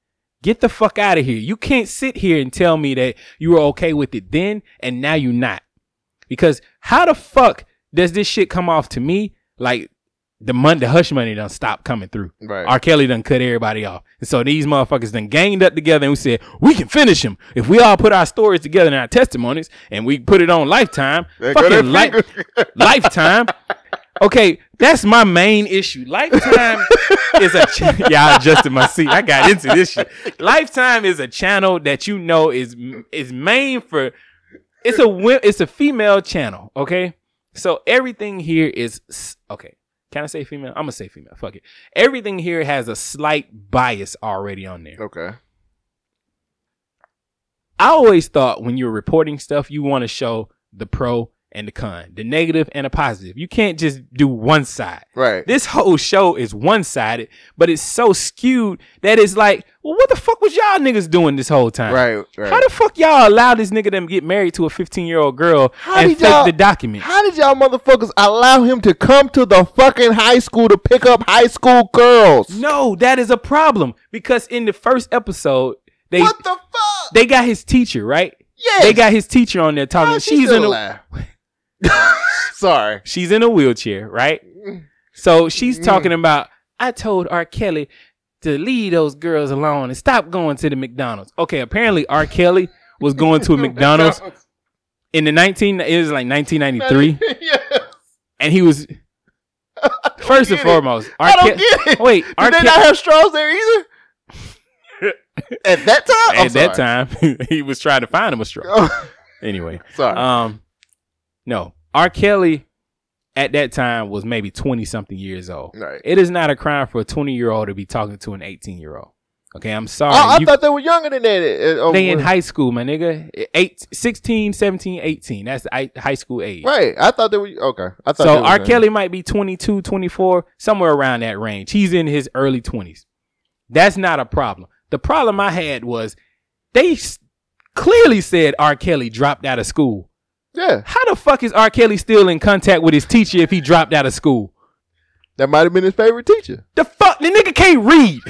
Get the fuck out of here. You can't sit here and tell me that you were okay with it then and now you're not. Because how the fuck does this shit come off to me like the money, the hush money done stop coming through? Right. R. Kelly done cut everybody off. And so these motherfuckers done ganged up together and we said, we can finish him. If we all put our stories together and our testimonies and we put it on Lifetime, There go fucking that li- Lifetime. Okay, that's my main issue. Lifetime is a ch- yeah. I adjusted my seat. I got into this shit. Lifetime is a channel that you know is is main for. It's a wi- it's a female channel. Okay, so everything here is s- okay. Can I say female? I'm gonna say female. Fuck it. Everything here has a slight bias already on there. Okay. I always thought when you're reporting stuff, you want to show the pro and the con, the negative and the positive. You can't just do one side. Right. This whole show is one sided, but it's so skewed that it's like, well, what the fuck was y'all niggas doing this whole time? Right, right. How the fuck y'all allow this nigga them get married to a 15 year old girl and did fake y'all- the document? How did y'all motherfuckers allow him to come to the fucking high school to pick up high school girls? No, that is a problem because in the first episode, they what the fuck? They got his teacher right. Yes. they got his teacher on there talking. How's she she's still in alive? a sorry. Mm. She's in a wheelchair, right? So she's talking about. I told R. Kelly to leave those girls alone and stop going to the McDonald's. Okay, apparently R. Kelly was going to a McDonald's in the nineteen. It was like nineteen ninety three, and he was. First and foremost, R. I don't Kelly- get it. Wait, Did R. they Kelly- not have straws there either? At that time? I'm at that sorry. Oh. time he was trying to find him a straw. anyway, Sorry. Um, no, R. Kelly at that time was maybe twenty something years old. Right. It is not a crime for a twenty year old to be talking to an eighteen year old. Okay, I'm sorry. Oh, I You- thought they were younger than that. Uh, oh, they in well, high school, my nigga. Eight, 16, 17, 18. That's the I- high school age. Right. I thought they were. Okay. I thought they So were R. younger. Kelly might be 22, 24, somewhere around that range. He's in his early 20s. That's not a problem. The problem I had was they s- clearly said R. Kelly dropped out of school. Yeah. How the fuck is R. Kelly still in contact with his teacher if he dropped out of school? That might have been his favorite teacher. The fuck, the nigga can't read.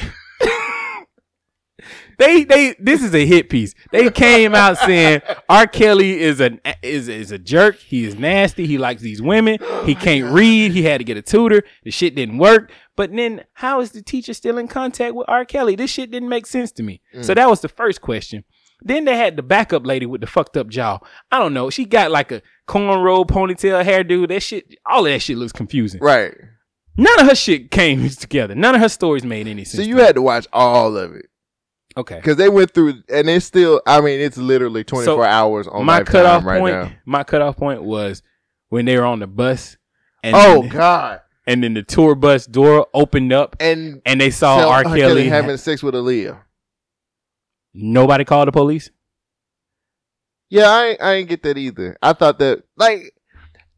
they they this is a hit piece. They came out saying R. Kelly is an is is a jerk. He is nasty. He likes these women. He can't read. He had to get a tutor. The shit didn't work. But then how is the teacher still in contact with R. Kelly? This shit didn't make sense to me. So Mm. that was the first question. Then they had the backup lady with the fucked up jaw. I don't know. She got like a cornrow ponytail hairdo. That shit, all of that shit looks confusing. Right. None of her shit came together. None of her stories made any sense. So you had to watch all of it. Okay. Because they went through, and it's still, I mean, it's literally 24 So, hours on my Lifetime cutoff right point. now. My cutoff point was when they were on the bus. Oh, God. And then the tour bus door opened up, and and they saw So uh, R. Kelly, having sex with Aaliyah. Nobody called the police. Yeah, I, ain't- I ain't get that either. I thought that, like,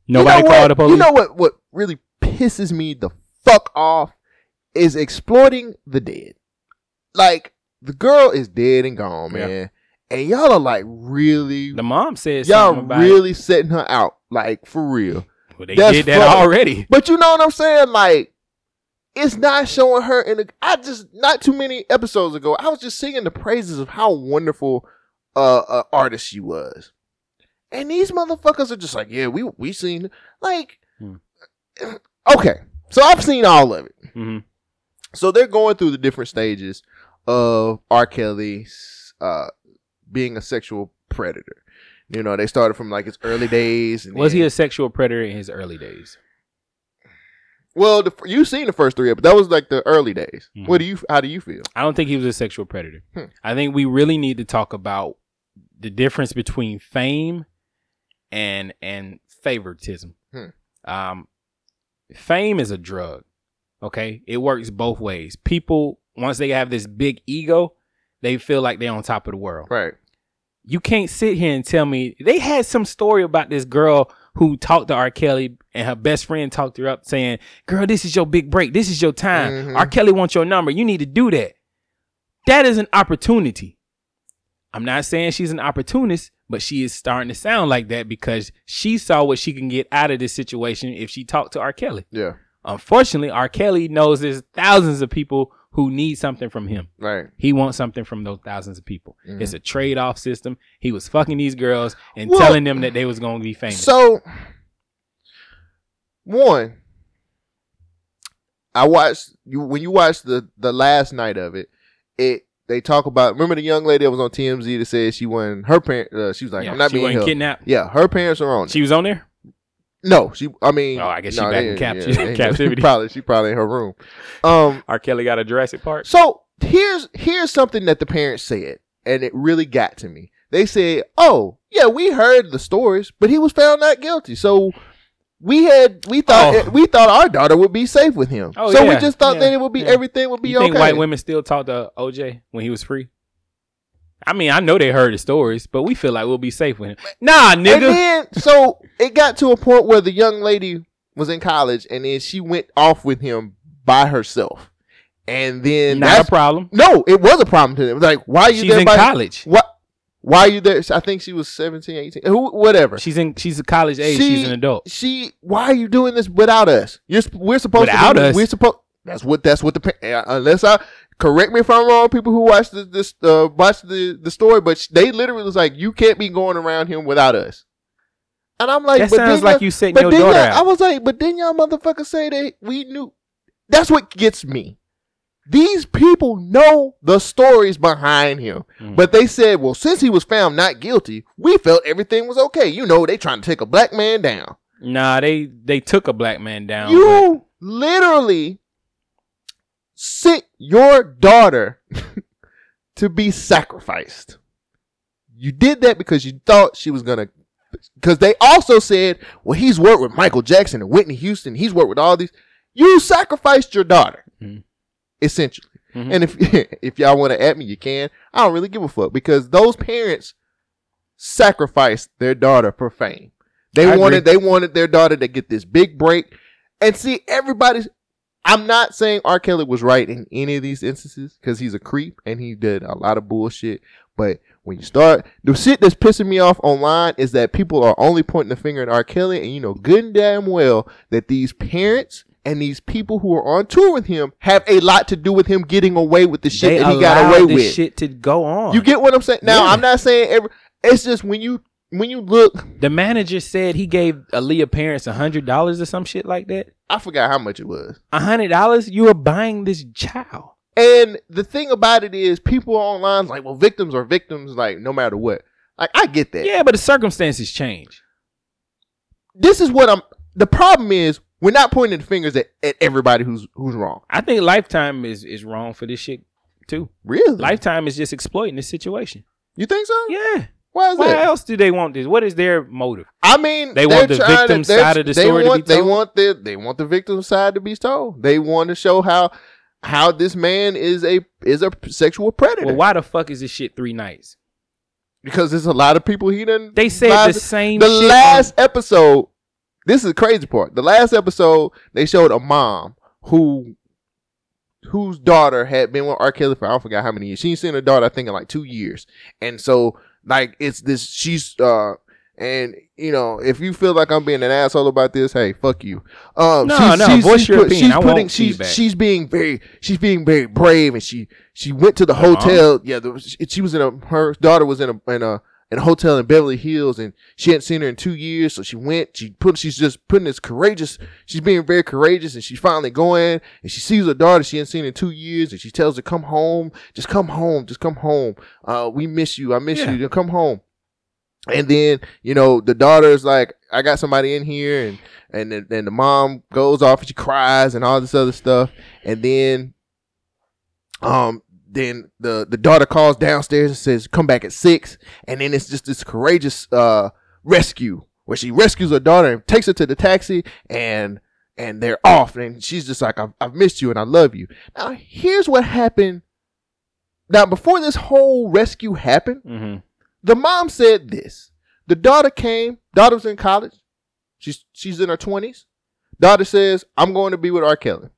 Nobody you know called what? the police. You know what? What really pisses me the fuck off is exploiting the dead. Like the girl is dead and gone, man, and y'all are like really. The mom says y'all something about really setting her out, like for real. Well, they did that already. But you know what I'm saying? Like it's not showing her in. A, I just not too many episodes ago. I was just singing the praises of how wonderful uh, uh artist she was, and these motherfuckers are just like, yeah, we we seen like, Hmm. okay, so I've seen all of it. Mm-hmm. So they're going through the different stages of R. Kelly's uh being a sexual predator. You know, they started from like his early days. And Was then- he a sexual predator in his early days? Well, the, you seen the first three, but that was like the early days. Mm-hmm. What do you? How do you feel? I don't think he was a sexual predator. Hmm. I think we really need to talk about the difference between fame and and favoritism. Hmm. Um, fame is a drug. Okay, it works both ways. People once they have this big ego, they feel like they're on top of the world. Right. You can't sit here and tell me they had some story about this girl who talked to R. Kelly and her best friend talked her up saying, Girl, this is your big break. This is your time. Mhm. R. Kelly wants your number. You need to do that. That is an opportunity. I'm not saying she's an opportunist, but she is starting to sound like that because she saw what she can get out of this situation if she talked to R. Kelly. Yeah. Unfortunately, R. Kelly knows there's thousands of people who need something from him. Right. He wants something from those thousands of people. Mhm. It's a trade off system. He was fucking these girls and Well- telling them that they was going to be famous. So, one, I watched you when you watched the the last night of it. It they talk about remember the young lady that was on TMZ that said she wasn't her parent. Uh, she was like, Yeah, I'm not she being wasn't held. kidnapped? Yeah, her parents are on. She was on there. No, she. I mean, oh, I guess she back in capti- captivity. probably, she probably in her room. Um, R. Kelly got a Jurassic Park. So here's here's something that the parents said, and it really got to me. They said, "Oh, yeah, we heard the stories, but he was found not guilty." So we had we thought Oh. we thought our daughter would be safe with him. Oh, so we yeah, just thought yeah, that it would be yeah. everything would be you okay. think white women still talk to OJ when he was free? I mean, I know they heard the stories, but we feel like we'll be safe with him. Nah, nigga. And then, so it got to a point where the young lady was in college, and then she went off with him by herself. And then Not a that's- problem. No, it was a problem to them. It was Like, why are you She's there in by- college. What? Why are you there? I think she was 17, 18, who, whatever. She's in. She's a college age. She- she's an adult. She. Why are you doing this without us? You're sp- we're supposed Without to. be- us? We're supposed. That's what. That's what the. pa- uh, Unless I correct me if I'm wrong, people who watch the, this uh, watch the the story, but sh- they literally was like, you can't be going around him without us. And I'm like, That but sounds then like y'all- you setting but your then daughter y'all- out. I was like, but then y'all motherfuckers say that we knew. That's what gets me. These people know the stories behind him, Hmm. but they said, well, since he was found not guilty, we felt everything was okay. You know, they trying to take a black man down. Nah, they they took a black man down. You literally sent your daughter to be sacrificed. You did that because you thought she was gonna. Because they also said, "Well, he's worked with Michael Jackson and Whitney Houston. He's worked with all these." You sacrificed your daughter, essentially. And if if y'all want to at me, you can. I don't really give a fuck because those parents sacrificed their daughter for fame. They I wanted agree. they wanted their daughter to get this big break. And see, everybody's I'm not saying R. Kelly was right in any of these instances because he's a creep and he did a lot of bullshit. But when you start the shit that's pissing me off online is that people are only pointing the finger at R. Kelly, and you know good and damn well that these parents and these people who are on tour with him have a lot to do with him getting away with the They shit that he got allowed away this with. shit to go on. You get what I'm saying? Now Yeah. I'm not saying every. It's just when you when you look, the manager said he gave Aaliyah parents a hundred dollars or some shit like that. I forgot how much it was. A hundred dollars? You were buying this child. And the thing about it is, people online like, well, victims are victims, like no matter what. Like I get that. Yeah, but the circumstances change. This is what I'm. The problem is, we're not pointing the fingers at, at everybody who's who's wrong. I think Lifetime is is wrong for this shit too. Really? Lifetime is just exploiting this situation. You think so? Yeah. Why is Why that? else do they want this? What is their motive? I mean, They they're want the trying to- victim's they're- side of the they story to want- be told? They want the they want the victim's side to be told. They want to show how how this man is a is a sexual predator. Well, why the fuck is this shit three nights? because there's a lot of people he done. They said lied the to- same The shit last episode, this is the crazy part. The last episode, they showed a mom who whose daughter had been with R. Kelly for I don't forget how many years. She ain't seen her daughter, I think, in like two years. And so, like, it's this. She's uh, and you know, if you feel like I'm being an asshole about this, hey, fuck you. Um, No, she's, no, she's, voice she's your put- opinion. she's I want putting, she's, feedback. she's being very, she's being very brave, and she she went to the Uh-huh. hotel. Yeah, the, she, she was in a her daughter was in a in a in a hotel in Beverly Hills, and she hadn't seen her in two years. So she went. She put. She's just putting this courageous. She's being very courageous, and she's finally going. And she sees her daughter she hadn't seen in two years, and she tells her, "Come home, just come home, just come home. Uh, we miss you. I miss Yeah. you. Just come home." And then you know the daughter's like, "I got somebody in here," and and then and the mom goes off and she cries and all this other stuff, and then um then the the daughter calls downstairs and says come back at six and then it's just this courageous uh rescue where she rescues her daughter and takes her to the taxi and and they're off and she's just like i've, I've missed you and i love you now here's what happened now before this whole rescue happened the mom said this the daughter came daughter was in college she's she's in her 20s daughter says i'm going to be with r kelly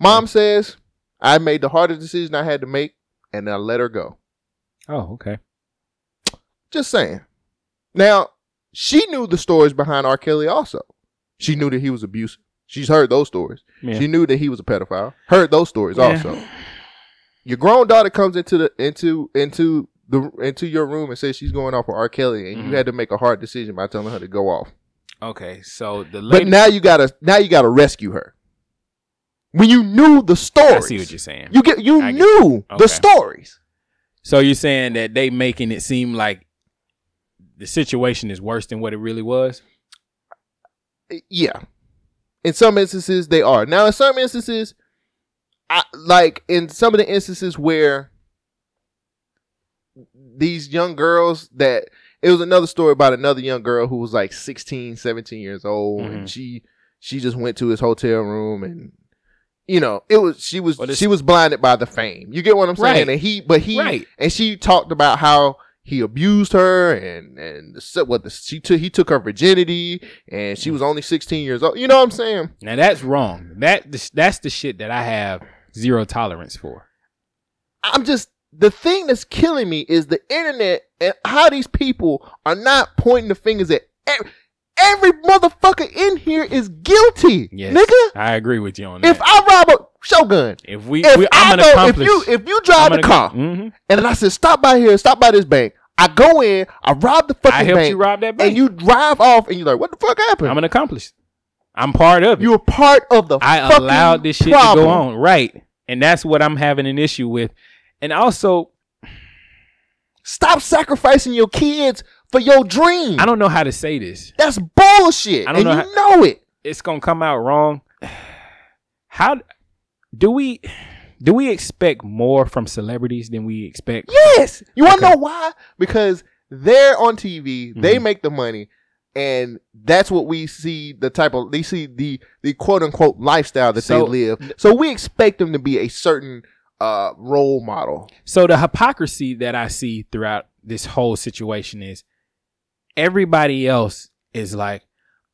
mom says I made the hardest decision I had to make, and I let her go. Oh, okay. Just saying. Now, she knew the stories behind R. Kelly also. She knew that he was abusive. She's heard those stories. Yeah. She knew that he was a pedophile. Heard those stories Yeah. also. Your grown daughter comes into the into into the into your room and says she's going off with R. Kelly, Mm-hmm. and you had to make a hard decision by telling her to go off. Okay, so the But now you gotta now you gotta rescue her. When you knew the stories, I see what you're saying. You get you I get- knew Okay. the stories. So you're saying that they making it seem like the situation is worse than what it really was? yeah in some instances they are now in some instances I, like in some of the instances where these young girls that it was another story about another young girl who was like 16 17 years old and she she just went to his hotel room and you know, it was she was she was blinded by the fame. You get what I'm saying? Right. And he, but he, Right. and she talked about how he abused her and and the, se- what the, she took he took her virginity and she was only 16 years old. You know what I'm saying? Now that's wrong. That that's the shit that I have zero tolerance for. I'm just the thing that's killing me is the internet and how these people are not pointing the fingers at every, every motherfucker in here is guilty, nigga. I agree with you on that. If I rob a Shogun, If we, if we I'm I an go- if accomplice. you if you drive I'm an the car accom- Mhm. and then I said stop by here, stop by this bank. I go in, I rob the fucking I helped bank, you rob that and you drive off, and you're like, what the fuck happened? I'm an accomplice. I'm part of it. You're part of the. I fucking allowed this shit to problem. go on, right? And that's what I'm having an issue with. And also, stop sacrificing your kids for your dream. I don't know how to say this. That's bullshit. I don't and know you how- know it. It's gonna come out wrong. How do we do we expect more from celebrities than we expect? Yes. You want to know why? Because they're on TV, Mm-hmm. they make the money, and that's what we see the type of they see the the quote unquote lifestyle that So- they live. So we expect them to be a certain uh role model. So the hypocrisy that I see throughout this whole situation is everybody else is like,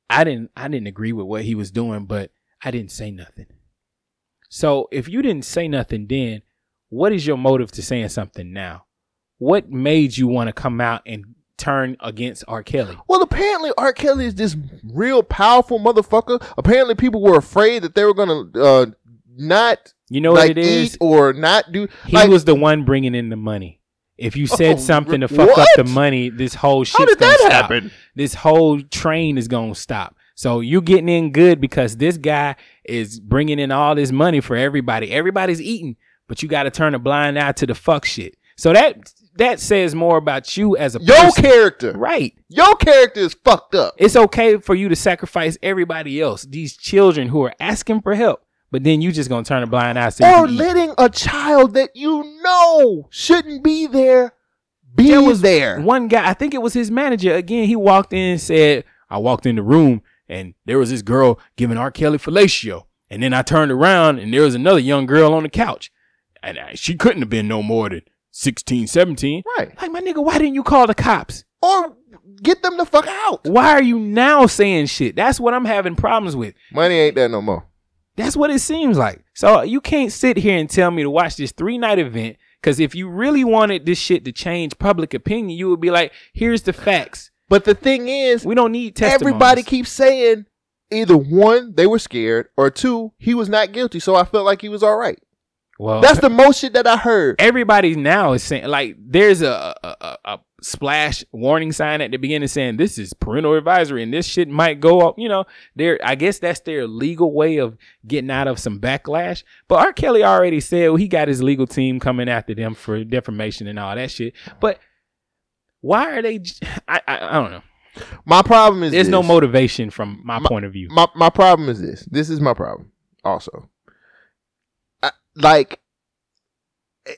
I didn't I didn't agree with what he was doing, but I didn't say nothing. So if you didn't say nothing then, what is your motive to saying something now? What made you want to come out and turn against R. Kelly? Well, apparently R. Kelly is this real powerful motherfucker. Apparently, people were afraid that they were gonna uh not you know what like, it is? eat or not do. He was the one bringing in the money. If you Oh, said something to r- fuck up what? the money, this whole shit's did gonna that stop. happen? This whole train is gonna stop. So you getting in good because this guy is bringing in all this money for everybody. Everybody's eating, but you got to turn a blind eye to the fuck shit. So that that says more about you as a Your person. character. right? Your character is fucked up. It's okay for you to sacrifice everybody else, these children who are asking for help, but then you just gonna turn a blind eye to or letting a child that you know shouldn't be there be there was there. One guy, I think it was his manager. Again, he walked in and said, "I walked in the room and there was this girl giving R. Kelly fellatio, and then I turned around and there was another young girl on the couch, and I, she couldn't have been no more than 16, 17. Right. Like my nigga, why didn't you call the cops? Or get them the fuck out. Why are you now saying shit? That's what I'm having problems with. Money ain't that no more. That's what it seems like. So you can't sit here and tell me to watch this three night event because if you really wanted this shit to change public opinion, you would be like, here's the facts. But the thing is, we don't need testimonies. Everybody keeps saying either one, they were scared, or two, he was not guilty, so I felt like he was all right. Well, That's the most shit that I heard. Everybody now is saying like there's a a, a a splash warning sign at the beginning saying this is parental advisory and this shit might go up. You know, there I guess that's their legal way of getting out of some backlash. But R. Kelly already said well, he got his legal team coming after them for defamation and all that shit. But why are they? j- I I, I don't know. My problem is there's no this. motivation from my, point of view. My my problem is this. This is my problem. Also, I, like,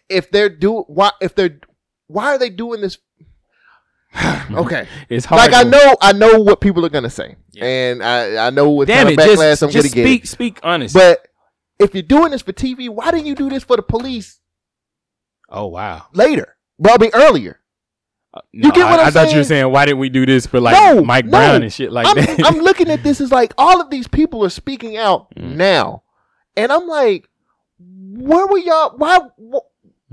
if they're doing why if they're why are they doing this? okay, It's hard Like I to- know I know what people are gonna say, and I I know what Damn kind it, of just- backlash I'm just gonna speak- get. speak honest. But if you're doing this for TV, why didn't you do this for the police Oh wow. Uh, later? Well, I mean earlier. No, you get what I, I'm I thought you were saying why didn't we do this for like No, Mike no. Brown and shit like I'm, that? I'm looking at this as like all of these people are speaking out Mm. now, and I'm like, where were y'all? Why? Wh-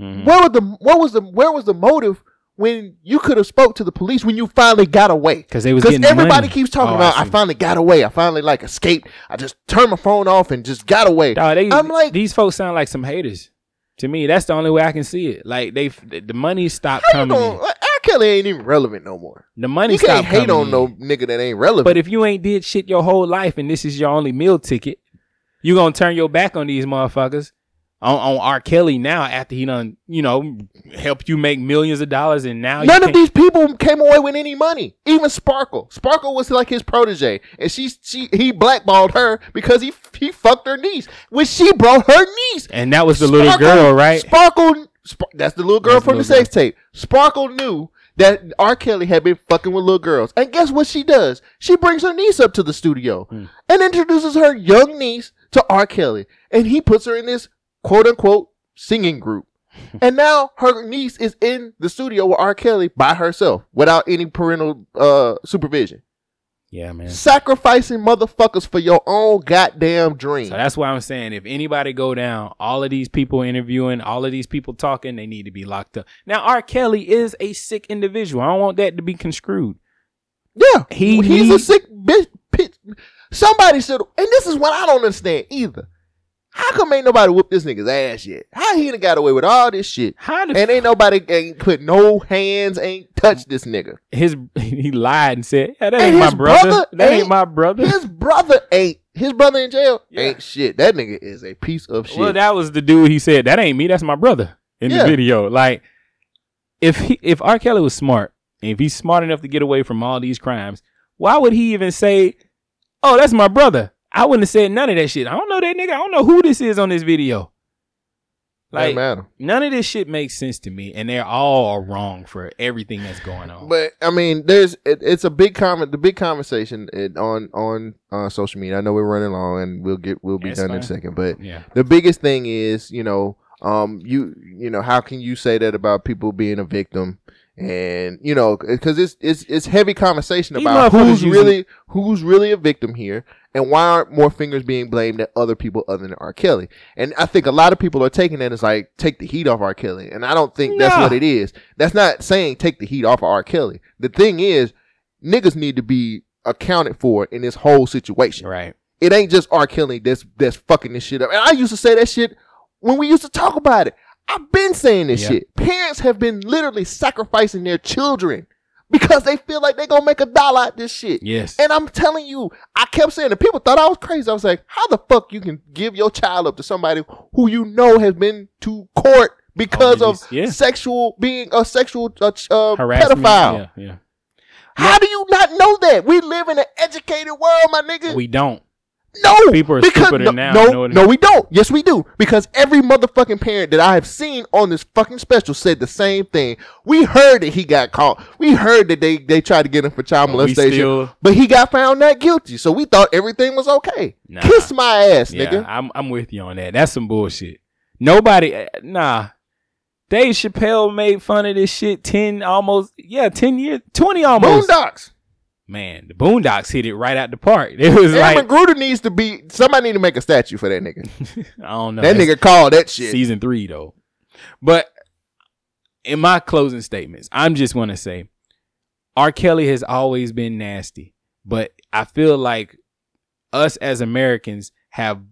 Mm. Where were the? What was the? Where was the motive when you could have spoke to the police when you finally got away? 'Cause they was getting everybody money. keeps talking Oh, I about I, see. finally got away. I finally like escaped. I just turned my phone off and just got away. Dawg, they- I'm like, these folks sound like some haters. To me, that's the only way I can see it. Like they, the money stopped how you coming. gonna? in. R. Kelly ain't even relevant no more. The money You can't stopped hate coming on in. no nigga that ain't relevant. But if you ain't did shit your whole life and this is your only meal ticket, you gonna turn your back on these motherfuckers on, on R. Kelly now after he done you know helped you make millions of dollars and now None Oh, you of these people came away with any money. Even Sparkle. Sparkle was like his protege, and she she he blackballed her because he he fucked her niece when she brought her niece. And that was the little girl, right? Sparkle. Sp- that's the little girl That's the from the little sex tape. Sparkle knew that R. Kelly had been fucking with little girls, Hmm. and guess what she does? She brings her niece up to the studio and introduces her young niece to R. Kelly, and he puts her in this quote unquote singing group. and now her niece is in the studio with R. Kelly by herself without any parental uh, supervision. Yeah, man. Sacrificing motherfuckers for your own goddamn dream. So that's why I'm saying if anybody go down, all of these people interviewing, all of these people talking, they need to be locked up. Now R. Kelly is a sick individual. I don't want that to be construed. Yeah, he he's a he- sick bitch. bitch. Somebody should, and this is what I don't understand either. How come ain't nobody whooped this nigga's ass yet? How he done got away with all this shit? How and ain't nobody ain't put no hands, ain't touched this nigga. His he lied and said, "Yeah, that And ain't my his brother. brother That ain't, ain't- my brother." His brother ain't his brother in jail ain't shit. That nigga is a piece of shit. Well, that was the dude. He said, "That ain't me. That's my brother." In Yeah. the video, like if he, if R. Kelly was smart, and if he's smart enough to get away from all these crimes, why would he even say, "Oh, that's my brother"? I wouldn't have said none of that shit. I don't know that nigga. I don't know who this is on this video. Doesn't Like matter. none of this shit makes sense to me, and they're all wrong for everything that's going on. But I mean, there's it, it's a big comment. The big conversation it, on on uh, social media. I know we're running long, and we'll get we'll be It's done in a fine. second. But Yeah. the biggest thing is, you know, um, you you know, how can you say that about people being a victim? And you know, because it's it's it's heavy conversation These about motherfuckers who's using- really who's really a victim here, and why aren't more fingers being blamed at other people other than R. Kelly? And I think a lot of people are taking that as like take the heat off R. Kelly, and I don't think that's Nah. what it is. That's not saying take the heat off of R. Kelly. The thing is, niggas need to be accounted for in this whole situation. Right. It ain't just R. Kelly that's that's fucking this shit up. And I used to say that shit when we used to talk about it. I've been saying this Yeah. shit. Parents have been literally sacrificing their children because they feel like they gonna make a dollar out this shit. Yes. And I'm telling you, I kept saying that people thought I was crazy. I was like, how the fuck you can give your child up to somebody who you know has been to court because of sexual being a sexual uh, ch- uh, Harassment. pedophile? Yeah, yeah. How do you not know that? We live in an educated world, my nigga. We don't. No, People are because stupider no, now. No, I know it. no, we don't. Yes, we do. Because every motherfucking parent that I have seen on this fucking special said the same thing. We heard that he got caught. We heard that they they tried to get him for child But we molestation, still- but he got found not guilty. So we thought everything was okay. Kiss my ass, Yeah, nigga. I'm I'm with you on that. That's some bullshit. Nobody, eh, nah. Dave Chappelle made fun of this shit ten almost, yeah, ten years, twenty almost. Boondocks. Man, the Boondocks hit it right out the park. It was Aaron like Gruder needs to be somebody need to make a statue for that nigga. I don't know. That That's nigga called that shit. Season three though. But in my closing statements, I'm just want to say, R. Kelly has always been nasty, but I feel like us as Americans have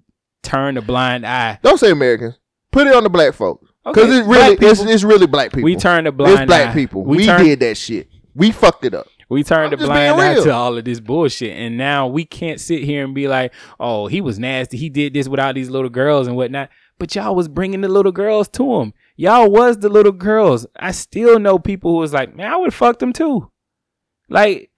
turned a blind eye Don't say Americans. Put it on the black folks. Okay, Because it's black really it's, people. it's really black people. We turned a blind It's black eye. people. We We, turned- did that shit. We fucked it up. We turned a just being blind eye real. to all of this bullshit, and now we can't sit here and be like, "Oh, he was nasty. He did this without these little girls and whatnot." But y'all was bringing the little girls to him. Y'all was the little girls. I still know people who was like, "Man, I would fuck them too." Like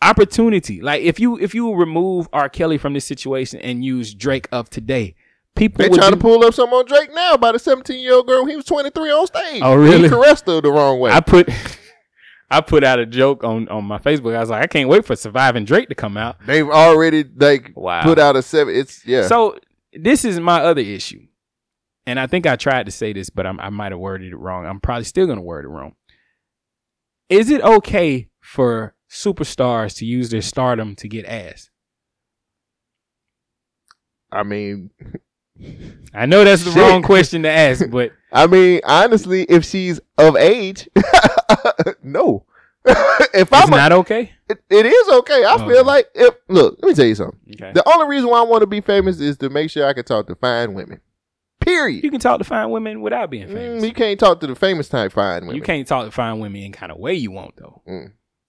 opportunity. Like if you if you remove R. Kelly from this situation and use Drake of today, people They would trying to do- pull up something on Drake now about a 17 year old girl. He was 23 on stage. Oh, really? He caressed her the wrong way. I put I put out a joke on on my Facebook. I was like, I can't wait for Surviving Drake to come out. They've already like put out a seven. It's yeah. So this is my other issue, and I think I tried to say this, but I'm, I might have worded it wrong. I'm probably still going to word it wrong. Is it okay for superstars to use their stardom to get ass? I mean, I know that's the Shit. wrong question to ask, but I mean, honestly, if she's of age, no. if it's I'm a- not okay. it- it is okay. I Okay. feel like if look, let me tell you something. Okay. The only reason why I want to be famous is to make sure I can talk to fine women. Period. You can talk to fine women without being famous. Mm, you can't talk to the famous type fine women. Mm. You can't talk to fine women in kind of way you want though.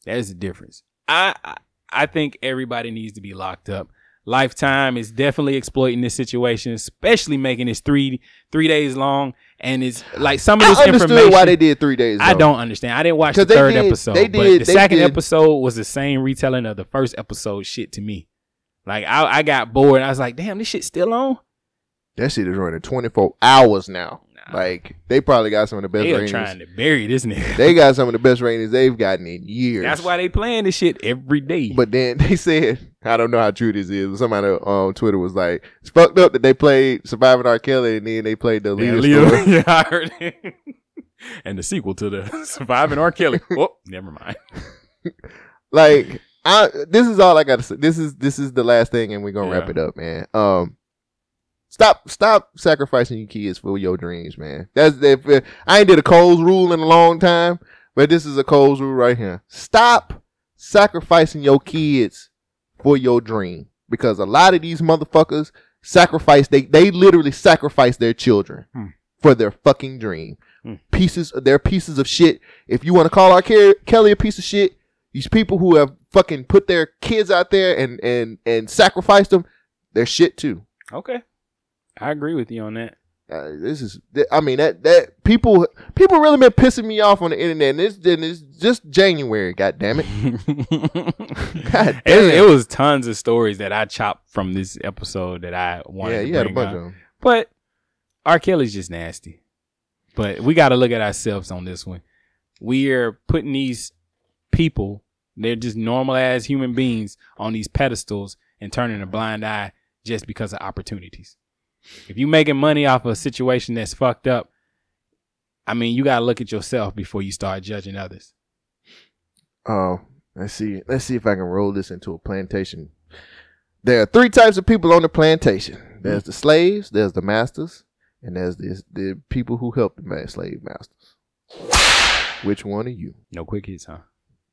That is the difference. I I- I think everybody needs to be locked up. Lifetime is definitely exploiting this situation, especially making this three three days long, and it's like some of I this information. understood why they did three days. I though. don't understand. I didn't watch the 'Cause they third did- episode. they but did- the they second did- episode was the same retelling of the first episode shit to me. Like I, I got bored. I was like, damn, this shit's still on. That shit is running 24 hours now. Like they probably got some of the best They are ratings. trying to bury this nigga. They got some of the best ratings they've gotten in years. That's why they playing this shit every day. But then they said, I don't know how true this is. But somebody on Twitter was like, "It's fucked up that they played Surviving R. Kelly and then they played the Yeah, leader." Leo- story." yeah, I heard it. And the sequel to the Surviving R. Kelly. Oh, never mind. like I this is all I gotta say. This is this is the last thing and we're gonna wrap Yeah. it up, man. Um stop stop sacrificing your kids for your dreams, man. That's if I ain't did a Coles rule in a long time, but this is a Coles rule right here. Stop sacrificing your kids for your dream. Because a lot of these motherfuckers sacrifice they they literally sacrifice their children Hmm. for their fucking dream. Pieces they're pieces of shit. If you want to call our Ke- Kelly a piece of shit, these people who have fucking put their kids out there and and and sacrificed them, they're shit too. Okay. I agree with you on that. Uh, this is th- I mean that that people people really been pissing me off on the internet and it's, and it's just January, god damn it. god damn. It, it was tons of stories that I chopped from this episode that I wanted. Yeah, to you had a bring bunch up. of 'em. But R. Kelly's just nasty. But we got to look at ourselves on this one. We are putting these people, they're just normal as human beings, on these pedestals and turning a blind eye just because of opportunities. If you're making money off of a situation that's fucked up, I mean, you got to look at yourself before you start judging others. Um, let's see. Let's see if I can roll this into a plantation. There are three types of people on the plantation. There's the slaves, there's the masters, and there's the, the people who help the ma- slave masters. Which one are you? No quick hits, huh?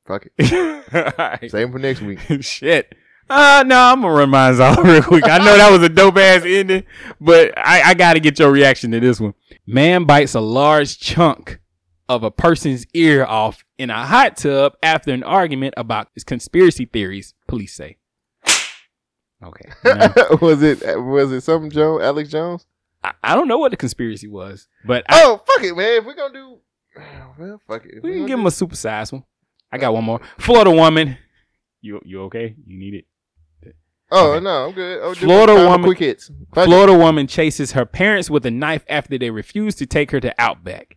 Fuck it. Same for next week. Shit. Uh no, I'm gonna run mine off real quick. I know that was a dope ass ending, but I, I gotta get your reaction to this one. Man bites a large chunk of a person's ear off in a hot tub after an argument about his conspiracy theories, police say. Okay. was it was it something Joe Alex Jones? I, I don't know what the conspiracy was, but I, Oh fuck it, man. If we're gonna do well, fuck it. If we we're can gonna give him a super size one. I got one more. Florida woman. You you okay? You need it? Oh no, I'm good. Oh, do Florida my woman, quick hits. Fuck it. Florida woman chases her parents with a knife after they refuse to take her to Outback.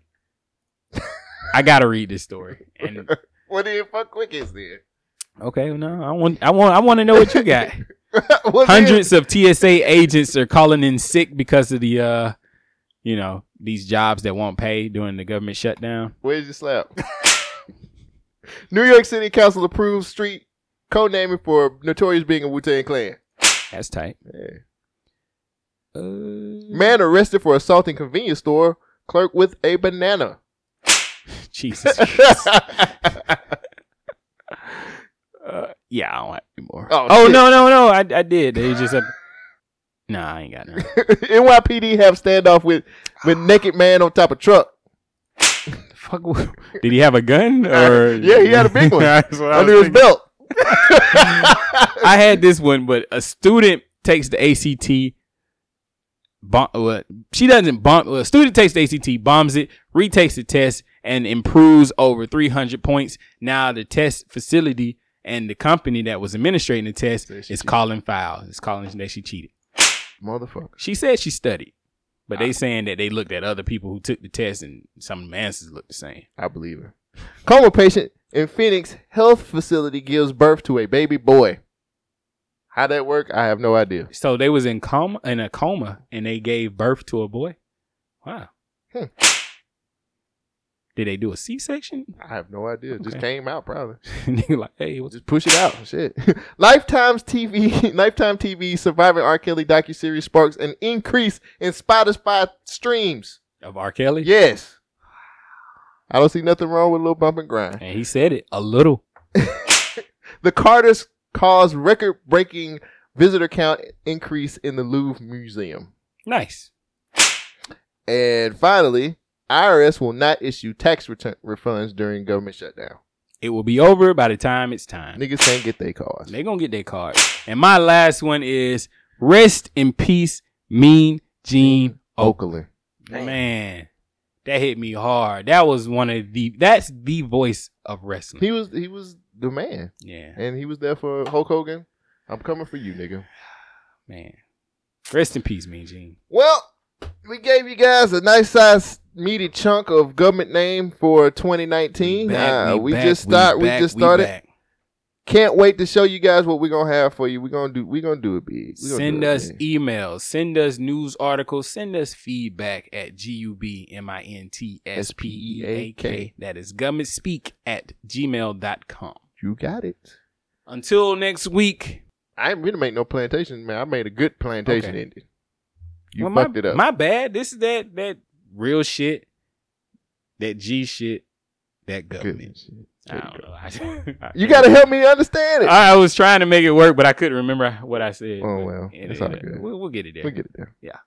I gotta read this story. And What the fuck quick hits then? okay, no, I want, I want, I want to know what you got. What the- Hundreds of TSA agents are calling in sick because of the, uh, you know, these jobs that won't pay during the government shutdown. Where's your slap? New York City Council approves street codenaming for Notorious being a Wu Tang Clan. That's tight. Uh, Man arrested for assaulting convenience store clerk with a banana. Jesus. Christ. uh, yeah, I don't have any more. Oh, Oh, shit. no, no, no, I, I did. They just, have, nah, I ain't got none. NYPD have standoff with with naked man on top of truck. Did he have a gun or? yeah, he had a big one That's what I was under his thinking. belt. I had this one, but a student takes the ACT. Bomb, well, uh, she doesn't bomb. Well, a student takes the ACT, bombs it, retakes the test, and improves over 300 points. Now the test facility and the company that was administrating the test is calling fouls. It's calling that she cheated. Motherfucker. She said she studied, but they saying that they looked at other people who took the test and some of the answers looked the same. I believe her. Coma patient in Phoenix health facility gives birth to a baby boy. How that work? I have no idea. So they was in coma in a coma and they gave birth to a boy. Wow. Did they do a C section? I have no idea. It just Okay. came out probably. Nigga like, hey, what's just push it out. Shit. Lifetime's TV, Lifetime TV surviving R. Kelly docuseries sparks an increase in Spotify streams. Of R. Kelly? Yes. I don't see nothing wrong with a little bump and grind. And he said it a little. the Carters caused record breaking visitor count increase in the Louvre Museum. Nice. And finally, IRS will not issue tax return refunds during government shutdown. It will be over by the time it's time. Niggas can't get their cards. They gonna get their cards. And my last one is rest in peace, Mean Gene Oakland. Man, that hit me hard. That was one of the. That's the voice of wrestling. He was he was the man. Yeah. And he was there for Hulk Hogan. I'm coming for you, nigga. Man. Rest in peace, Mean Gene. Well, we gave you guys a nice size meaty chunk of government name for 2019. back, Uh, we, we back, just we start. We, back, just we started. back. Can't wait to show you guys what we're gonna have for you. We're gonna do. We're gonna do it big. We gonna do Send it us big. emails, send us news articles, send us feedback at E G-U-B-M-I-N-T-S-P-E-A-K. E That is gummittspeak at gmail.com. You got it. Until next week. I ain't really make no plantation, man. I made a good plantation Okay. ending. You Well, fucked my, it up. My bad. This is that that real shit, that G shit, that government. I don't know. I- I you can't- gotta help me understand it. I, I was trying to make it work, but I couldn't remember what I said. Oh but well, it- it's all it- good. We'll, we'll get it there. We'll get it there. Yeah.